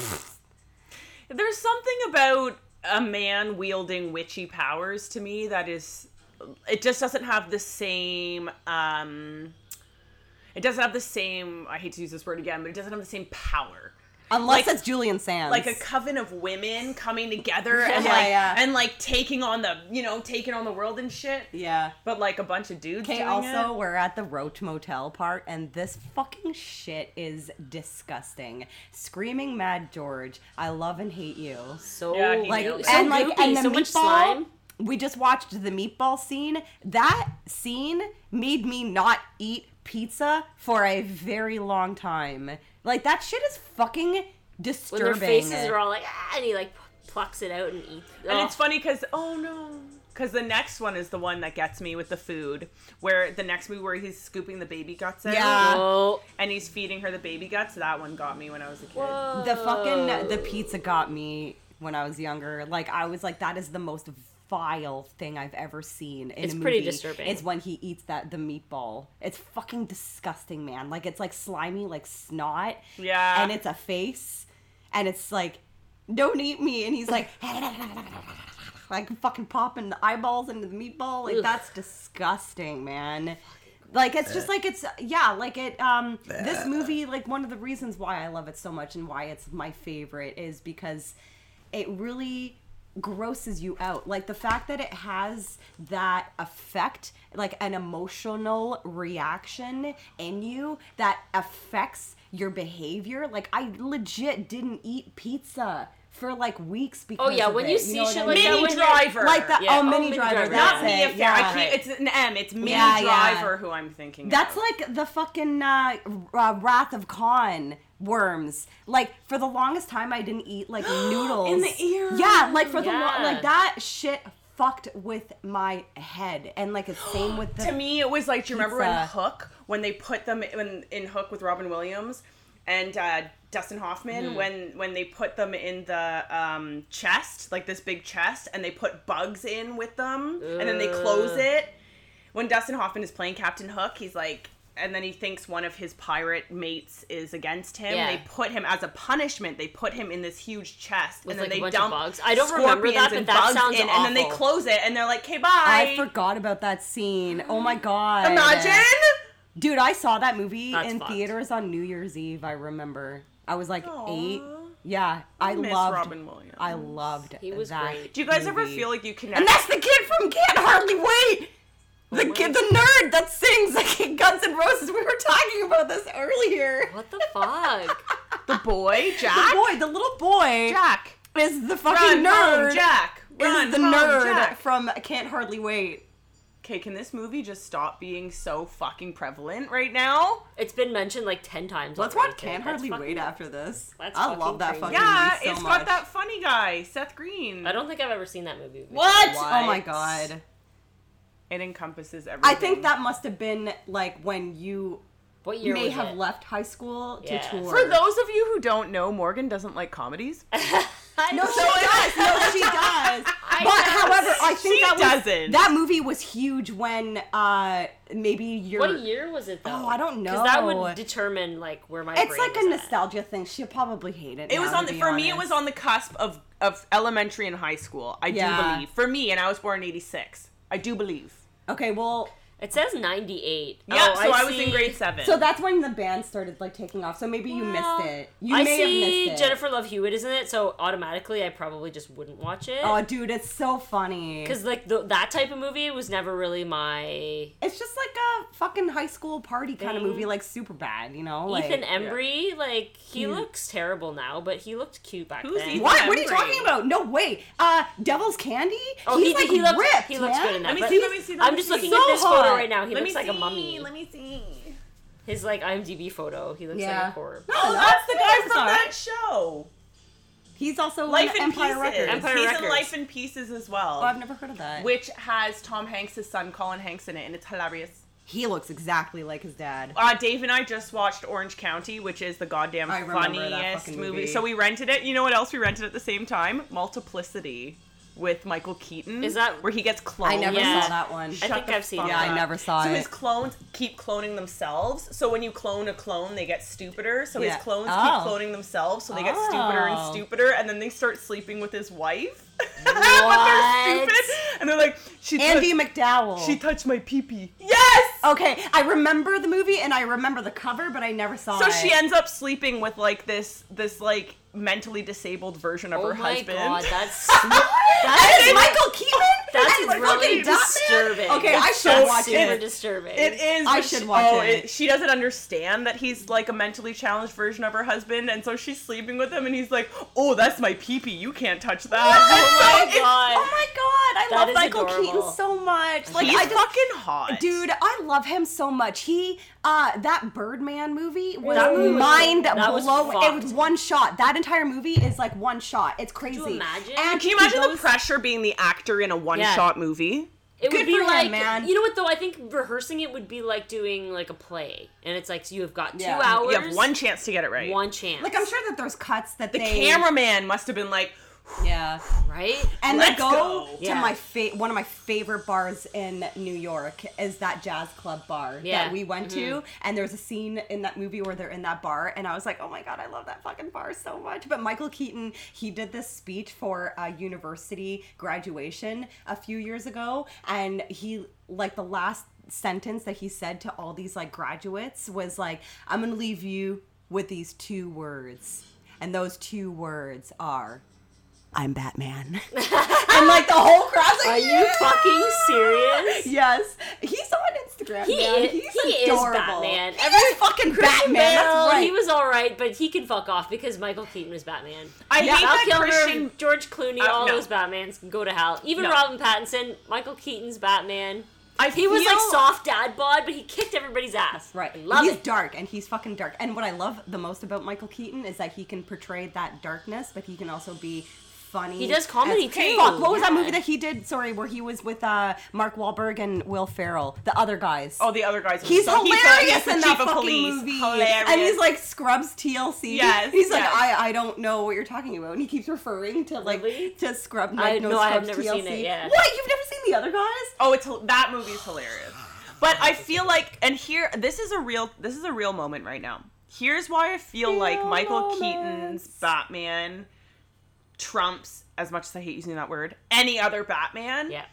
Speaker 2: There's something about a man wielding witchy powers to me that is it just doesn't have the same um it doesn't have the same I hate to use this word again, but it doesn't have the same power.
Speaker 3: [LAUGHS] Unless
Speaker 2: Like-
Speaker 3: it's Julian Sands.
Speaker 2: Like a coven of women coming together and
Speaker 3: Yeah,
Speaker 2: like
Speaker 3: yeah.
Speaker 2: and like taking on the you know, taking on the world and shit.
Speaker 3: yeah.
Speaker 2: But like a bunch of dudes.
Speaker 3: Okay,
Speaker 2: doing
Speaker 3: also,
Speaker 2: it.
Speaker 3: we're at the Roach Motel part, and this fucking shit is disgusting. Screaming Mad George, I love and hate you.
Speaker 1: So
Speaker 2: Yeah,
Speaker 1: like
Speaker 2: he
Speaker 3: Like,
Speaker 2: nailed it.
Speaker 1: so
Speaker 3: and like,
Speaker 1: goopy,
Speaker 3: and the
Speaker 1: so
Speaker 3: meatball,
Speaker 1: much slime.
Speaker 3: we just watched the meatball scene. That scene made me not eat pizza for a very long time. Like, that shit is fucking
Speaker 1: When
Speaker 3: disturbing.
Speaker 1: their faces are all like ah, and he like plucks it out and eats.
Speaker 2: And
Speaker 1: Oh,
Speaker 2: it's funny because oh no, Because the next one is the one that gets me with the food, where the next movie where he's scooping the baby guts out
Speaker 3: Yeah.
Speaker 1: Oh,
Speaker 2: and he's feeding her the baby guts. That one got me when I was a kid.
Speaker 3: The fucking
Speaker 1: Oh.
Speaker 3: the pizza got me when I was younger. Like I was like, that is the most vile thing I've ever seen. In
Speaker 1: It's
Speaker 3: a movie.
Speaker 1: pretty disturbing.
Speaker 3: It's when he eats that the meatball. It's fucking disgusting, man. Like it's like slimy, like snot.
Speaker 2: Yeah.
Speaker 3: And it's a face, and it's like, don't eat me. And he's like. Like fucking popping the eyeballs into the meatball, like
Speaker 1: Ugh.
Speaker 3: that's disgusting, man. Like it's just like it's yeah, like it um this movie like one of the reasons why I love it so much and why it's my favorite is because it really grosses you out. Like the fact that it has that effect, like an emotional reaction in you that affects your behavior. Like I legit didn't eat pizza for like weeks because
Speaker 1: oh yeah,
Speaker 3: of
Speaker 1: when
Speaker 3: it,
Speaker 1: you
Speaker 3: know
Speaker 1: see
Speaker 3: what
Speaker 1: shit
Speaker 3: I
Speaker 1: like
Speaker 3: mean?
Speaker 1: that,
Speaker 2: Mini
Speaker 1: when you're-
Speaker 2: driver.
Speaker 3: like the
Speaker 1: Yeah.
Speaker 3: oh, mini
Speaker 1: Oh, Mini
Speaker 3: driver,
Speaker 1: Driver.
Speaker 3: that's
Speaker 2: Not me
Speaker 3: it,
Speaker 2: if
Speaker 3: yeah.
Speaker 2: I can't, it's an M. It's mini
Speaker 3: Yeah, yeah.
Speaker 2: driver who I'm thinking.
Speaker 3: That's
Speaker 2: of.
Speaker 3: like the fucking uh, uh, Wrath of Khan worms. Like for the longest time, I didn't eat like noodles
Speaker 2: In the ear.
Speaker 3: Yeah, like for the
Speaker 1: Yeah.
Speaker 3: lo- like that shit fucked with my head, and like it's same with the
Speaker 2: [GASPS] to me it was like do you remember in
Speaker 3: Pizza.
Speaker 2: hook when they put them in, in hook with robin williams and uh, dustin hoffman
Speaker 1: Mm.
Speaker 2: when when they put them in the um, chest like this big chest and they put bugs in with them and then they close
Speaker 1: Ugh.
Speaker 2: it when dustin hoffman is playing captain hook he's like and then he thinks one of his pirate mates is against him.
Speaker 1: Yeah.
Speaker 2: They put him as a punishment. They put him in this huge chest,
Speaker 1: With,
Speaker 2: and then
Speaker 1: like, a
Speaker 2: they
Speaker 1: bunch of
Speaker 2: dump
Speaker 1: bugs. I don't remember that,
Speaker 2: scorpions
Speaker 1: but
Speaker 2: and
Speaker 1: that
Speaker 2: bugs
Speaker 1: sounds
Speaker 2: in, and then they
Speaker 1: awful.
Speaker 2: close it, and they're like, "Okay, bye."
Speaker 3: I forgot about that scene. Oh my god!
Speaker 2: Imagine.
Speaker 3: dude, I saw that movie
Speaker 1: That's
Speaker 3: in
Speaker 1: fucked.
Speaker 3: theaters on New Year's Eve. I remember. I was like
Speaker 2: Aw.
Speaker 3: eight. Yeah, I
Speaker 2: miss
Speaker 3: loved.
Speaker 2: Robin Williams.
Speaker 3: I loved.
Speaker 1: He was
Speaker 3: that
Speaker 1: great.
Speaker 2: Do you guys ever
Speaker 3: movie.
Speaker 2: feel like you connect?
Speaker 3: And that's the kid from Can't Hardly Wait. The
Speaker 1: wait.
Speaker 3: kid, the nerd that sings like [LAUGHS] Guns N' Roses. We were talking about this earlier.
Speaker 1: What the fuck?
Speaker 2: the boy,
Speaker 3: [LAUGHS] The
Speaker 2: Jack.
Speaker 3: boy, the little boy,
Speaker 2: Jack.
Speaker 3: is the
Speaker 2: Run, home,
Speaker 3: fucking nerd.
Speaker 2: Jack. Run,
Speaker 3: is the
Speaker 2: home,
Speaker 3: nerd
Speaker 2: Jack.
Speaker 3: from Can't Hardly Wait.
Speaker 2: Okay, can this movie just stop being so fucking prevalent right now?
Speaker 1: it's been mentioned like ten times.
Speaker 3: Let's
Speaker 1: already,
Speaker 3: watch
Speaker 1: too.
Speaker 3: Can't
Speaker 1: That's
Speaker 3: Hardly
Speaker 1: fucking-
Speaker 3: Wait after this.
Speaker 1: that's
Speaker 3: I
Speaker 1: fucking
Speaker 3: love that
Speaker 1: crazy.
Speaker 3: fucking
Speaker 2: Yeah,
Speaker 3: movie so
Speaker 2: it's
Speaker 3: much.
Speaker 2: got that funny guy, Seth Green.
Speaker 1: I don't think I've ever seen that movie.
Speaker 2: what?
Speaker 3: Oh my god.
Speaker 2: It encompasses everything.
Speaker 3: I think that must have been like when you
Speaker 1: What year
Speaker 3: may
Speaker 1: was
Speaker 3: have
Speaker 1: it?
Speaker 3: left high school to
Speaker 1: Yeah.
Speaker 3: tour.
Speaker 2: For those of you who don't know, Morgan doesn't like
Speaker 3: [LAUGHS]
Speaker 2: comedies.
Speaker 3: No, she
Speaker 1: I-
Speaker 3: does. No, she does.
Speaker 1: [LAUGHS] I
Speaker 3: But
Speaker 1: know.
Speaker 3: however, I think
Speaker 2: She
Speaker 3: that was,
Speaker 2: doesn't.
Speaker 3: that movie was huge when uh maybe you're
Speaker 1: What year was it though?
Speaker 3: Oh, I don't
Speaker 1: Because that
Speaker 3: know.
Speaker 1: would determine like where my
Speaker 3: It's
Speaker 1: brain is
Speaker 3: like a
Speaker 1: at.
Speaker 3: nostalgia thing. She'll probably hate it.
Speaker 2: It
Speaker 3: now,
Speaker 2: was
Speaker 3: to
Speaker 2: on the
Speaker 3: be
Speaker 2: for me. It was
Speaker 3: honest.
Speaker 2: on the cusp of of elementary and high school. I do
Speaker 3: Yeah.
Speaker 2: believe for me, and I was born in '86. I do believe.
Speaker 3: Okay, well,
Speaker 1: It says ninety eight.
Speaker 2: Yeah,
Speaker 1: oh,
Speaker 2: so I, was in
Speaker 1: see-
Speaker 2: grade seven.
Speaker 3: so that's when the band started like taking off. So maybe you missed it. You
Speaker 1: I
Speaker 3: may
Speaker 1: see
Speaker 3: have missed it.
Speaker 1: Jennifer Love Hewitt is in it, so automatically I probably just wouldn't watch it.
Speaker 3: Oh, dude, it's so funny.
Speaker 1: Because like the, that type of movie was never really my
Speaker 3: It's just like a fucking high school party kind of
Speaker 1: Thing.
Speaker 3: movie, like super bad, you know? Like,
Speaker 1: Ethan Embry. Like he looks terrible now, but he looked cute back
Speaker 2: Who's
Speaker 1: then.
Speaker 2: Ethan
Speaker 3: What? What are you
Speaker 2: Embry.
Speaker 3: talking about? No way. Uh, Devil's Candy?
Speaker 1: Oh,
Speaker 3: He's
Speaker 1: he,
Speaker 3: like
Speaker 1: he looks
Speaker 3: ripped.
Speaker 1: he looks
Speaker 3: man.
Speaker 1: good in that.
Speaker 2: Let me
Speaker 1: but
Speaker 2: see, let me see, let
Speaker 1: I'm
Speaker 2: me
Speaker 1: just
Speaker 2: see.
Speaker 1: looking
Speaker 3: So
Speaker 1: at this
Speaker 3: hot.
Speaker 1: photo right now. He
Speaker 2: Let me
Speaker 1: looks like a
Speaker 2: see,
Speaker 1: mummy.
Speaker 2: Let me see.
Speaker 1: His like IMDb photo. He looks
Speaker 3: Yeah.
Speaker 1: like a corpse.
Speaker 3: Oh, that's the guy from that
Speaker 2: show.
Speaker 3: He's also
Speaker 2: Life
Speaker 3: on
Speaker 2: in
Speaker 3: Empire
Speaker 2: Pieces.
Speaker 3: Records.
Speaker 1: Empire
Speaker 2: He's in
Speaker 1: Records.
Speaker 2: Life in Pieces as well,
Speaker 3: Oh, I've never heard of that.
Speaker 2: which has Tom Hanks' son Colin Hanks in it, and it's hilarious.
Speaker 3: he looks exactly like his dad.
Speaker 2: Uh, Dave and I just watched Orange County, which is the goddamn
Speaker 3: I remember that
Speaker 2: funniest
Speaker 3: fucking
Speaker 2: movie.
Speaker 3: movie.
Speaker 2: So we rented it. You know what else we rented at the same time? Multiplicity with Michael Keaton.
Speaker 1: Is that-
Speaker 2: where he gets cloned?
Speaker 3: I never
Speaker 1: yeah.
Speaker 3: saw that one.
Speaker 1: I think
Speaker 2: the
Speaker 1: I've seen
Speaker 2: fuck
Speaker 1: it.
Speaker 3: Yeah, I
Speaker 2: up.
Speaker 3: never saw
Speaker 2: So
Speaker 3: it.
Speaker 2: his clones keep cloning themselves. So when you clone a clone, they get stupider. So
Speaker 3: Yeah.
Speaker 2: his clones
Speaker 3: Oh.
Speaker 2: keep cloning themselves, so they get stupider and
Speaker 3: Oh.
Speaker 2: stupider, and then they start sleeping with his wife. [LAUGHS] but they're
Speaker 1: What?
Speaker 2: stupid, and they're like, she
Speaker 3: Andy
Speaker 2: touched-
Speaker 3: McDowell.
Speaker 2: she touched my Oh pee pee. Yes.
Speaker 3: okay, I remember the movie and I remember the cover, but I never saw
Speaker 2: So
Speaker 3: it.
Speaker 2: she ends up sleeping with like this, this like mentally disabled version of
Speaker 1: Oh
Speaker 2: her
Speaker 1: my
Speaker 2: husband.
Speaker 1: god, [LAUGHS] that's
Speaker 3: That is
Speaker 1: that's
Speaker 3: Michael [LAUGHS] Keaton.
Speaker 1: that's
Speaker 3: and
Speaker 1: really
Speaker 3: fucking Duffman?
Speaker 1: disturbing.
Speaker 3: Okay, I
Speaker 1: That's
Speaker 3: should watch
Speaker 1: super
Speaker 3: it.
Speaker 1: disturbing.
Speaker 2: It is.
Speaker 3: I
Speaker 2: but
Speaker 3: should
Speaker 2: she-
Speaker 3: watch
Speaker 2: oh,
Speaker 3: it.
Speaker 2: She doesn't understand that he's like a mentally challenged version of her husband, and so she's sleeping with him, and he's like, "Oh, that's my pee pee. You can't touch [LAUGHS] that."
Speaker 1: Oh my
Speaker 3: It's-
Speaker 1: god.
Speaker 3: Oh my god, I
Speaker 1: That
Speaker 3: love
Speaker 1: is
Speaker 3: Michael
Speaker 1: adorable.
Speaker 3: Keaton so much. Like
Speaker 2: he's
Speaker 3: I just
Speaker 2: fucking hot,
Speaker 3: Dude, I love him so much. He, uh, that Birdman movie was
Speaker 1: That movie was-
Speaker 3: mind
Speaker 1: that was
Speaker 3: blowing.
Speaker 1: fucked.
Speaker 3: It was one shot. That entire movie is like one shot. It's crazy.
Speaker 1: you imagine?
Speaker 3: And
Speaker 2: Can you
Speaker 3: he
Speaker 2: imagine the
Speaker 3: goes-
Speaker 2: pressure being the actor in a one
Speaker 1: Yeah.
Speaker 2: shot movie.
Speaker 1: It
Speaker 3: Good
Speaker 1: would be
Speaker 3: for him,
Speaker 1: like
Speaker 3: man.
Speaker 1: you know what though? I think rehearsing it would be like doing like a play, and it's like so you have got two
Speaker 3: Yeah. You
Speaker 1: hours.
Speaker 2: You have one chance to get it right.
Speaker 1: one chance.
Speaker 3: Like I'm sure that there's cuts that
Speaker 2: the
Speaker 3: they
Speaker 2: cameraman must have been like,
Speaker 3: Yeah.
Speaker 1: right?
Speaker 3: And
Speaker 2: Let's
Speaker 3: they go,
Speaker 2: go.
Speaker 3: to
Speaker 1: Yeah.
Speaker 3: my fa- one of my favorite bars in New York is that jazz club bar
Speaker 1: Yeah.
Speaker 3: that we went to. And there's a scene in that movie where they're in that bar, and I was like, oh my god, I love that fucking bar so much. But Michael Keaton, he did this speech for a university graduation a few years ago, and he like the last sentence that he said to all these like graduates was like, I'm gonna leave you with these two words, and those two words are. I'm
Speaker 1: [LAUGHS]
Speaker 3: Batman. and like the whole crowd's like,
Speaker 1: Are you
Speaker 3: "Yeah!"
Speaker 1: fucking [LAUGHS] serious?
Speaker 3: Yes, he's on Instagram.
Speaker 1: He
Speaker 3: man.
Speaker 1: is-
Speaker 3: He's
Speaker 1: he is
Speaker 3: adorable.
Speaker 1: Batman.
Speaker 3: He
Speaker 1: Every-
Speaker 3: is fucking
Speaker 1: Well,
Speaker 3: Batman. That's right.
Speaker 1: he was all right, but he can fuck off because Michael Keaton was Batman.
Speaker 2: I
Speaker 3: Yeah.
Speaker 2: hate
Speaker 1: Val
Speaker 2: that
Speaker 1: Kilmer,
Speaker 2: Christian.
Speaker 1: George Clooney,
Speaker 2: Uh,
Speaker 1: all
Speaker 2: no.
Speaker 1: those Batmans can go to hell. Even
Speaker 2: No.
Speaker 1: Robin Pattinson, Michael Keaton's Batman.
Speaker 2: I
Speaker 1: He was like
Speaker 2: feel-
Speaker 1: soft dad bod, but he kicked everybody's ass.
Speaker 3: Right.
Speaker 1: I love
Speaker 3: he's
Speaker 1: it.
Speaker 3: dark and he's fucking dark. And what I love the most about Michael Keaton is that he can portray that darkness, but he can also be funny.
Speaker 1: He does comedy,
Speaker 3: as-
Speaker 1: too.
Speaker 3: Fuck, what was that
Speaker 1: Yeah.
Speaker 3: movie that he did? Sorry, where he was with uh, Mark Wahlberg and Will Ferrell, the other guys.
Speaker 2: Oh, the other guys. are
Speaker 3: He's
Speaker 2: so-
Speaker 3: hilarious
Speaker 2: the- he's the
Speaker 3: in
Speaker 2: chief
Speaker 3: that
Speaker 2: of
Speaker 3: fucking
Speaker 2: police.
Speaker 3: movie.
Speaker 2: Hilarious.
Speaker 3: And he's like Scrubs TLC.
Speaker 2: Yes,
Speaker 3: he's like
Speaker 2: yes.
Speaker 3: I I don't know what you're talking about, and he keeps referring to like
Speaker 1: Really?
Speaker 3: to Scrub. Like,
Speaker 1: I-
Speaker 3: no,
Speaker 1: no, I have
Speaker 3: Scrubs
Speaker 1: never
Speaker 3: TLC.
Speaker 1: seen it, yeah.
Speaker 3: What? You've never seen the other guys?
Speaker 2: Oh, it's hil- that movie's hilarious. But I feel like, and here, this is a real, this is a real moment right now. Here's why I feel like Michael
Speaker 3: moments.
Speaker 2: Keaton's Batman trumps, as much as I hate using that word, any other Batman.
Speaker 1: Yeah.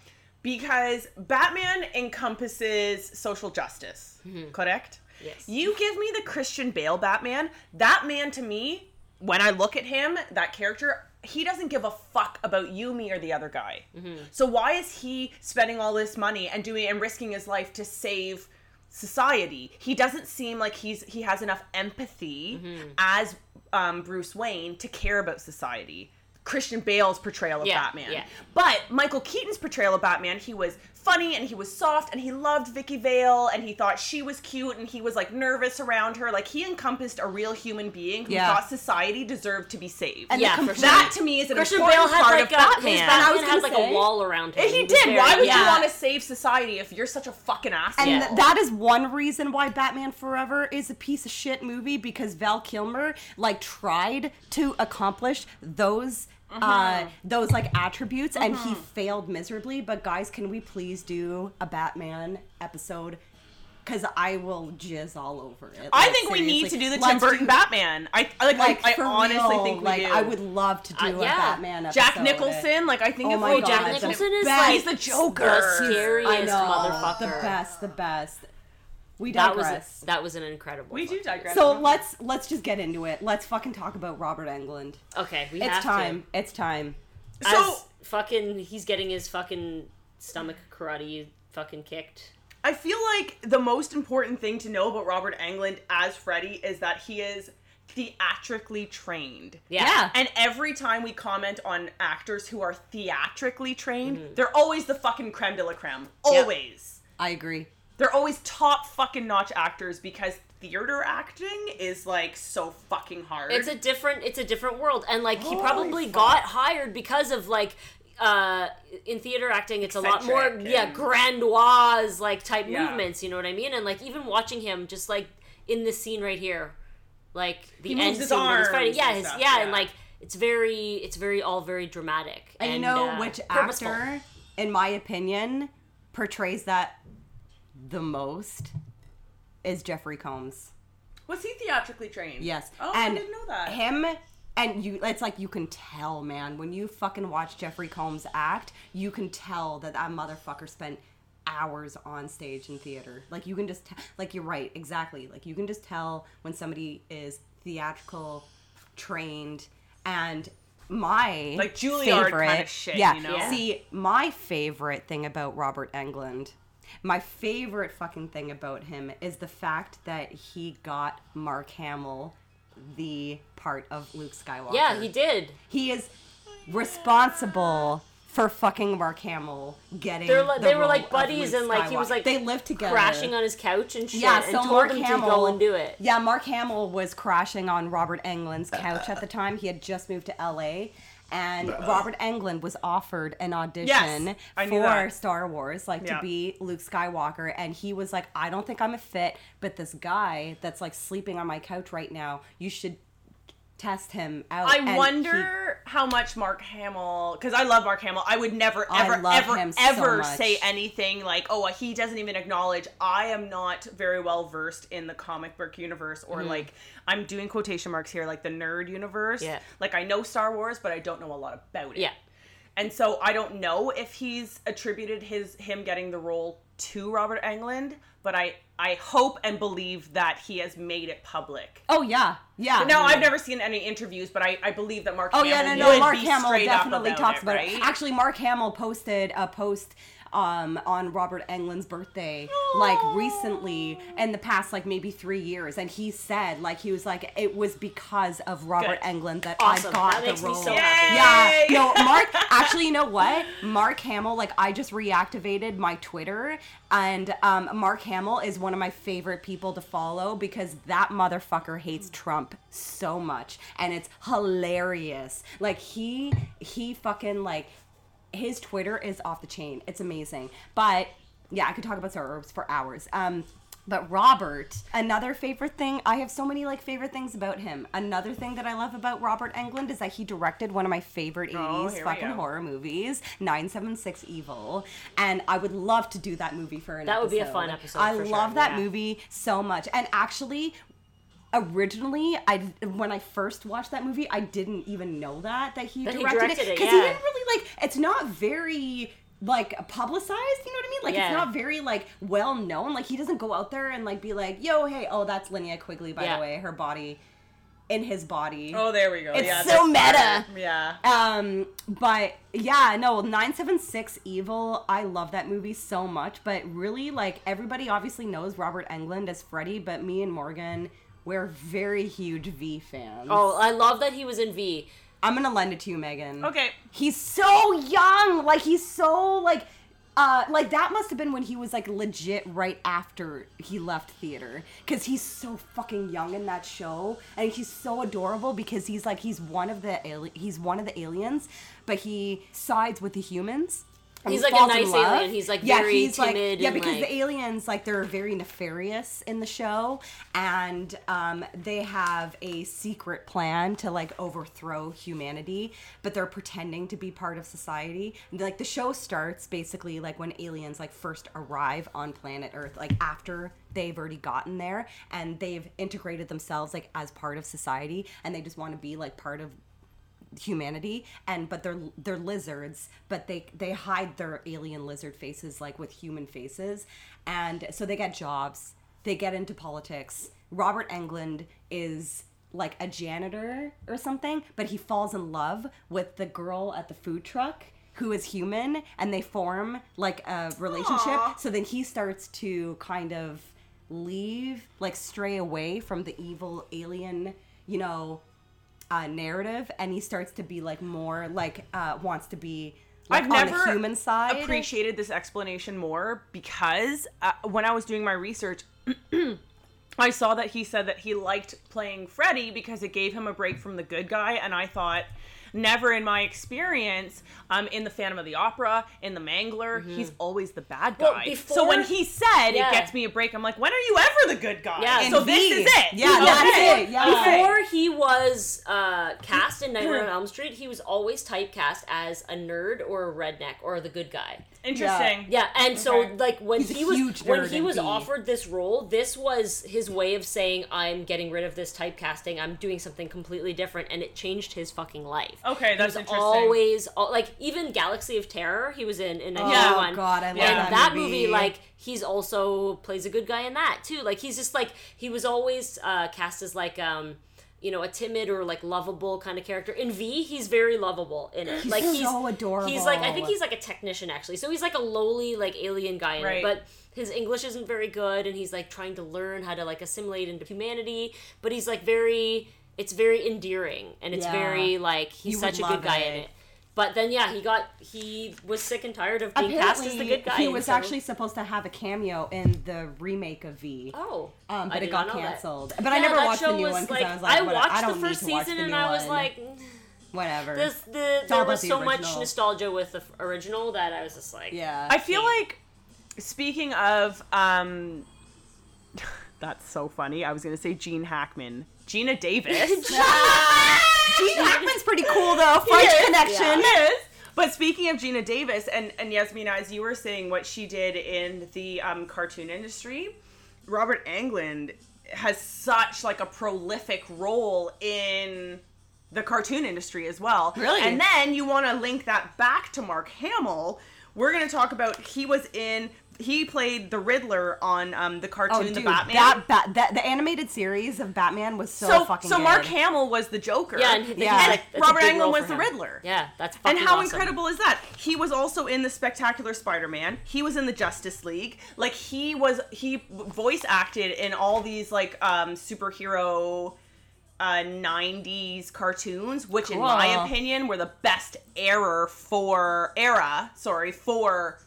Speaker 2: Because Batman encompasses social justice. Correct.
Speaker 1: Mm-hmm. Yes.
Speaker 2: You give me the Christian Bale Batman. That man to me, when I look at him, that character, he doesn't give a fuck about you, me, or the other guy.
Speaker 1: Mm-hmm.
Speaker 2: So why is he spending all this money and doing and risking his life to save society? He doesn't seem like he's he has enough empathy
Speaker 1: Mm-hmm.
Speaker 2: as um, Bruce Wayne to care about society. Christian Bale's portrayal of
Speaker 1: Yeah,
Speaker 2: Batman.
Speaker 1: yeah.
Speaker 2: But Michael Keaton's portrayal of Batman, he was funny and he was soft and he loved Vicky Vale and he thought she was cute and he was like nervous around her. Like he encompassed a real human being who
Speaker 3: Yeah.
Speaker 2: thought society deserved to be saved.
Speaker 3: And
Speaker 1: Yeah,
Speaker 3: the
Speaker 1: for
Speaker 3: complete-
Speaker 1: sure.
Speaker 2: that to me is an
Speaker 1: Christian Bale
Speaker 2: important
Speaker 1: had
Speaker 2: part
Speaker 1: like
Speaker 2: of
Speaker 1: a
Speaker 2: Batman.
Speaker 1: his
Speaker 3: I was
Speaker 1: Batman
Speaker 3: gonna
Speaker 1: had like
Speaker 3: say-
Speaker 1: a wall around him.
Speaker 2: If he
Speaker 1: was
Speaker 2: did,
Speaker 1: very-
Speaker 2: why would you
Speaker 1: yeah.
Speaker 2: want to save society if you're such a fucking asshole?
Speaker 3: And
Speaker 1: Yeah.
Speaker 3: th- that is one reason why Batman Forever is a piece of shit movie because Val Kilmer like tried to accomplish those
Speaker 2: Mm-hmm.
Speaker 3: uh those like attributes and he failed miserably. But guys, can we please do a Batman episode? Because I will jizz all over it.
Speaker 2: I
Speaker 3: Like,
Speaker 2: think we need to
Speaker 3: seriously.
Speaker 2: do the Tim
Speaker 3: Let's
Speaker 2: Burton
Speaker 3: do-
Speaker 2: Batman. I I- like,
Speaker 3: Like
Speaker 2: I, I
Speaker 3: for
Speaker 2: honestly
Speaker 3: real,
Speaker 2: think we
Speaker 3: like
Speaker 2: do.
Speaker 3: I would love to do
Speaker 1: Uh,
Speaker 3: a
Speaker 1: yeah.
Speaker 3: Batman episode.
Speaker 2: Jack Nicholson, like I think
Speaker 3: Oh
Speaker 2: if
Speaker 3: my
Speaker 2: we
Speaker 1: Oh, Jack
Speaker 3: God,
Speaker 2: did-
Speaker 1: Nicholson is
Speaker 3: best.
Speaker 1: like
Speaker 2: he's the Joker.
Speaker 1: the scariest
Speaker 3: I know
Speaker 1: motherfucker.
Speaker 3: the best, the best. We
Speaker 1: That
Speaker 3: digress.
Speaker 1: was that was an incredible.
Speaker 2: We do
Speaker 1: fucking-
Speaker 2: digress.
Speaker 3: So let's let's just get into it. Let's fucking talk about Robert Englund.
Speaker 1: Okay, we
Speaker 3: It's
Speaker 1: have
Speaker 3: time. It's time.
Speaker 1: To. As
Speaker 2: So-
Speaker 1: fucking, he's getting his fucking stomach karate fucking kicked.
Speaker 2: I feel like the most important thing to know about Robert Englund as Freddy is that he is theatrically trained.
Speaker 1: Yeah.
Speaker 3: Yeah.
Speaker 2: And every time we comment on actors who are theatrically trained,
Speaker 1: Mm-hmm.
Speaker 2: they're always the fucking creme de la creme. Always.
Speaker 3: I agree.
Speaker 2: They're always top fucking notch actors because theater acting is like so fucking hard.
Speaker 1: It's a different it's a different world and like he
Speaker 3: Holy
Speaker 1: probably
Speaker 3: fuck.
Speaker 1: got hired because of like uh in theater acting it's a lot more
Speaker 2: Eccentric
Speaker 1: yeah
Speaker 2: and-
Speaker 1: grandoise like type
Speaker 2: Yeah.
Speaker 1: movements, you know what I mean? And like even watching him just like in this scene right here like the
Speaker 2: He
Speaker 1: end
Speaker 2: moves his
Speaker 1: scene where he's fighting-
Speaker 2: arms
Speaker 1: yeah,
Speaker 2: and
Speaker 1: his,
Speaker 2: stuff,
Speaker 1: yeah,
Speaker 2: yeah.
Speaker 1: and like it's very it's very all very dramatic
Speaker 3: And, you know
Speaker 1: uh,
Speaker 3: which
Speaker 1: purposeful.
Speaker 3: actor, in my opinion, portrays that the most is Jeffrey Combs.
Speaker 2: Was he theatrically trained?
Speaker 3: Yes.
Speaker 2: Oh,
Speaker 3: and
Speaker 2: I didn't know that.
Speaker 3: Him and you it's like you can tell, man, when you fucking watch Jeffrey Combs act, you can tell that that motherfucker spent hours on stage in theater. Like you can just t- like you're right, exactly. Like you can just tell when somebody is theatrical trained and my
Speaker 2: Like Juilliard kinda
Speaker 3: favorite-
Speaker 2: shit,
Speaker 3: yeah.
Speaker 2: you know? Yeah.
Speaker 3: See, my favorite thing about Robert Englund, my favorite fucking thing about him is the fact that he got Mark Hamill the part of Luke Skywalker.
Speaker 1: Yeah, he did.
Speaker 3: He is responsible for fucking Mark Hamill getting.
Speaker 1: They're like,
Speaker 3: the
Speaker 1: they were
Speaker 3: role
Speaker 1: like
Speaker 3: of
Speaker 1: buddies
Speaker 3: Luke
Speaker 1: and like he was
Speaker 3: Skywalker.
Speaker 1: like
Speaker 3: they lived together,
Speaker 1: crashing on his couch and shit
Speaker 3: yeah,
Speaker 1: and
Speaker 3: so
Speaker 1: told
Speaker 3: Mark
Speaker 1: him
Speaker 3: Hamill
Speaker 1: to go and do it.
Speaker 3: Yeah,
Speaker 2: Uh,
Speaker 3: Mark Hamill was crashing on Robert Englund's couch at the time. He had just moved to LA, and Robert Englund was offered an audition
Speaker 2: Yes, I knew
Speaker 3: for
Speaker 2: that.
Speaker 3: Star Wars, like
Speaker 2: Yeah.
Speaker 3: to be Luke Skywalker, and he was like, "I don't think I'm a fit, but this guy that's like sleeping on my couch right now, you should test him out." And
Speaker 2: I
Speaker 3: he-
Speaker 2: wonder how much Mark Hamill, because I love Mark Hamill. I would never,
Speaker 3: I
Speaker 2: ever,
Speaker 3: love
Speaker 2: ever,
Speaker 3: him so
Speaker 2: ever
Speaker 3: much.
Speaker 2: say anything like, "Oh, he doesn't even acknowledge." I am not very well versed in the comic book universe, or
Speaker 3: Mm-hmm.
Speaker 2: like I'm doing quotation marks here, like the nerd universe.
Speaker 1: Yeah.
Speaker 2: Like I know Star Wars, but I don't know a lot about it.
Speaker 1: Yeah.
Speaker 2: And so I don't know if he's attributed his him getting the role to Robert Englund, but I I hope and believe that he has made it public.
Speaker 3: Oh yeah, yeah.
Speaker 2: No, I've never seen any interviews, but I, I believe that Mark.
Speaker 3: Oh
Speaker 2: Hamill
Speaker 3: yeah, no,
Speaker 2: would
Speaker 3: no. Mark
Speaker 2: be
Speaker 3: Hamill
Speaker 2: straight up
Speaker 3: definitely
Speaker 2: about
Speaker 3: talks
Speaker 2: it,
Speaker 3: about
Speaker 2: right?
Speaker 3: it. Actually, Mark Hamill posted a post um, on Robert Englund's birthday, like recently in the past, like maybe three years, and he said, like he was like, it was because of Robert
Speaker 2: Good.
Speaker 3: Englund that
Speaker 1: Awesome.
Speaker 3: I got
Speaker 1: That
Speaker 3: the
Speaker 1: makes me
Speaker 3: role.
Speaker 1: so
Speaker 2: Yay!
Speaker 3: Yeah, no,
Speaker 1: [LAUGHS]
Speaker 3: Mark. Actually, you know what? Mark Hamill. Like, I just reactivated my Twitter, and um, Mark Hamill is one of my favorite people to follow because that motherfucker hates Trump so much, and it's hilarious. Like, he he fucking like his Twitter is off the chain. It's amazing. But yeah, I could talk about Star Wars for hours. Um, but Robert, another favorite thing, I have so many like favorite things about him. Another thing that I love about Robert Englund is that he directed one of my favorite 80s
Speaker 2: Oh, here we
Speaker 3: fucking
Speaker 2: go.
Speaker 3: horror movies, 976 Evil. And I would love to do that movie for an
Speaker 1: That would be a fun episode
Speaker 3: I
Speaker 1: for sure,
Speaker 3: love that
Speaker 1: yeah.
Speaker 3: movie so much. And actually, originally i when i first watched that movie i didn't even know that that he,
Speaker 1: That he
Speaker 3: directed,
Speaker 1: directed it,
Speaker 3: because
Speaker 1: yeah.
Speaker 3: he didn't really like it's not very like publicized you know what i mean like
Speaker 1: Yeah.
Speaker 3: it's not very like well known like he doesn't go out there and like be like yo hey oh that's linnea quigley by
Speaker 1: Yeah.
Speaker 3: the way her body in his body
Speaker 2: Oh, there we go.
Speaker 3: It's
Speaker 2: yeah,
Speaker 3: so
Speaker 2: that's
Speaker 3: meta.
Speaker 2: better. Yeah.
Speaker 3: um, but yeah, no, 976 Evil, I love that movie so much. But really, like, everybody obviously knows Robert Englund as Freddy, but me and Morgan, we're very huge V fans.
Speaker 1: Oh, I love that he was in V.
Speaker 3: I'm gonna lend it to you, Megan.
Speaker 2: Okay.
Speaker 3: He's so young! Like, he's so, like, uh, like that must have been when he was like legit right after he left theater because he's so fucking young in that show and he's so adorable because he's like he's one of the ali- he's one of the aliens but he sides with the humans and
Speaker 1: He's like a
Speaker 3: falls in
Speaker 1: nice
Speaker 3: love.
Speaker 1: alien. He's, like, very timid
Speaker 3: like, yeah
Speaker 1: and,
Speaker 3: because
Speaker 1: like-
Speaker 3: the aliens like they're very nefarious in the show and um, they have a secret plan to like overthrow humanity but they're pretending to be part of society And, like the show starts basically like when aliens like first arrive on planet earth like after they've already gotten there and they've integrated themselves like as part of society and they just want to be like part of humanity and but they're they're lizards but they they hide their alien lizard faces like with human faces and so they get jobs they get into politics robert englund is like a janitor or something but he falls in love with the girl at the food truck who is human and they form like a relationship so then he starts to kind of leave like stray away from the evil alien you know uh, narrative, and he starts to be like more like uh, wants to be like,
Speaker 2: I've
Speaker 3: on
Speaker 2: never
Speaker 3: the human side.
Speaker 2: appreciated this explanation more because uh, when I was doing my research, [CLEARS THROAT] I saw that he said that he liked playing Freddy because it gave him a break from the good guy, and I thought. Never in my experience, um, in the Phantom of the Opera, in the Mangler, he's always the bad guy.
Speaker 1: Well,
Speaker 2: so
Speaker 1: before-
Speaker 2: when he said
Speaker 1: Yeah.
Speaker 2: it gets me a break, I'm like, when are you ever the good guy?
Speaker 1: Yeah.
Speaker 2: So
Speaker 3: In
Speaker 2: this
Speaker 3: V.
Speaker 2: is it. This
Speaker 3: Yeah,
Speaker 2: is
Speaker 3: that's it. Yeah.
Speaker 2: Okay.
Speaker 1: Before he was uh, cast in Nightmare on Elm Street, he was always typecast as a nerd or a redneck or the good guy.
Speaker 2: Interesting.
Speaker 1: Yeah, and so
Speaker 2: Okay.
Speaker 1: like when
Speaker 3: He's a
Speaker 1: he was
Speaker 3: huge
Speaker 1: when
Speaker 3: nerd
Speaker 1: he
Speaker 3: in
Speaker 1: was
Speaker 3: B.
Speaker 1: offered this role, this was his way of saying I'm getting rid of this typecasting. I'm doing something completely different, and it changed his fucking life.
Speaker 2: Okay,
Speaker 1: He
Speaker 2: that's
Speaker 1: was
Speaker 2: interesting.
Speaker 1: Always al- like even Galaxy of Terror, he was in in
Speaker 3: Oh
Speaker 1: 1991.
Speaker 3: God, I love
Speaker 1: and
Speaker 3: that,
Speaker 1: that movie. like he's also plays a good guy in that too. Like he's just like he was always uh, cast as like um. You know, a timid or like lovable kind of character. In V, he's very lovable in it. like
Speaker 3: so
Speaker 1: he's He's like I think
Speaker 3: adorable.
Speaker 1: he's like a technician actually. So he's like a lowly like alien guy in it,
Speaker 2: Right.
Speaker 1: but his English isn't very good and he's like trying to learn how to like assimilate into humanity, but he's like very it's very endearing and it's
Speaker 3: Yeah.
Speaker 1: very like he's
Speaker 3: You would
Speaker 1: such a good
Speaker 3: love
Speaker 1: guy in
Speaker 3: it.
Speaker 1: it. But then yeah, he got he was sick and tired of being cast as the good guy.
Speaker 3: he
Speaker 1: and
Speaker 3: was
Speaker 1: so-
Speaker 3: actually supposed to have a cameo in the remake of V.
Speaker 1: Oh. I
Speaker 3: Um, but
Speaker 1: did
Speaker 3: it got
Speaker 1: not know that.
Speaker 3: canceled. But I
Speaker 1: Yeah,
Speaker 3: never
Speaker 1: that
Speaker 3: watched
Speaker 1: show
Speaker 3: the new
Speaker 1: was,
Speaker 3: one because
Speaker 1: like,
Speaker 3: I was like, what-
Speaker 1: watched
Speaker 3: I don't
Speaker 1: the
Speaker 3: need
Speaker 1: first
Speaker 3: to watch
Speaker 1: season
Speaker 3: the
Speaker 1: and
Speaker 3: new
Speaker 1: I was
Speaker 3: one.
Speaker 1: like "Mm,
Speaker 3: Whatever.
Speaker 1: This the
Speaker 3: all
Speaker 1: there
Speaker 3: about
Speaker 1: was
Speaker 3: the
Speaker 1: so much
Speaker 3: original.
Speaker 1: nostalgia with the f- original that I was just like,
Speaker 3: yeah.
Speaker 1: [LAUGHS]
Speaker 2: I feel like speaking of um [LAUGHS] that's so funny. I was going to say Gene Hackman. Gene Davis.
Speaker 3: Gene Hackman's pretty cool though. French connection.
Speaker 2: Yes. But speaking of Gina Davis and, and Yasmina, as you were saying, what she did in the um, cartoon industry, Robert Englund has such like a prolific role in the cartoon industry as well.
Speaker 3: Really?
Speaker 2: And then you want to link that back to Mark Hamill. We're going to talk about he was in he played the Riddler on um, the cartoon
Speaker 3: Oh, dude,
Speaker 2: The Batman.
Speaker 3: that, ba- that the animated series of Batman was so,
Speaker 2: so
Speaker 3: fucking
Speaker 2: so Mark
Speaker 3: good.
Speaker 2: Hamill was the Joker.
Speaker 1: yeah, and he-
Speaker 3: Yeah.
Speaker 1: he's like, that's a
Speaker 2: Robert
Speaker 1: big
Speaker 2: Englund
Speaker 1: role
Speaker 2: was
Speaker 1: for
Speaker 2: the
Speaker 1: him.
Speaker 2: Riddler.
Speaker 1: Yeah, that's fucking
Speaker 2: And how
Speaker 1: awesome.
Speaker 2: incredible is that? He was also in the Spectacular Spider-Man. He was in the Justice League. Like he was, he voice acted in all these like um, superhero uh, '90s cartoons, which in
Speaker 3: Cool.
Speaker 2: my opinion were the best era for era. Sorry for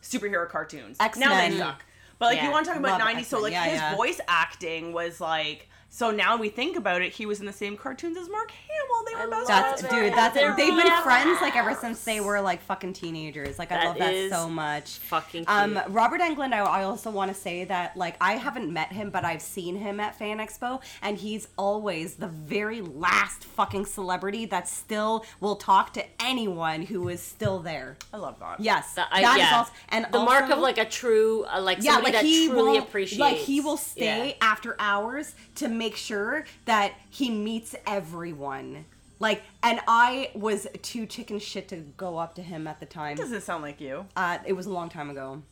Speaker 2: superhero cartoons. Now
Speaker 3: X-Men.
Speaker 2: they suck. But like
Speaker 1: Yeah,
Speaker 2: you want to talk about
Speaker 3: love
Speaker 2: '90s, so
Speaker 3: X-Men.
Speaker 2: like
Speaker 3: Yeah,
Speaker 2: his
Speaker 3: yeah.
Speaker 2: voice acting was like. So now we think about it, he was in the same cartoons as Mark Hamill. They were
Speaker 1: I
Speaker 2: both
Speaker 3: That's
Speaker 1: Love
Speaker 3: dude.
Speaker 1: it.
Speaker 3: That's
Speaker 1: They're
Speaker 3: they've been
Speaker 1: all
Speaker 3: friends like ever since they were like fucking teenagers. Like I
Speaker 1: That
Speaker 3: love that
Speaker 1: is
Speaker 3: so much.
Speaker 1: fucking
Speaker 3: Um,
Speaker 1: cute.
Speaker 3: Robert Englund. I, I also want to say that like I haven't met him, but I've seen him at Fan Expo, and he's always the very last fucking celebrity that still will talk to anyone who is still there.
Speaker 2: I love that.
Speaker 3: Yes,
Speaker 1: The- I-
Speaker 3: that is
Speaker 1: yeah.
Speaker 3: also and
Speaker 1: the mark
Speaker 3: also-
Speaker 1: of like a true, uh, like somebody that truly appreciates.
Speaker 3: like he will stay
Speaker 1: Yeah.
Speaker 3: after hours to make sure that he meets everyone. Like, and I was too chicken shit to go up to him at the time.
Speaker 2: doesn't sound like you.
Speaker 3: Uh, it was a long time ago.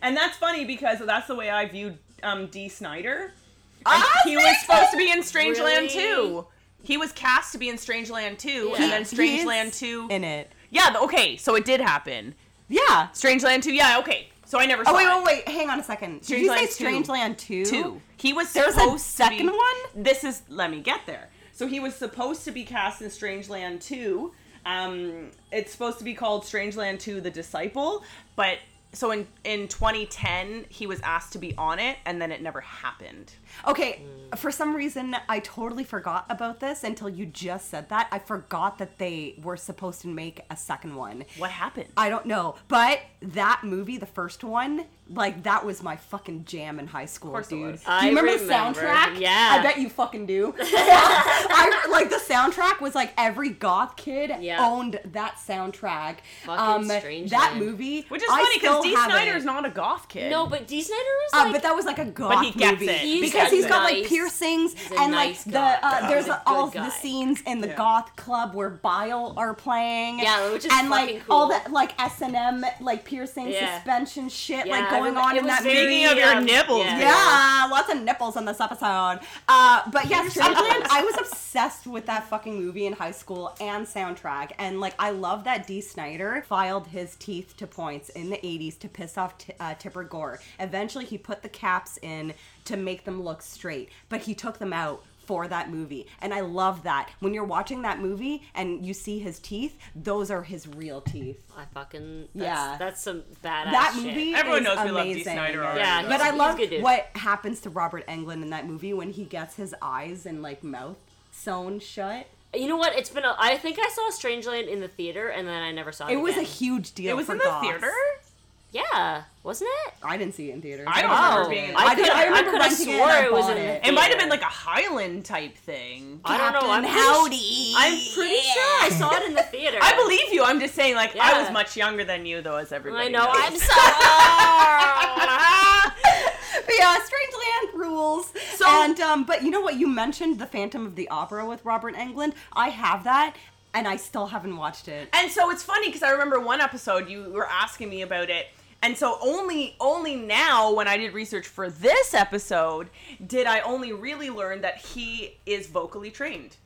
Speaker 2: And that's funny because that's the way I viewed um, D. Snyder. And
Speaker 3: Ah,
Speaker 2: he was supposed to be in Strangeland
Speaker 1: Really?
Speaker 2: 2. He was cast to be in Strangeland 2,
Speaker 1: Yeah.
Speaker 2: and then
Speaker 3: He is
Speaker 2: Strangeland 2.
Speaker 3: in it.
Speaker 2: yeah, th- okay, so it did happen.
Speaker 3: Yeah.
Speaker 2: Strangeland 2, yeah, okay. So I never saw
Speaker 3: Oh wait,
Speaker 2: it.
Speaker 3: wait, wait. Hang on a second. Did you say
Speaker 2: Strangeland two.
Speaker 3: Strangeland Two?
Speaker 2: two. He was
Speaker 3: There's a
Speaker 2: supposed to
Speaker 3: second
Speaker 2: be,
Speaker 3: one?
Speaker 2: This is let me get there. So he was supposed to be cast in Strangeland two. Um, it's supposed to be called Strangeland two: The Disciple, but so in in 2010 he was asked to be on it, and then it never happened.
Speaker 3: Okay, for some reason, I totally forgot about this until you just said that. I forgot that they were supposed to make a second one.
Speaker 2: What happened?
Speaker 3: I don't know, but that movie, the first one, like that was my fucking jam in high school,
Speaker 2: course it
Speaker 3: dude.
Speaker 2: was.
Speaker 3: Do you
Speaker 1: I
Speaker 3: remember, the
Speaker 1: remember.
Speaker 3: soundtrack?
Speaker 1: Yeah.
Speaker 3: I bet you fucking
Speaker 1: [LAUGHS]
Speaker 3: do. [LAUGHS] I, like the soundtrack was like every goth kid
Speaker 1: Yeah.
Speaker 3: owned that soundtrack. Um,
Speaker 1: Fucking
Speaker 3: that
Speaker 1: Strangeland.
Speaker 3: movie,
Speaker 2: Which is
Speaker 3: I
Speaker 2: funny because
Speaker 3: still
Speaker 2: D.
Speaker 3: have
Speaker 2: Snyder's
Speaker 3: it.
Speaker 2: not a goth kid.
Speaker 1: No, but D. Snyder is
Speaker 3: Uh,
Speaker 1: like,
Speaker 3: but that was like a goth
Speaker 2: he gets
Speaker 3: movie
Speaker 2: it. He's got
Speaker 3: because he's
Speaker 2: it.
Speaker 3: got like
Speaker 1: Nice.
Speaker 3: piercings
Speaker 1: He's a
Speaker 3: and
Speaker 1: nice
Speaker 3: like the
Speaker 1: goth
Speaker 3: uh,
Speaker 1: guy.
Speaker 3: there's
Speaker 1: He's a
Speaker 3: all
Speaker 1: good
Speaker 3: the
Speaker 1: guy.
Speaker 3: scenes in the
Speaker 2: Yeah.
Speaker 3: goth club where Bile are playing.
Speaker 1: Yeah, which is
Speaker 3: and like
Speaker 1: fucking
Speaker 3: all
Speaker 1: cool.
Speaker 3: that like S and M like piercing
Speaker 1: Yeah.
Speaker 3: suspension shit
Speaker 1: Yeah,
Speaker 3: like
Speaker 1: I
Speaker 3: going
Speaker 1: remember-
Speaker 3: on
Speaker 1: it
Speaker 3: in
Speaker 1: was
Speaker 3: that
Speaker 1: very,
Speaker 2: Speaking
Speaker 3: movie.
Speaker 2: of your
Speaker 1: um,
Speaker 2: nipples,
Speaker 1: yeah.
Speaker 3: Yeah, lots of nipples on this episode. Uh, but yes, Strangeland, I was obsessed with that fucking movie in high school and soundtrack. And like, I love that D. Snyder filed his teeth to points in the 80s to piss off t- uh, Tipper Gore. Eventually, he put the caps in to make them look straight, but he took them out. For that movie, and I love that when you're watching that movie and you see his teeth, those are his real teeth.
Speaker 1: I fucking that's,
Speaker 3: Yeah.
Speaker 1: that's some badass.
Speaker 3: That
Speaker 1: shit.
Speaker 3: movie,
Speaker 2: Everyone
Speaker 3: is
Speaker 2: knows we
Speaker 3: amazing.
Speaker 2: love D. Snyder already,
Speaker 1: Yeah, though.
Speaker 3: but I
Speaker 1: he's
Speaker 3: love
Speaker 1: good dude.
Speaker 3: what happens to Robert Englund in that movie when he gets his eyes and like mouth sewn shut.
Speaker 1: You know what? It's been. A, I think I saw Strangeland in the theater, and then I never saw Oh, it.
Speaker 3: It was a
Speaker 1: again.
Speaker 3: huge deal.
Speaker 2: it was
Speaker 3: for
Speaker 2: in the
Speaker 3: goths.
Speaker 2: theater.
Speaker 1: yeah, wasn't it?
Speaker 3: I didn't see it in theaters.
Speaker 2: I don't
Speaker 3: was-
Speaker 2: remember
Speaker 1: Oh.
Speaker 2: being in the
Speaker 1: I,
Speaker 2: theater.
Speaker 1: could.
Speaker 3: I
Speaker 1: I,
Speaker 3: remember
Speaker 1: could have
Speaker 3: renting it and
Speaker 1: swore
Speaker 3: I
Speaker 1: it was
Speaker 3: bought
Speaker 1: in.
Speaker 3: it.
Speaker 1: The
Speaker 2: It might have
Speaker 1: theater.
Speaker 2: been like a Highland type thing.
Speaker 1: I don't know. I'm
Speaker 3: Captain
Speaker 1: pretty su-
Speaker 3: Howdy.
Speaker 1: I'm pretty sure [LAUGHS] I saw it in the theater.
Speaker 2: I believe you. I'm just saying, like I
Speaker 1: Yeah.
Speaker 2: was much younger than you, though, as
Speaker 1: [LAUGHS]
Speaker 2: everybody.
Speaker 1: I know.
Speaker 2: knows.
Speaker 1: I'm sorry.
Speaker 3: But yeah, Strangeland rules.
Speaker 2: So-
Speaker 3: and um, but you know what? You mentioned the Phantom of the Opera with Robert Englund. I have that, and I still haven't watched it.
Speaker 1: [LAUGHS]
Speaker 2: And so it's funny because I remember one episode you were asking me about it. And so only only now when I did research for this episode did I only really learn that he is vocally trained.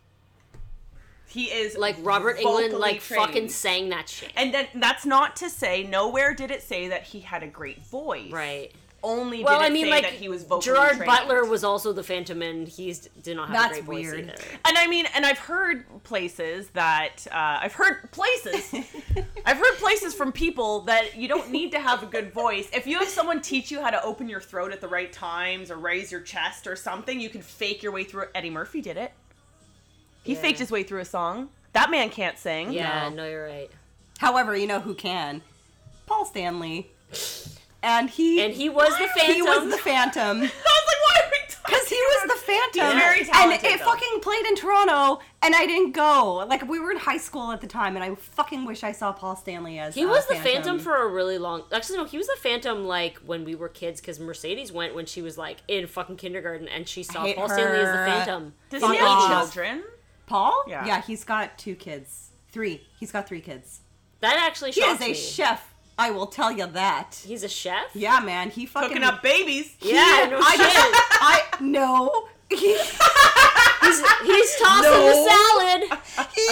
Speaker 2: He is
Speaker 1: like Robert England,
Speaker 2: vocally
Speaker 1: like
Speaker 2: trained.
Speaker 1: fucking sang that shit.
Speaker 2: And then that's not to say nowhere did it say that he had a great voice.
Speaker 1: Right.
Speaker 2: Only
Speaker 1: Well,
Speaker 2: did it
Speaker 1: I mean,
Speaker 2: say
Speaker 1: like
Speaker 2: that he was vocally
Speaker 1: Gerard
Speaker 2: trained.
Speaker 1: Butler was also the Phantom, and he did not have
Speaker 3: That's
Speaker 1: a great
Speaker 3: weird.
Speaker 1: voice either.
Speaker 2: And I mean, and I've heard places that uh, I've
Speaker 1: [LAUGHS]
Speaker 2: heard places, I've heard places from people that you don't need to have a good voice. If you have someone teach you how to open your throat at the right times or raise your chest or something, you can fake your way through. it. Eddie Murphy did it. He faked his way through a song. That Batman can't sing.
Speaker 1: Yeah, no, you're right.
Speaker 3: However, you know who can? Paul Stanley. And he
Speaker 1: And he was the Phantom.
Speaker 3: [LAUGHS] he was the Phantom.
Speaker 2: [LAUGHS] I was like, why are we talking?
Speaker 3: Because he was the Phantom.
Speaker 2: He's very talented,
Speaker 3: and it
Speaker 2: though.
Speaker 3: fucking played in Toronto, and I didn't go. Like, we were in high school at the time, and I fucking wish I saw Paul Stanley as
Speaker 1: He
Speaker 3: uh,
Speaker 1: was the Phantom. for a really long. Actually, no, he was the Phantom like when we were kids because Mercedes went when she was like in fucking kindergarten and she saw
Speaker 3: hate
Speaker 1: Paul Stanley as the
Speaker 3: her.
Speaker 1: Phantom.
Speaker 2: Does
Speaker 3: Fuck
Speaker 2: he have
Speaker 3: off.
Speaker 2: children?
Speaker 3: Paul?
Speaker 2: Yeah.
Speaker 3: Yeah, he's got two kids. Three. He's got three kids.
Speaker 1: That actually
Speaker 3: He
Speaker 1: shocks
Speaker 3: is a
Speaker 1: me.
Speaker 3: chef. I will tell you that.
Speaker 1: He's a chef.
Speaker 3: Yeah, man. He fucking.
Speaker 2: Cooking up [LAUGHS] babies.
Speaker 1: Yeah, no
Speaker 3: I
Speaker 1: shit.
Speaker 3: just. I. No. He.
Speaker 1: he's, he's tossing
Speaker 3: No.
Speaker 1: the salad.
Speaker 3: he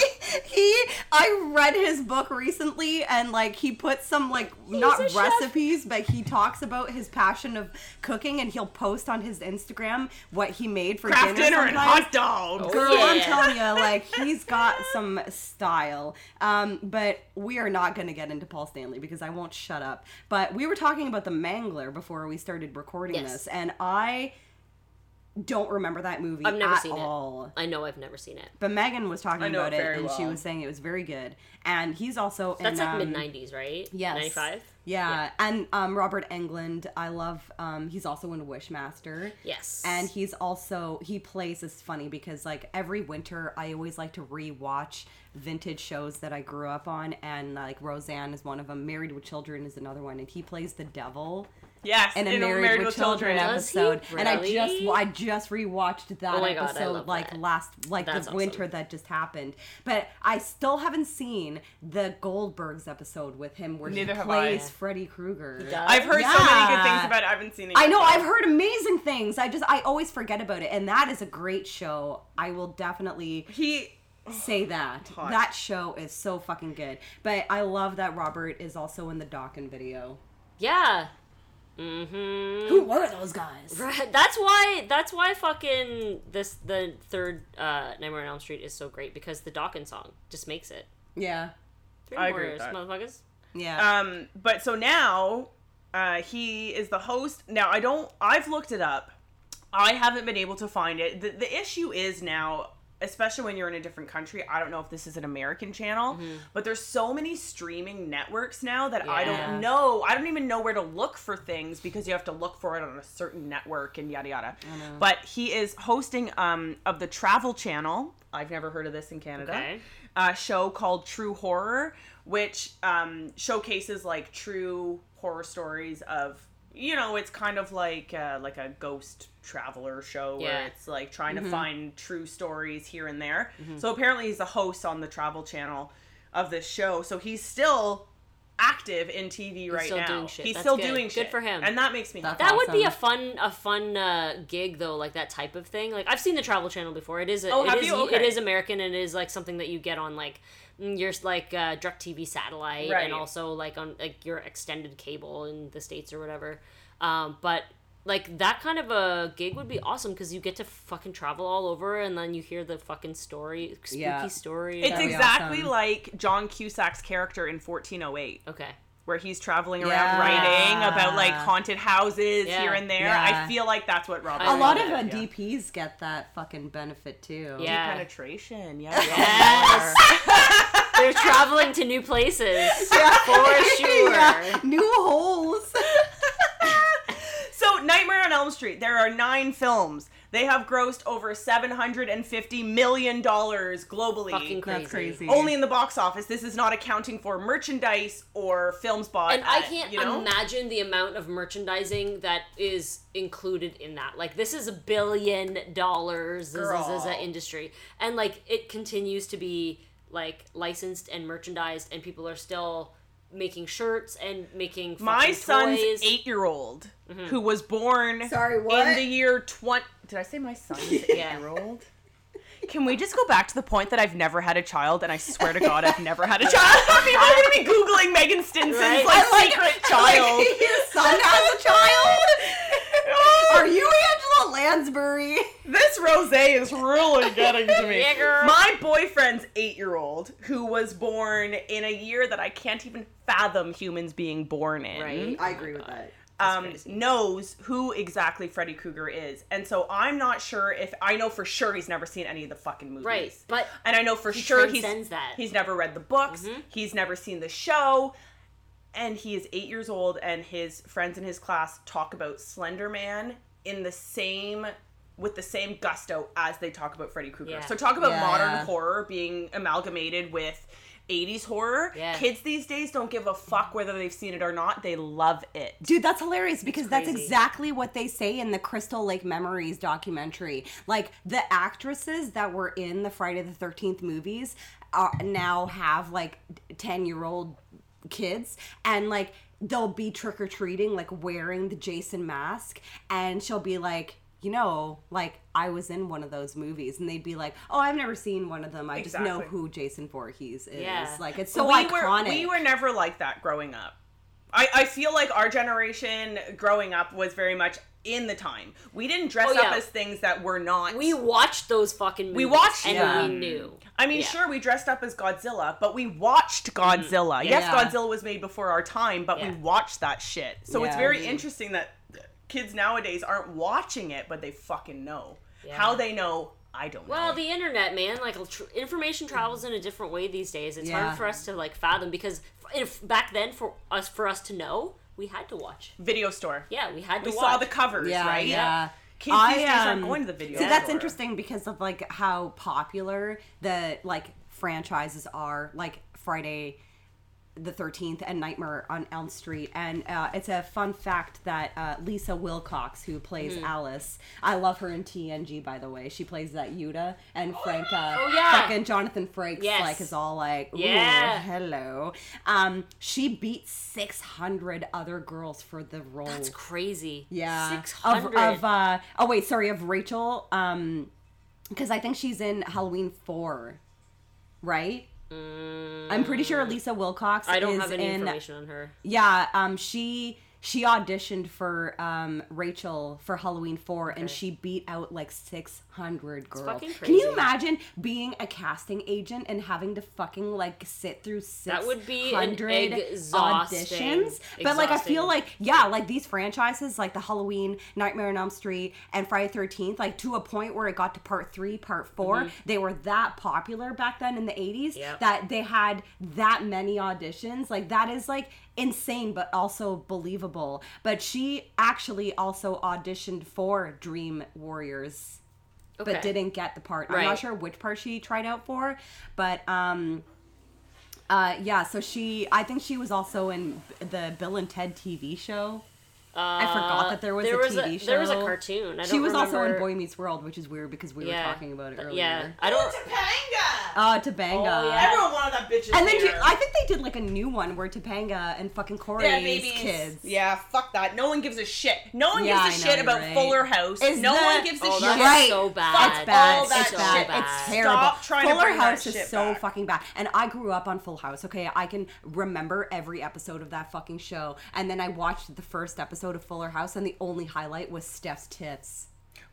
Speaker 3: he I read his book recently and like he puts some like not
Speaker 1: a chef.
Speaker 3: recipes but he talks about his passion of cooking and he'll post on his Instagram what he made for
Speaker 2: Craft
Speaker 3: dinner,
Speaker 2: dinner and
Speaker 3: sometimes.
Speaker 2: hot dogs.
Speaker 1: Oh.
Speaker 3: Girl, I'm
Speaker 1: Yeah.
Speaker 3: telling
Speaker 1: [LAUGHS]
Speaker 3: you, like he's got some style. Um, but we are not going to get into Paul Stanley because I won't shut up. But we were talking about the Mangler before we started recording
Speaker 1: Yes.
Speaker 3: this, and I don't remember that movie
Speaker 1: I've never
Speaker 3: at
Speaker 1: seen it.
Speaker 3: all.
Speaker 1: I know I've never seen it.
Speaker 3: But Megan was talking
Speaker 2: I know
Speaker 3: about
Speaker 2: it
Speaker 3: it,
Speaker 2: very
Speaker 3: and she
Speaker 2: well.
Speaker 3: was saying it was very good. And he's also in,
Speaker 1: That's like
Speaker 3: um,
Speaker 1: mid '90s, right?
Speaker 3: Yes,
Speaker 1: '95.
Speaker 3: Yeah. and um, Robert Englund, I love. Um, he's also in Wishmaster.
Speaker 1: Yes.
Speaker 3: And he's also he plays is funny because like every winter I always like to rewatch vintage shows that I grew up on and like Roseanne is one of them, Married with Children is another one, and he plays the devil
Speaker 2: Yes,
Speaker 3: in a Married, with, Children,
Speaker 1: Does he
Speaker 3: episode, and I just
Speaker 1: really?
Speaker 3: I just rewatched that
Speaker 1: Oh my God, I
Speaker 3: episode
Speaker 1: love
Speaker 3: like
Speaker 1: that.
Speaker 3: last like
Speaker 1: That's
Speaker 3: the winter
Speaker 1: awesome.
Speaker 3: that just happened. But I still haven't seen the Goldbergs episode with him where
Speaker 2: Neither
Speaker 3: he
Speaker 2: have I.
Speaker 3: plays Freddy Krueger.
Speaker 1: does?
Speaker 2: I've heard so many good
Speaker 3: Yeah.
Speaker 2: things about it. I haven't seen it.
Speaker 3: I
Speaker 2: yet,
Speaker 3: know
Speaker 2: though.
Speaker 3: I've heard amazing things. I just I always forget about it, and that is a great show. I will definitely
Speaker 2: He.
Speaker 3: say that.
Speaker 2: Hot.
Speaker 3: That show is so fucking good. But I love that Robert is also in the Dawkins video.
Speaker 1: Yeah. Mm-hmm.
Speaker 3: Who were those guys?
Speaker 1: [LAUGHS] Right. That's why. That's why fucking this the third uh, Nightmare on Elm Street is so great because the Dawkins song just makes it.
Speaker 3: Yeah,
Speaker 1: Three
Speaker 2: I agree
Speaker 1: warriors,
Speaker 2: with that.
Speaker 1: motherfuckers. Uh,
Speaker 3: yeah.
Speaker 2: Um, but so now, uh, he is the host. Now I don't. I've looked it up. I haven't been able to find it. The, the issue is now, especially when you're in a different country. I don't know if this is an American channel,
Speaker 1: Mm-hmm.
Speaker 2: but there's so many streaming networks now that I
Speaker 1: Yeah.
Speaker 2: don't know. I don't even know where to look for things because you have to look for it on a certain network and yada yada. But he is hosting um of the Travel Channel. I've never heard of this in Canada
Speaker 1: Okay.
Speaker 2: uh, show called True Horror, which um, showcases like true horror stories of you know it's kind of like uh, like a ghost traveler show
Speaker 1: Yeah. Mm-hmm.
Speaker 2: where it's like trying to find true stories here and there. So apparently he's a host on the Travel Channel of this show, so he's still active in TV right
Speaker 1: still
Speaker 2: now.
Speaker 1: doing shit.
Speaker 2: He's
Speaker 1: That's
Speaker 2: still
Speaker 1: good.
Speaker 2: doing
Speaker 1: Good
Speaker 2: shit
Speaker 1: for him.
Speaker 2: and that makes me happy.
Speaker 1: That would be a
Speaker 3: Awesome.
Speaker 1: fun a fun uh, gig though, like that type of thing. Like I've seen the Travel Channel before. It is a,
Speaker 2: Oh,
Speaker 1: it
Speaker 2: have
Speaker 1: is
Speaker 2: you? Okay.
Speaker 1: it is American and it is like something that you get on like mm, your like uh, direct TV satellite
Speaker 2: Right.
Speaker 1: and also like on like your extended cable in the states or whatever. Um, but like that kind of a gig would be awesome because you get to fucking travel all over and then you hear the fucking story, spooky
Speaker 3: Yeah.
Speaker 1: story.
Speaker 2: It's
Speaker 3: That'd be
Speaker 2: exactly
Speaker 3: awesome.
Speaker 2: like John Cusack's character in 1408.
Speaker 1: okay.
Speaker 2: where he's traveling around
Speaker 3: Yeah.
Speaker 2: writing about like haunted houses
Speaker 1: Yeah.
Speaker 2: here and there.
Speaker 3: Yeah.
Speaker 2: I feel like that's what Robert.
Speaker 1: I
Speaker 3: a lot
Speaker 1: love
Speaker 3: of uh,
Speaker 2: wanted, yeah.
Speaker 3: DPs get that fucking benefit too.
Speaker 1: Yeah.
Speaker 2: penetration. Yeah. we all
Speaker 1: Yes. [LAUGHS]
Speaker 2: are.
Speaker 1: They're traveling to new places for
Speaker 2: [LAUGHS]
Speaker 1: sure.
Speaker 3: Yeah, New holes.
Speaker 2: [LAUGHS] so Nightmare on Elm Street. There are nine films. They have grossed over seven hundred and fifty million dollars globally.
Speaker 1: Fucking crazy.
Speaker 3: That's crazy.
Speaker 2: only in the box office. This is not accounting for merchandise or films bought.
Speaker 1: and I
Speaker 2: at,
Speaker 1: can't
Speaker 2: you know?
Speaker 1: imagine the amount of merchandising that is included in that. Like this is a billion dollars z- z- z- z-
Speaker 2: Girl.
Speaker 1: industry, and like it continues to be like licensed and merchandised, and people are still making shirts and making fucking
Speaker 2: My son's
Speaker 1: toys. Mm-hmm.
Speaker 2: eight-year-old, who was born
Speaker 3: Sorry, what?
Speaker 2: in the year twenty. Did I say my
Speaker 3: [LAUGHS]
Speaker 2: son's
Speaker 1: Yeah.
Speaker 2: eight-year-old? Can we just go back to the point that I've never had a child, and I swear to God, I've never had a child. [LAUGHS] People are gonna be googling Megan Stinson's
Speaker 1: Right?
Speaker 2: like, secret
Speaker 3: [LAUGHS]
Speaker 2: child.
Speaker 3: [LAUGHS] Like, your son has a
Speaker 2: [LAUGHS]
Speaker 3: child. Are you Angela Lansbury?
Speaker 2: Oh, This rose is really getting to me.
Speaker 1: Bigger.
Speaker 2: My boyfriend's eight year old, who was born in a year that I can't even fathom humans being born in,
Speaker 1: Right.
Speaker 3: I agree with that.
Speaker 2: um, knows who exactly Freddy Krueger is. And so I'm not sure if I know for sure he's never seen any of the fucking movies.
Speaker 1: Right, but
Speaker 2: and I know for sure he's
Speaker 1: transcends that. Mm-hmm.
Speaker 2: he's never read the books, he's never seen the show, and he is 8 years old and his friends in his class talk about Slender Man in the same with the same gusto as they talk about Freddy Krueger.
Speaker 1: Yeah.
Speaker 2: So talk about
Speaker 3: Yeah,
Speaker 2: modern
Speaker 3: yeah.
Speaker 2: horror being amalgamated with 80s horror.
Speaker 1: Yeah.
Speaker 2: Kids these days don't give a fuck whether they've seen it or not. They love it.
Speaker 3: Dude, that's hilarious because that's
Speaker 1: crazy.
Speaker 3: exactly what they say in the Crystal Lake Memories documentary. Like the actresses that were in the Friday the 13th movies are, now have like 10-year-old kids and like they'll be trick or treating like wearing the Jason mask and she'll be like you know, like I was in one of those movies, and they'd be like, "Oh, I've never seen one of them. I just know
Speaker 2: Exactly.
Speaker 3: who Jason Voorhees is."
Speaker 1: Yeah.
Speaker 3: Like it's so
Speaker 2: we
Speaker 3: iconic.
Speaker 2: were we were never like that growing up. I, I feel like our generation growing up was very much in the time. We didn't dress
Speaker 1: Oh,
Speaker 2: up
Speaker 1: yeah.
Speaker 2: as things that were not.
Speaker 1: we watched those fucking movies.
Speaker 2: watched
Speaker 1: and
Speaker 3: them.
Speaker 1: we knew.
Speaker 2: I mean,
Speaker 1: Yeah.
Speaker 2: sure, we dressed up as Godzilla, but we watched Godzilla. Yes,
Speaker 3: Yeah.
Speaker 2: Godzilla was made before our time, but
Speaker 1: Yeah.
Speaker 2: we watched that shit. So it's
Speaker 3: Yeah.
Speaker 2: very interesting that kids nowadays aren't watching it, but they fucking know.
Speaker 1: Yeah.
Speaker 2: How they know, I don't know.
Speaker 1: Well, Oh, the internet, man, like tr- information travels in a different way these days. It's
Speaker 3: Yeah.
Speaker 1: hard for us to like fathom because f- if back then for us for us to know, we had to watch.
Speaker 2: video store.
Speaker 1: Yeah, we had to
Speaker 2: We
Speaker 1: watch.
Speaker 2: saw the covers,
Speaker 3: yeah,
Speaker 2: right?
Speaker 3: yeah.
Speaker 2: Kids
Speaker 3: I,
Speaker 2: these days aren't
Speaker 3: um,
Speaker 2: going to the video
Speaker 3: See,
Speaker 2: store.
Speaker 3: that's interesting because of like how popular the like franchises are, like Friday the 13th and Nightmare on Elm Street. And uh, it's a fun fact that uh, Lisa Wilcox, who plays
Speaker 2: Mm-hmm.
Speaker 3: Alice, I love her in TNG, by the way. She plays that Yuta
Speaker 2: [GASPS]
Speaker 3: and Frank, uh,
Speaker 1: Oh, yeah.
Speaker 3: fucking Jonathan Frakes,
Speaker 1: Yes.
Speaker 3: like, is all like, Ooh,
Speaker 1: Yeah.
Speaker 3: hello. Um, she beat 600 other girls for the role.
Speaker 1: That's crazy.
Speaker 3: Yeah.
Speaker 1: six
Speaker 3: Of,
Speaker 1: hundred.
Speaker 3: of uh oh wait, sorry, of Rachel. Um because I think she's in Halloween four, right? I'm pretty sure Lisa Wilcox
Speaker 1: Mm. I don't
Speaker 3: is
Speaker 1: have any
Speaker 3: in
Speaker 1: information on her.
Speaker 3: Yeah, um she she auditioned for um Rachel for Halloween 4 and she beat out like 600 girls.
Speaker 1: fucking
Speaker 3: Can you
Speaker 1: crazy.
Speaker 3: imagine being a casting agent and having to fucking like sit through 600
Speaker 1: That would be an exhausting-
Speaker 3: auditions? But like I feel
Speaker 1: exhausting.
Speaker 3: like yeah, like these franchises like the Halloween, Nightmare on Elm Street and Friday 13th like to a point where it got to part 3, part 4, they were that popular back then in the 80s
Speaker 1: Mm-hmm. Yep.
Speaker 3: that they had that many auditions. Like that is like insane but also believable. But she actually also auditioned for Dream Warriors
Speaker 1: Okay.
Speaker 3: but didn't get the part. I'm
Speaker 1: Right.
Speaker 3: not sure which part she tried out for, but um uh yeah, so she I think she was also in the Bill and Ted TV show. I forgot that there was
Speaker 1: Uh, there
Speaker 3: a
Speaker 1: was a-
Speaker 3: TV show.
Speaker 1: there was a cartoon. I
Speaker 3: she
Speaker 1: don't
Speaker 3: was also in
Speaker 1: remember-
Speaker 3: Boy Meets World, which is weird because we
Speaker 1: yeah.
Speaker 3: were talking about it
Speaker 1: Th-
Speaker 3: earlier.
Speaker 1: Yeah, I don't.
Speaker 2: Topanga!
Speaker 3: Oh, Tabanga.
Speaker 1: Oh, yeah.
Speaker 2: Everyone wanted that bitch's
Speaker 3: And then
Speaker 2: hair.
Speaker 3: you, I think they did like a new one where Topanga and fucking Corey's
Speaker 2: yeah, babies.
Speaker 3: kids.
Speaker 2: Yeah, fuck that. No one gives a shit. No one gives
Speaker 3: Yeah,
Speaker 2: a
Speaker 3: I know,
Speaker 2: shit
Speaker 3: you're
Speaker 2: about
Speaker 3: right.
Speaker 2: Fuller House.
Speaker 3: Is
Speaker 2: no
Speaker 3: that-
Speaker 2: one gives a
Speaker 1: Oh,
Speaker 2: shit.
Speaker 1: that's
Speaker 3: Right.
Speaker 1: so
Speaker 3: It's
Speaker 1: bad.
Speaker 3: It's bad.
Speaker 2: all that
Speaker 3: it's
Speaker 1: so
Speaker 3: bad.
Speaker 1: bad.
Speaker 3: It's terrible.
Speaker 2: Stop trying to
Speaker 3: Fuller
Speaker 2: bring that
Speaker 3: House is
Speaker 2: shit
Speaker 3: so
Speaker 2: back.
Speaker 3: fucking bad. And I grew up on Full House. Okay, I can remember every episode of that fucking show. And then I watched the first episode of Fuller House, and the only highlight was Steph's tits.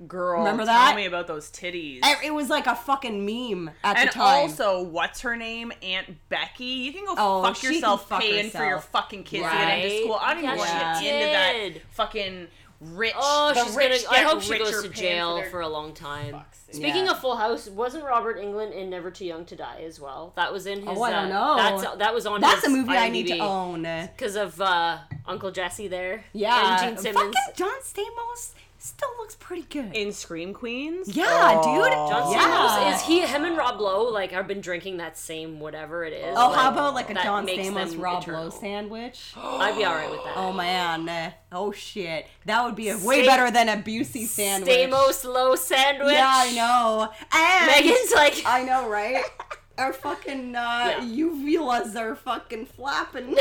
Speaker 2: Girl,
Speaker 3: Remember
Speaker 2: Tell
Speaker 3: that?
Speaker 2: me about those titties.
Speaker 3: It it was like a fucking meme at
Speaker 2: and
Speaker 3: the time.
Speaker 2: also, what's her name? Aunt Becky. You can go
Speaker 3: Oh,
Speaker 2: fuck
Speaker 3: she can
Speaker 2: yourself
Speaker 3: fuck
Speaker 2: paying for your
Speaker 3: herself.
Speaker 2: fucking kids to get into
Speaker 1: Right?
Speaker 2: school. I don't even
Speaker 1: Yeah,
Speaker 2: want to
Speaker 3: she
Speaker 2: get into
Speaker 1: did.
Speaker 2: that fucking rich.
Speaker 1: Oh,
Speaker 2: the
Speaker 1: she's gonna.
Speaker 2: rich
Speaker 1: I
Speaker 2: get
Speaker 1: hope she
Speaker 2: richer
Speaker 1: goes to
Speaker 2: paying
Speaker 1: jail for,
Speaker 2: their-
Speaker 1: a long time.
Speaker 2: sake.
Speaker 1: Speaking
Speaker 3: Yeah.
Speaker 1: of Full House, wasn't Robert England in Never Too Young to Die as well? That was in his.
Speaker 3: Oh, I don't
Speaker 1: uh,
Speaker 3: know.
Speaker 1: That's that was on.
Speaker 3: That's
Speaker 1: his
Speaker 3: a movie I need to
Speaker 1: IMDb.
Speaker 3: own.
Speaker 1: because of uh, Uncle Jesse there.
Speaker 3: Yeah,
Speaker 1: and Gene Simmons.
Speaker 3: fucking John Stamos still looks pretty good.
Speaker 2: in Scream Queens. Oh.
Speaker 3: yeah, dude.
Speaker 1: John
Speaker 3: yeah.
Speaker 1: Stamos is he? Him and Rob Lowe like have been drinking that same whatever it is.
Speaker 3: Oh,
Speaker 1: like,
Speaker 3: how about like a
Speaker 1: that
Speaker 3: John
Speaker 1: makes
Speaker 3: Stamos
Speaker 1: them
Speaker 3: Rob
Speaker 1: eternal.
Speaker 3: Lowe sandwich?
Speaker 1: I'd be all right with that.
Speaker 3: Oh man, Uh, oh shit, that would be a way
Speaker 1: Sta-
Speaker 3: better than a Busey sandwich.
Speaker 1: Stamos Lowe sandwich.
Speaker 3: Yeah, I know. And
Speaker 1: Megan's like,
Speaker 3: [LAUGHS] I
Speaker 1: [LAUGHS]
Speaker 3: know, right? Our fucking uh,
Speaker 1: Yeah.
Speaker 3: uvulas are
Speaker 1: [LAUGHS]
Speaker 3: fucking flapping.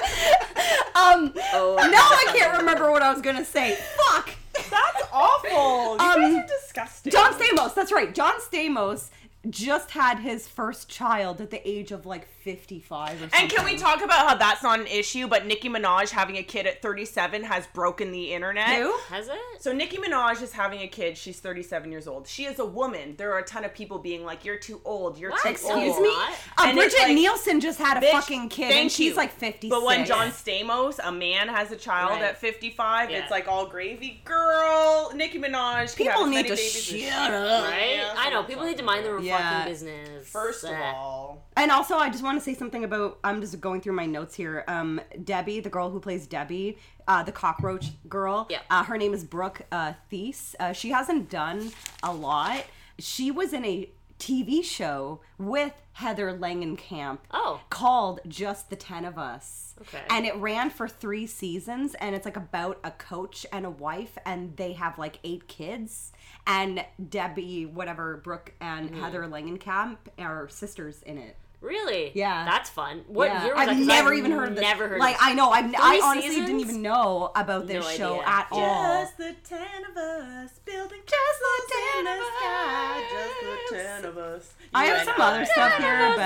Speaker 3: um,
Speaker 1: oh,
Speaker 3: now I can't remember what I was gonna say.
Speaker 1: [LAUGHS]
Speaker 3: Fuck.
Speaker 2: That's awful. You guys
Speaker 3: Um,
Speaker 2: are disgusting.
Speaker 3: John Stamos, that's right. John Stamos just had his first child at the age of like 55 or something.
Speaker 2: And can we talk about how that's not an issue, but Nicki Minaj having a kid at 37 has broken the internet?
Speaker 3: Who?
Speaker 1: Has it?
Speaker 2: So Nicki Minaj is having a kid. She's 37 years old. She is a woman. There are a ton of people being like, "You're too old. You're
Speaker 1: What?
Speaker 2: too
Speaker 1: Excuse
Speaker 2: old."
Speaker 3: Excuse
Speaker 1: Oh.
Speaker 3: me? Uh,
Speaker 2: And it's
Speaker 3: Bridget
Speaker 2: like,
Speaker 3: Nielsen just had a
Speaker 2: Bitch,
Speaker 3: fucking kid
Speaker 2: thank
Speaker 3: and she's
Speaker 2: you.
Speaker 3: like 56.
Speaker 2: But when John Stamos, a man, has a child
Speaker 1: Right.
Speaker 2: at 55,
Speaker 1: Yeah.
Speaker 2: it's like all gravy. Girl, Nicki Minaj. can have
Speaker 3: People
Speaker 2: as
Speaker 3: need
Speaker 2: many
Speaker 3: to
Speaker 2: babies as
Speaker 3: shut
Speaker 2: she-
Speaker 3: up.
Speaker 1: Right?
Speaker 2: Yeah,
Speaker 1: I know.
Speaker 2: so
Speaker 1: People need to mind their
Speaker 3: Yeah.
Speaker 1: fucking business.
Speaker 2: First of
Speaker 1: Uh,
Speaker 2: all,
Speaker 3: And also, I just want to say something about. I'm just going through my notes here. Um, Debbie, the girl who plays Debbie, uh, the cockroach girl.
Speaker 1: Yeah.
Speaker 3: Uh, her name is Brooke uh, Thies. Uh, she hasn't done a lot. She was in a TV show with Heather Langenkamp.
Speaker 1: Oh.
Speaker 3: Called Just the Ten of Us.
Speaker 1: Okay.
Speaker 3: And it ran for three seasons, and it's like about a coach and a wife, and they have like eight kids. And Debbie, whatever, Brooke and
Speaker 1: Mm-hmm.
Speaker 3: Heather Langenkamp are sisters in it.
Speaker 1: Really?
Speaker 3: Yeah.
Speaker 1: That's fun. What
Speaker 3: Yeah.
Speaker 1: year was
Speaker 3: I've
Speaker 1: that? 'Cause
Speaker 3: never even heard of this.
Speaker 1: Never heard.
Speaker 3: Like
Speaker 1: of
Speaker 3: I know, I've, I
Speaker 1: Three
Speaker 3: honestly didn't
Speaker 1: seasons?
Speaker 3: even know about this
Speaker 1: No
Speaker 3: show
Speaker 1: idea. Yeah.
Speaker 3: at all.
Speaker 2: just the ten of us building
Speaker 3: Just the
Speaker 2: in the sky. Just
Speaker 3: us.
Speaker 2: the ten of us.
Speaker 3: I
Speaker 2: You
Speaker 3: have
Speaker 2: and
Speaker 3: some other stuff
Speaker 2: and
Speaker 3: here,
Speaker 2: us.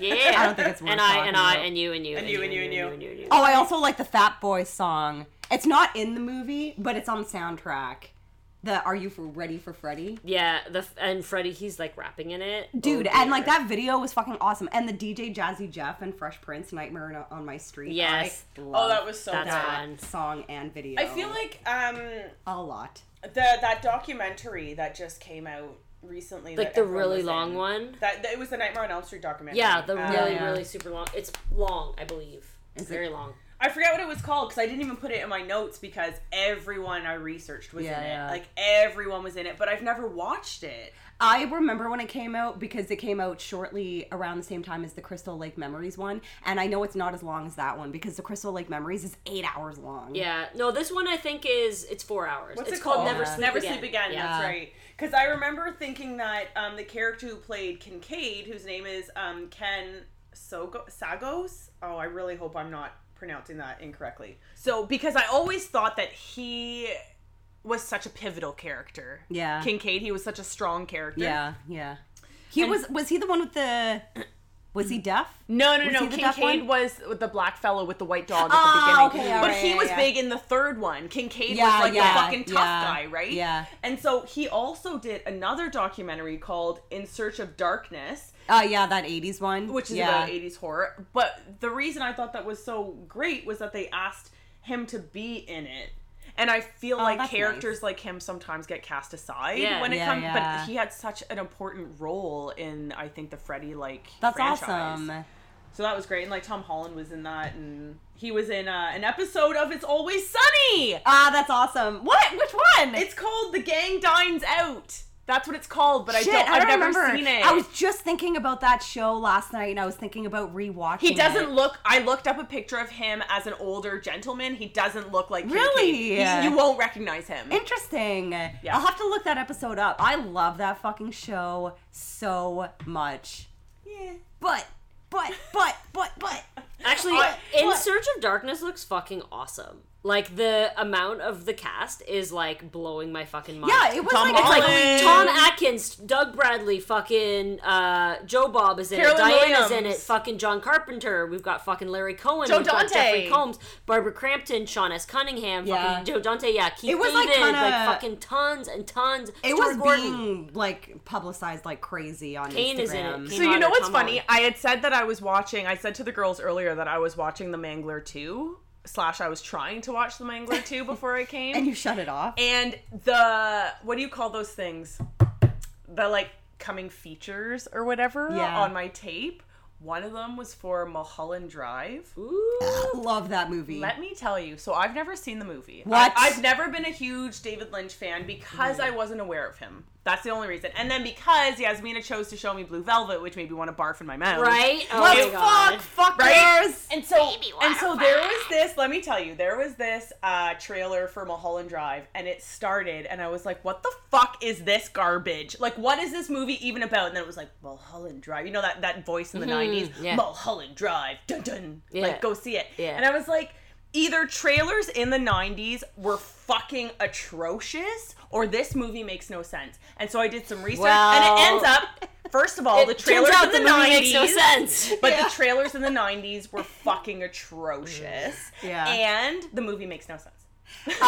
Speaker 2: [LAUGHS]
Speaker 1: Yeah.
Speaker 3: [LAUGHS] I don't think it's worth
Speaker 1: And I and I
Speaker 3: talking
Speaker 1: and you and you
Speaker 2: And you, and you, and you.
Speaker 1: and you and you.
Speaker 3: Oh, I also like the Fat Boy song. It's not in the movie, but it's on the soundtrack. The Are You for Ready for Freddy?
Speaker 1: Yeah, the f- and Freddie, he's like rapping in it.
Speaker 3: Dude,
Speaker 1: Oh,
Speaker 3: and like
Speaker 1: dear.
Speaker 3: that video was fucking awesome. And the DJ Jazzy Jeff and Fresh Prince Nightmare on- on My Street.
Speaker 1: Yes.
Speaker 3: I
Speaker 2: Oh,
Speaker 3: love
Speaker 2: that was so
Speaker 1: That's
Speaker 2: bad.
Speaker 1: fun.
Speaker 3: that song and video.
Speaker 2: I feel like um
Speaker 3: a lot.
Speaker 2: the that documentary that just came out recently,
Speaker 1: like
Speaker 2: that
Speaker 1: the
Speaker 2: everyone
Speaker 1: really
Speaker 2: was
Speaker 1: long
Speaker 2: in,
Speaker 1: one.
Speaker 2: That, that- it was the Nightmare on Elm Street documentary.
Speaker 1: Yeah, the
Speaker 2: Um,
Speaker 1: really
Speaker 3: yeah.
Speaker 1: really super long. It's long, I believe. It's
Speaker 3: Is it-
Speaker 1: very long.
Speaker 2: I forget what it was called because I didn't even put it in my notes because everyone I researched was in it.
Speaker 3: Yeah.
Speaker 2: Like everyone was in it, but I've never watched it.
Speaker 3: I remember when it came out because it came out shortly around the same time as the Crystal Lake Memories one, and I know it's not as long as that one because the Crystal Lake Memories is eight hours long.
Speaker 1: Yeah, no, this one I think is it's four hours.
Speaker 2: What's
Speaker 1: it's
Speaker 2: it
Speaker 1: called,
Speaker 2: called?
Speaker 1: Never
Speaker 3: Yeah.
Speaker 1: Sleep
Speaker 2: Never
Speaker 1: Again.
Speaker 2: Sleep Again.
Speaker 1: Yeah.
Speaker 2: That's right. Because I remember thinking that um, the character who played Kincaid, whose name is um, Ken Sogo- Sagos. Oh, I really hope I'm not pronouncing that incorrectly. So, because I always thought that he was such a pivotal character.
Speaker 3: Yeah.
Speaker 2: Kincaid, he was such a strong character.
Speaker 3: yeah, yeah. He was was he the one with the [CLEARS THROAT] was he deaf?
Speaker 2: No, no,
Speaker 3: Was
Speaker 2: no.
Speaker 3: he the deaf
Speaker 2: Kincaid
Speaker 3: one?
Speaker 2: was the black fellow with the white dog at
Speaker 3: Oh,
Speaker 2: the beginning.
Speaker 3: okay, all
Speaker 2: but
Speaker 3: right,
Speaker 2: he
Speaker 3: yeah,
Speaker 2: was
Speaker 3: yeah.
Speaker 2: big in the third one. Kincaid
Speaker 3: Yeah,
Speaker 2: was like
Speaker 3: yeah,
Speaker 2: the fucking tough
Speaker 3: yeah,
Speaker 2: guy, right?
Speaker 3: yeah.
Speaker 2: And so he also did another documentary called In Search of Darkness,
Speaker 3: Oh yeah, that eighties one.
Speaker 2: Mm-hmm. which is
Speaker 3: yeah.
Speaker 2: about 80s horror. But the reason I thought that was so great was that they asked him to be in it. And I feel like
Speaker 3: Oh, that's
Speaker 2: characters like him sometimes get cast aside
Speaker 1: Yeah.
Speaker 2: when it
Speaker 3: Yeah,
Speaker 2: comes,
Speaker 3: yeah.
Speaker 2: but he had such an important role in, I think, the Freddy like
Speaker 3: That's
Speaker 2: franchise.
Speaker 3: awesome.
Speaker 2: So that was great. And like Tom Holland was in that, and he was in uh, an episode of It's Always Sunny.
Speaker 3: Ah, that's awesome. What? Which one?
Speaker 2: It's called The Gang Dines Out. That's what it's called, but
Speaker 3: Shit,
Speaker 2: I don't,
Speaker 3: I
Speaker 2: I've never
Speaker 3: remember.
Speaker 2: seen it.
Speaker 3: I was just thinking about that show last night, and I was thinking about rewatching.
Speaker 2: he doesn't
Speaker 3: it.
Speaker 2: look. I looked up a picture of him as an older gentleman. He doesn't look like Kincaid.
Speaker 3: Really?
Speaker 2: He-
Speaker 3: Yeah.
Speaker 2: you won't recognize him.
Speaker 3: Interesting. I'll have to look that episode up. I love that fucking show so much.
Speaker 2: yeah.
Speaker 3: But, but, but, but,
Speaker 1: [LAUGHS]
Speaker 3: but.
Speaker 1: Actually,
Speaker 2: I-
Speaker 1: In
Speaker 3: what?
Speaker 1: Search of Darkness looks fucking awesome. Like the amount of the cast is like blowing my fucking mind.
Speaker 3: Yeah, it was
Speaker 2: Tom
Speaker 3: like, it's like
Speaker 2: Holland.
Speaker 1: Tom Atkins, Doug Bradley, fucking uh, Joe Bob is in it.
Speaker 2: Carolyn
Speaker 1: Diana's in it.
Speaker 2: Williams.
Speaker 1: Fucking John Carpenter. We've got fucking Larry Cohen.
Speaker 2: Joe
Speaker 1: We've got
Speaker 2: Dante.
Speaker 1: Jeffrey Combs, Barbara Crampton, Sean S. Cunningham.
Speaker 3: Yeah.
Speaker 1: Fucking Joe Dante. Yeah, Keith
Speaker 3: It was, like,
Speaker 1: David,
Speaker 3: kinda-
Speaker 1: like fucking tons and tons.
Speaker 3: it
Speaker 1: Stuart
Speaker 3: was
Speaker 1: Gordon.
Speaker 3: being like publicized like crazy on
Speaker 1: Kane
Speaker 3: Instagram.
Speaker 1: is in it.
Speaker 2: So
Speaker 1: Came
Speaker 2: you
Speaker 1: out
Speaker 2: know
Speaker 1: of
Speaker 2: what's
Speaker 1: Tom
Speaker 2: funny?
Speaker 1: Holland.
Speaker 2: I had said that I was watching. I said to the girls earlier that I was watching The Mangler Two slash I was trying to watch The Mangler Two before [LAUGHS] I came.
Speaker 3: And you shut it off.
Speaker 2: and the what do you call those things the like coming features or whatever
Speaker 3: Yeah.
Speaker 2: on my tape one of them was for mulholland drive
Speaker 1: Ooh.
Speaker 3: love that movie.
Speaker 2: let me tell you so i've never seen the movie
Speaker 3: What?
Speaker 2: I, have never been a huge david lynch fan because
Speaker 1: Mm.
Speaker 2: i wasn't aware of him that's the only reason and then because yasmina chose to show me blue velvet which made me want to barf in my mouth
Speaker 1: Right? Oh
Speaker 3: Let's
Speaker 1: my god.
Speaker 3: fuck, fuckers.
Speaker 2: Right? And so,
Speaker 1: Baby
Speaker 2: and so there was this. Let me tell you, there was this uh, trailer for Mulholland Drive, and it started, and I was like, "What the fuck is this garbage? Like, what is this movie even about?" And then it was like Mulholland Drive. You know that that voice in the '90s,
Speaker 1: Mm-hmm. yeah.
Speaker 2: Mulholland Drive, dun dun.
Speaker 1: Yeah.
Speaker 2: Like, go see it.
Speaker 1: Yeah.
Speaker 2: And I was like. Either trailers in the 90s were fucking atrocious, or this movie makes no sense. And so I did some research, and
Speaker 1: Well-
Speaker 2: it ends up First of all, the trailers
Speaker 1: turns out
Speaker 2: in the,
Speaker 1: movie
Speaker 2: 90s
Speaker 1: makes no sense.
Speaker 2: [LAUGHS] But the trailers in the 90s were fucking atrocious.
Speaker 1: Mm.
Speaker 3: Yeah.
Speaker 2: And the movie makes no sense.
Speaker 3: [LAUGHS]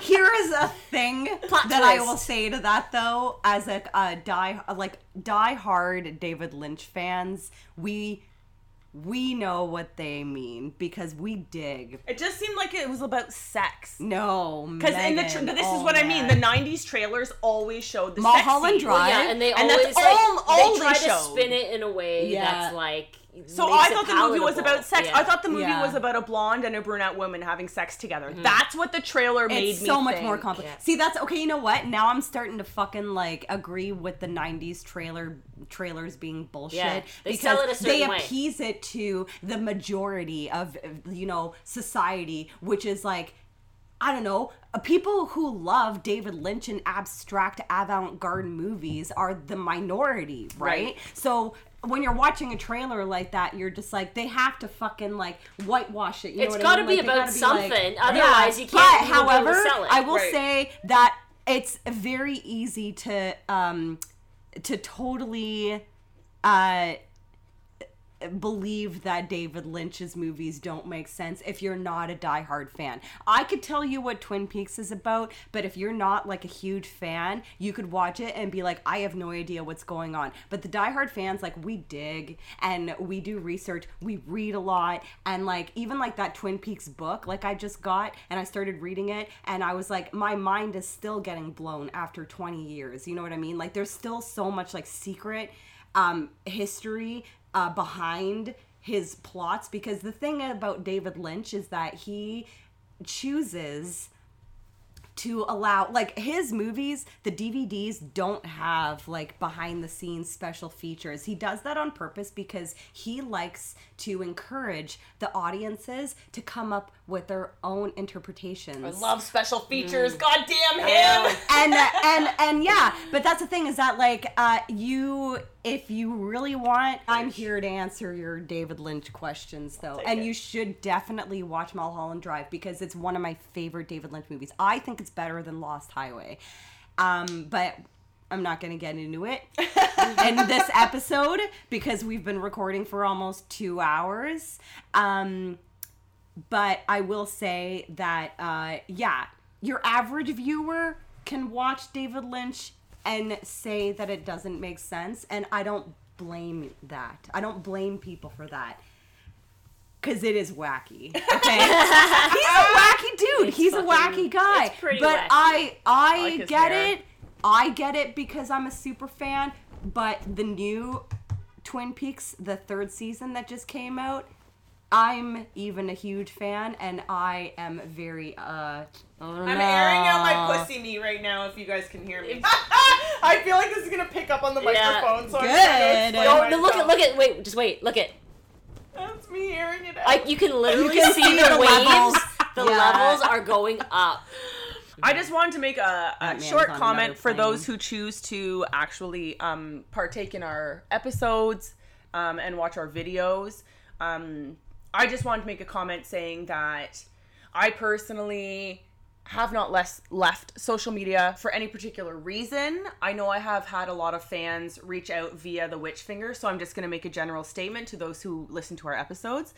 Speaker 3: Here is a thing
Speaker 1: [LAUGHS] Plot
Speaker 3: that I
Speaker 1: twist.
Speaker 3: will say to that though, as a, a die like die hard David Lynch fans, we we know what they mean because we dig.
Speaker 2: It just seemed like it was about sex.
Speaker 3: No,
Speaker 2: Because in the tra-
Speaker 3: Megan,
Speaker 2: but this
Speaker 3: oh,
Speaker 2: is what I mean.
Speaker 3: man.
Speaker 2: The '90s trailers always showed the
Speaker 3: Mulholland
Speaker 2: sex scene.
Speaker 3: Drive.
Speaker 1: yeah, and they
Speaker 2: And that's
Speaker 1: always like,
Speaker 2: all- all
Speaker 1: they
Speaker 2: they
Speaker 1: try to
Speaker 2: showed.
Speaker 1: spin it in a way
Speaker 3: Yeah.
Speaker 1: that's like.
Speaker 2: So
Speaker 1: makes
Speaker 2: I
Speaker 1: it
Speaker 2: thought the movie was
Speaker 1: palatable.
Speaker 2: about sex.
Speaker 1: Yeah. Mm-hmm.
Speaker 2: I thought the movie
Speaker 3: Yeah.
Speaker 2: was about a blonde and a brunette woman having sex together. That's what the trailer made
Speaker 3: it's
Speaker 2: me.
Speaker 3: so much
Speaker 2: think.
Speaker 3: more complicated.
Speaker 1: Yeah.
Speaker 3: See, that's okay. You know what? Now I'm starting to fucking like agree with the '90s trailer trailers being bullshit.
Speaker 1: Yeah, they
Speaker 3: because
Speaker 1: sell it a certain
Speaker 3: they
Speaker 1: way.
Speaker 3: appease it to the majority of you know society, which is like. I don't know. uh, People who love David Lynch and abstract avant-garde movies are the minority, right?
Speaker 2: Right.
Speaker 3: So when you're watching a trailer like that, you're just like, they have to fucking like whitewash it. You
Speaker 1: It's
Speaker 3: know what
Speaker 1: gotta
Speaker 3: I
Speaker 1: be
Speaker 3: mean? Like, they
Speaker 1: about
Speaker 3: gotta be like-
Speaker 1: something, otherwise you can't-
Speaker 3: But
Speaker 1: you won't be able to
Speaker 3: however,
Speaker 1: sell it.
Speaker 3: I will
Speaker 2: Right.
Speaker 3: say that it's very easy to um to totally uh believe that David Lynch's movies don't make sense if you're not a diehard fan. I could tell you what Twin Peaks is about, but if you're not like a huge fan, you could watch it and be like, I have no idea what's going on. But the diehard fans, like, we dig and we do research, we read a lot, and like, even like that Twin Peaks book, like, I just got and I started reading it, and I was like, my mind is still getting blown after 20 years. You know what I mean? Like, there's still so much like secret um, history uh, behind his plots because the thing about David Lynch is that he chooses to allow like his movies the DVDs don't have like behind the scenes special features. He does that on purpose because he likes to encourage the audiences to come up with their own interpretations
Speaker 2: Love special features.
Speaker 1: Mm.
Speaker 2: God damn him.
Speaker 3: and uh, and and yeah but that's the thing is that like uh you if you really want i'm here to answer your david lynch questions though and
Speaker 2: it.
Speaker 3: you should definitely watch mulholland drive because it's one of my favorite david lynch movies i think it's better than lost highway um but I'm not going to get into it in this episode because we've been recording for almost two hours. Um, but I will say that uh, yeah, your average viewer can watch David Lynch and say that it doesn't make sense, and I don't blame that. I don't blame people for that. Cause it is wacky. Okay, he's a
Speaker 1: [LAUGHS]
Speaker 3: wacky dude.
Speaker 1: It's
Speaker 3: he's a
Speaker 1: fucking-
Speaker 3: wacky guy.
Speaker 1: it's pretty
Speaker 3: but
Speaker 1: wacky.
Speaker 3: I, I,
Speaker 2: like his
Speaker 3: get
Speaker 2: hair.
Speaker 3: it. I get it because I'm a super fan. But the new Twin Peaks, the third season that just came out, I'm even a huge fan, and I am very uh.
Speaker 2: I'm airing out my pussy meat right now. If you guys can hear me, [LAUGHS] I feel like this is gonna pick up on the
Speaker 1: Yeah.
Speaker 2: microphone. So
Speaker 3: Good.
Speaker 2: I'm trying to
Speaker 1: Oh, No,
Speaker 2: explain
Speaker 1: no, look at
Speaker 2: myself.
Speaker 1: look at wait, just wait, look at.
Speaker 2: That's me airing it out.
Speaker 1: Like you can literally
Speaker 3: can
Speaker 1: see,
Speaker 3: see
Speaker 1: the,
Speaker 3: the
Speaker 1: waves.
Speaker 3: levels.
Speaker 1: The
Speaker 3: Yeah.
Speaker 1: levels are going up.
Speaker 2: I just wanted to make a, a
Speaker 3: man's
Speaker 2: short
Speaker 3: on another
Speaker 2: comment for
Speaker 3: plane.
Speaker 2: those who choose to actually um, partake in our episodes um, and watch our videos. Um, I just wanted to make a comment saying that I personally have not less left social media for any particular reason. I know I have had a lot of fans reach out via the witch finger, so I'm just going to make a general statement to those who listen to our episodes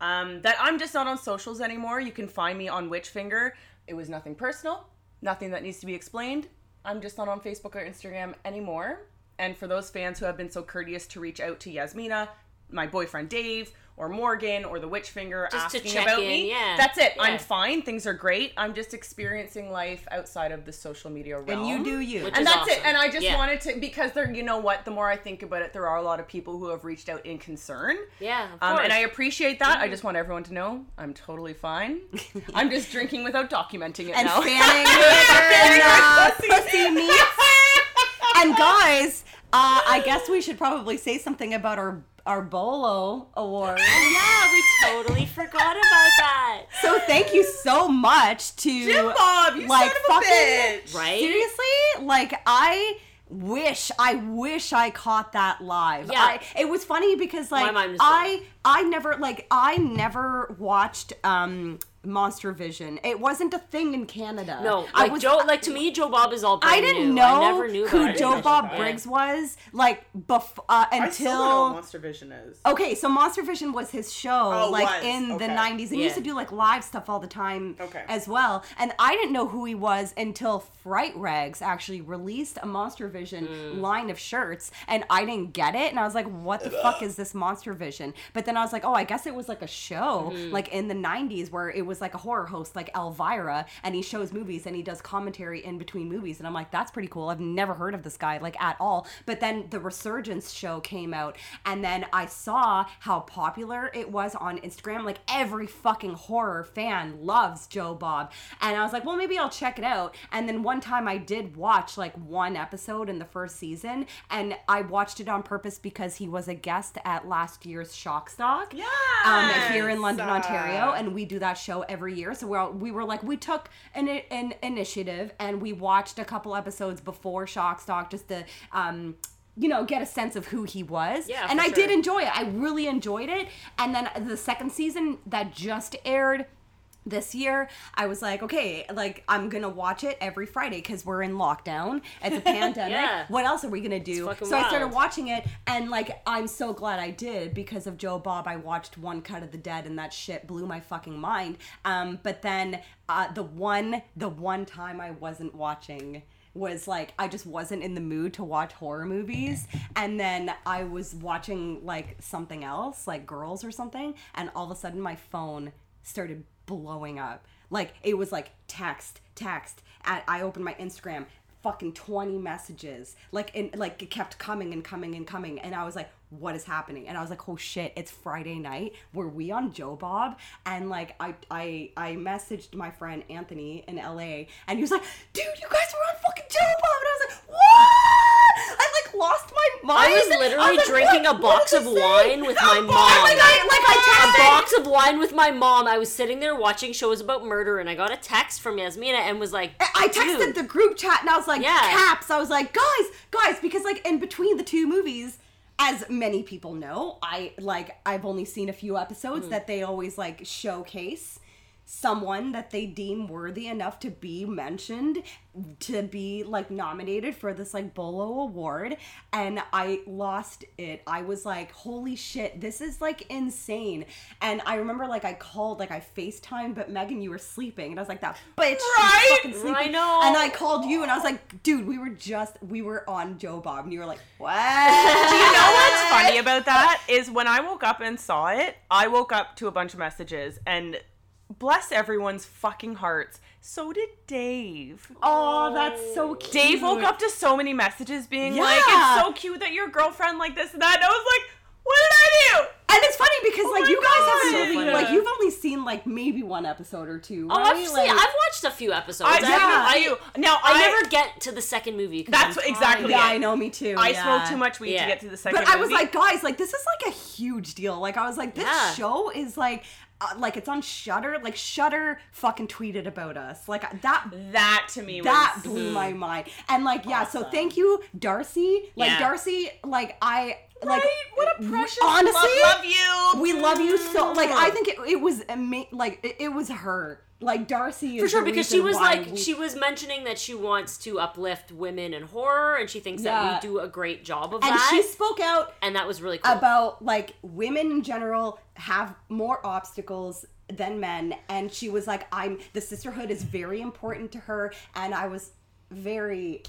Speaker 2: um, that I'm just not on socials anymore. You can find me on Witchfinger. It was nothing personal, nothing that needs to be explained. I'm just not on Facebook or Instagram anymore. And for those fans who have been so courteous to reach out to Yasmina, my boyfriend Dave, or Morgan, or the Witchfinger
Speaker 1: Just to
Speaker 2: asking
Speaker 1: check
Speaker 2: about
Speaker 1: in,
Speaker 2: me,
Speaker 1: yeah.
Speaker 2: that's it.
Speaker 1: Yeah.
Speaker 2: I'm fine. Things are great. I'm just experiencing life outside of the social media realm
Speaker 3: And you do you.
Speaker 1: is
Speaker 2: and that's
Speaker 1: awesome.
Speaker 2: it. And I just
Speaker 1: Yeah.
Speaker 2: wanted to because there, you know what? The more I think about it, there are a lot of people who have reached out in concern.
Speaker 1: Yeah, of
Speaker 2: um,
Speaker 1: course.
Speaker 2: and I appreciate that. I just want everyone to know I'm totally fine. [LAUGHS] I'm just drinking without documenting it
Speaker 3: and
Speaker 2: now.
Speaker 3: fanning [LAUGHS] with her pussy. uh, pussy meat. and guys, uh, I guess we should probably say something about our our Bolo award.
Speaker 1: Yeah, we totally forgot about that.
Speaker 3: So thank you so much to
Speaker 2: [LAUGHS] Jim Bob, you
Speaker 3: like,
Speaker 2: son of
Speaker 3: fucking-
Speaker 2: a bitch.
Speaker 1: Right?
Speaker 3: Seriously? Like I wish I wish I caught that live.
Speaker 1: Yeah.
Speaker 3: I, it was funny because like
Speaker 1: mind was blown.
Speaker 3: I I never like I never watched um Monster Vision. It wasn't a thing in Canada.
Speaker 1: No, like
Speaker 3: I was
Speaker 1: Joe. Like to me, Joe Bob is all. Brand
Speaker 3: I didn't
Speaker 1: new.
Speaker 3: know
Speaker 1: I never knew
Speaker 3: who
Speaker 1: about it.
Speaker 3: Joe
Speaker 2: Yeah.
Speaker 3: Bob Briggs was like bef- uh,
Speaker 2: I still don't know what
Speaker 3: until.
Speaker 2: Monster Vision is.
Speaker 3: Okay, so Monster Vision was his show,
Speaker 2: Oh,
Speaker 3: like
Speaker 2: was.
Speaker 3: in the
Speaker 2: Okay.
Speaker 3: '90s, and he
Speaker 1: Yeah.
Speaker 3: used to do like live stuff all the time,
Speaker 2: Okay.
Speaker 3: as well. And I didn't know who he was until Fright Rags actually released a Monster Vision line of shirts, and I didn't get it, and I was like, "What the fuck is this Monster Vision?" But then I was like, "Oh, I guess it was like a show, like in the '90s, where it was like a horror host, like Elvira, and he shows movies and he does commentary in between movies." And I'm like, "That's pretty cool. I've never heard of this guy like at all." But then the Resurgence show came out, and then I saw how popular it was on Instagram. Like every fucking horror fan loves Joe Bob. And I was like, well, maybe I'll check it out. And then one time I did watch like one episode in the first season, and I watched it on purpose because he was a guest at last year's Shockstock. Yeah. Um, here in London,
Speaker 2: Yes.
Speaker 3: Ontario, and we do that show every year. So we're, we were like, we took an, an initiative and we watched a couple episodes before Shockstock just to, um, you know, get a sense of who he was.
Speaker 1: Yeah,
Speaker 3: and
Speaker 1: for
Speaker 3: I did
Speaker 1: sure.
Speaker 3: enjoy it. I really enjoyed it. And then the second season that just aired this year, I was like, okay, like I'm gonna watch it every Friday because we're in lockdown.
Speaker 1: [LAUGHS]
Speaker 3: It's a pandemic.
Speaker 1: Yeah.
Speaker 3: What else are we gonna do?
Speaker 1: fucking
Speaker 3: so I started
Speaker 1: wild.
Speaker 3: watching it, and like I'm so glad I did because of Joe Bob. I watched One Cut of the Dead, and that shit blew my fucking mind. Um, but then uh, the one, the one time I wasn't watching was like I just wasn't in the mood to watch horror movies
Speaker 1: [LAUGHS]
Speaker 3: and then I was watching like something else like girls or something and all of a sudden my phone started blowing up like it was like text text and I opened my Instagram fucking 20 messages like and like it kept coming and coming and coming and i was like what is happening and i was like oh shit it's friday night were we on joe bob and like i i i messaged my friend anthony in la and he was like dude you guys were on fucking joe bob and i was like what i like lost my mind
Speaker 1: I was literally
Speaker 3: like,
Speaker 1: drinking
Speaker 3: what-
Speaker 1: a
Speaker 3: what
Speaker 1: box
Speaker 3: did
Speaker 1: of
Speaker 3: they say?
Speaker 1: wine with
Speaker 3: A [LAUGHS]
Speaker 1: my
Speaker 3: box-
Speaker 1: mom.
Speaker 3: Oh like i like i
Speaker 1: a
Speaker 3: texted
Speaker 1: box of wine with my mom. I was sitting there watching shows about murder, and I got a text from Yasmina and was like,
Speaker 3: I texted
Speaker 1: "Dude,
Speaker 3: the group chat and I was like,
Speaker 1: Yeah.
Speaker 3: caps. I was like, guys, guys, because like in between the two movies, as many people know, I like I've only seen a few episodes
Speaker 1: Hmm.
Speaker 3: that they always like showcase someone that they deem worthy enough to be mentioned to be like nominated for this like bolo award and i lost it i was like holy shit this is like insane and i remember like i called like i facetime but megan you were sleeping and i was like that bitch she's
Speaker 2: Right?
Speaker 3: fucking sleeping.
Speaker 1: I know.
Speaker 3: and i called you and i was like dude we were just we were on joe bob and you were like what
Speaker 2: Do [LAUGHS] you
Speaker 3: [LAUGHS]
Speaker 2: know what's funny about that is when I woke up and saw it, I woke up to a bunch of messages and bless everyone's fucking hearts. So did Dave.
Speaker 3: oh that's so cute
Speaker 2: Dave woke up to so many messages being like,
Speaker 3: Yeah.
Speaker 2: "It's so cute that your girlfriend like this and that." And I was like, "What did I do?"
Speaker 3: And it's funny because
Speaker 2: Oh
Speaker 3: like
Speaker 2: my
Speaker 3: you guys
Speaker 2: God.
Speaker 3: haven't
Speaker 1: So
Speaker 3: really-
Speaker 1: funny.
Speaker 3: like you've only seen like maybe one episode or two.
Speaker 1: Oh,
Speaker 3: right?
Speaker 1: I've, seen,
Speaker 3: Like-
Speaker 1: I've watched a few episodes.
Speaker 2: I,
Speaker 1: I,
Speaker 2: Uh, yeah,
Speaker 1: haven't-
Speaker 2: I
Speaker 1: I-
Speaker 2: do. Now
Speaker 1: I never get to the second movie. 'cause
Speaker 2: That's
Speaker 1: I'm
Speaker 2: what- exactly
Speaker 3: yeah,
Speaker 1: tired.
Speaker 2: it.
Speaker 3: I know, me too.
Speaker 2: I
Speaker 3: yeah.
Speaker 2: smoked too much weed
Speaker 1: Yeah.
Speaker 2: to get to the second.
Speaker 3: But I was
Speaker 2: movie.
Speaker 3: like, guys, like this is like a huge deal. Like I was like, this
Speaker 1: Yeah.
Speaker 3: show is like, uh, like it's on Shutter. Like Shutter fucking tweeted about us. Like uh, that
Speaker 2: that to me.
Speaker 3: that
Speaker 2: was,
Speaker 3: blew my mind. And like, yeah, so thank you, Darcy. Like
Speaker 1: Yeah.
Speaker 3: Darcy, like I like
Speaker 2: Right? What a precious
Speaker 3: honestly,
Speaker 2: love, love you.
Speaker 3: we love you so like
Speaker 1: Oh.
Speaker 3: i think it, it was ama- like it, it was her like darcy is
Speaker 1: For sure,
Speaker 3: the
Speaker 1: because she
Speaker 3: reason
Speaker 1: was
Speaker 3: why
Speaker 1: like,
Speaker 3: we-
Speaker 1: she was mentioning that she wants to uplift women in horror, and she thinks
Speaker 3: Yeah.
Speaker 1: that we do a great job of
Speaker 3: and
Speaker 1: that.
Speaker 3: she spoke out
Speaker 1: and that was really cool.
Speaker 3: about like women in general have more obstacles than men and she was like i'm the sisterhood is very important to her and i was very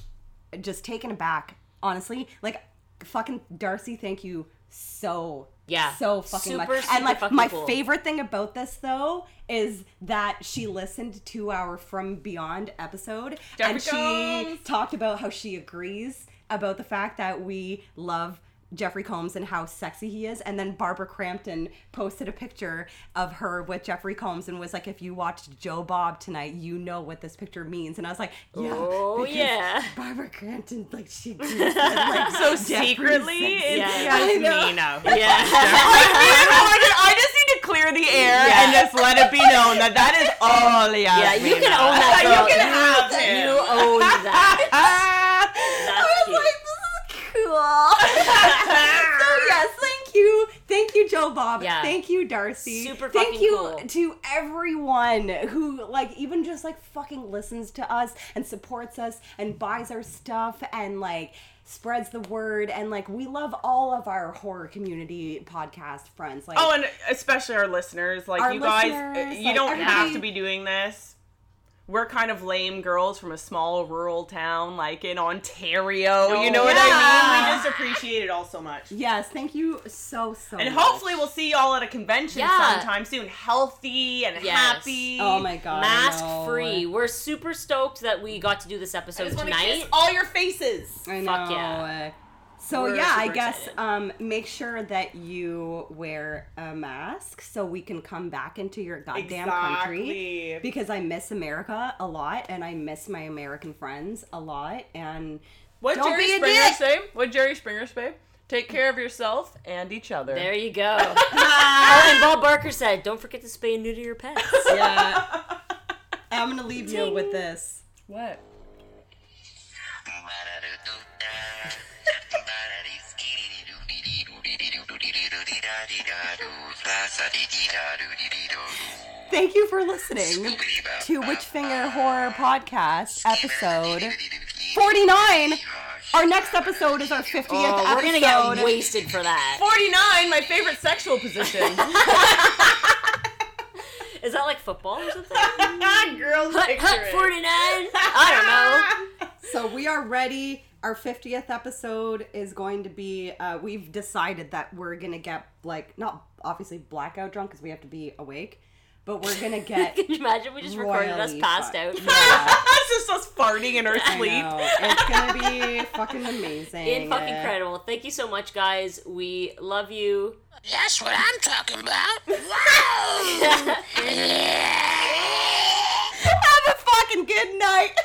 Speaker 3: just taken aback honestly like fucking darcy thank you so
Speaker 1: Yeah.
Speaker 3: so fucking
Speaker 1: Super,
Speaker 3: much and
Speaker 1: super
Speaker 3: like
Speaker 1: fucking
Speaker 3: my
Speaker 1: cool.
Speaker 3: favorite thing about this though is that she listened to our from beyond episode and she
Speaker 2: Jeffrey Combs.
Speaker 3: talked about how she agrees about the fact that we love Jeffrey Combs and how sexy he is. And then Barbara Crampton posted a picture of her with Jeffrey Combs and was like, if you watched Joe Bob tonight, you know what this picture means. And I was like, yeah.
Speaker 1: Oh,
Speaker 3: because
Speaker 1: yeah.
Speaker 3: Barbara Crampton, like, she agrees with, like,
Speaker 2: so
Speaker 3: Jeffrey
Speaker 2: secretly.
Speaker 3: sexy.
Speaker 2: It's
Speaker 1: Yeah.
Speaker 3: I
Speaker 2: just
Speaker 3: know.
Speaker 2: me [LAUGHS] now.
Speaker 3: [LAUGHS]
Speaker 1: yeah.
Speaker 2: I just- I just need to clear the air and just let it be known that that is all
Speaker 1: yeah,
Speaker 2: Yasmina.
Speaker 1: you can own that. Girl.
Speaker 2: [LAUGHS] you can have
Speaker 1: you,
Speaker 2: him.
Speaker 1: You [LAUGHS] own that.
Speaker 2: Ah.
Speaker 1: That's
Speaker 3: I was
Speaker 1: cute.
Speaker 3: [LAUGHS]
Speaker 1: [LAUGHS]
Speaker 3: like, this is cool. so yes, thank you, thank you, Joe Bob. job.
Speaker 1: Yeah.
Speaker 3: Thank you, Darcy.
Speaker 1: Super
Speaker 3: Thank
Speaker 1: fucking
Speaker 3: you
Speaker 1: cool.
Speaker 3: to everyone who like even just like fucking listens to us and supports us and buys our stuff and like spreads the word and like we love all of our horror community podcast friends. Like
Speaker 2: Oh, and especially our listeners, like
Speaker 3: Our
Speaker 2: you guys, uh,
Speaker 3: listeners,
Speaker 2: you
Speaker 3: like,
Speaker 2: don't have
Speaker 3: everybody-
Speaker 2: to be doing this. We're kind of lame girls from a small rural town like in Ontario. you know what I mean?
Speaker 3: Yeah.
Speaker 2: We just appreciate it all so much.
Speaker 3: yes, thank you so so.
Speaker 2: And
Speaker 3: much.
Speaker 2: hopefully we'll see y'all at a convention
Speaker 1: Yeah.
Speaker 2: sometime soon, healthy and
Speaker 1: Yes.
Speaker 2: happy.
Speaker 3: Oh my god. I
Speaker 1: Mask
Speaker 3: know.
Speaker 1: free. We're super stoked that we got to do this
Speaker 2: I
Speaker 1: episode
Speaker 2: just want to
Speaker 1: tonight.
Speaker 2: kiss all your faces.
Speaker 3: I know.
Speaker 1: Fuck yeah.
Speaker 3: So
Speaker 1: We're
Speaker 3: yeah, I
Speaker 1: super
Speaker 3: guess
Speaker 1: excited.
Speaker 3: um, make sure that you wear a mask so we can come back into your goddamn
Speaker 2: Exactly.
Speaker 3: country because I miss America a lot and I miss my American friends a lot and
Speaker 2: What
Speaker 3: Don't
Speaker 2: Jerry
Speaker 3: be a
Speaker 2: Springer
Speaker 3: dick.
Speaker 2: say? What Jerry Springer say? Take care of yourself and each other.
Speaker 1: There you
Speaker 3: [LAUGHS]
Speaker 1: go. oh, and Bob Barker said, "Don't forget to spay and neuter your
Speaker 3: [LAUGHS]
Speaker 1: pets."
Speaker 3: yeah, [LAUGHS] I'm gonna leave you with this.
Speaker 2: What?
Speaker 3: Thank you for listening to Witch Finger Horror Podcast episode 49. Our next episode is our 50th
Speaker 1: Oh,
Speaker 3: episode.
Speaker 1: we're gonna get wasted for that.
Speaker 2: 49, my favorite sexual position.
Speaker 1: Is that like football or
Speaker 3: [LAUGHS]
Speaker 1: something?
Speaker 2: Girls
Speaker 1: Hut, hut, [LAUGHS] Forty nine.
Speaker 3: [LAUGHS]
Speaker 1: I
Speaker 2: [LAUGHS]
Speaker 1: don't know. [LAUGHS]
Speaker 3: So we are ready. Our 50th episode is going to be, uh, we've decided that we're going to get, like, not obviously blackout drunk because we have to be awake, but we're
Speaker 1: [LAUGHS]
Speaker 3: going to get.
Speaker 1: Can you imagine we just recorded us
Speaker 3: royally
Speaker 1: passed out?
Speaker 3: fucked. Yeah,
Speaker 2: That's just us farting in our
Speaker 3: I
Speaker 2: sleep.
Speaker 3: know. It's going to be fucking
Speaker 1: [LAUGHS]
Speaker 3: amazing.
Speaker 1: In fucking incredible. Thank you so much, guys. We love you.
Speaker 4: That's what I'm talking about. Wow!
Speaker 3: Have a fucking good night. [LAUGHS]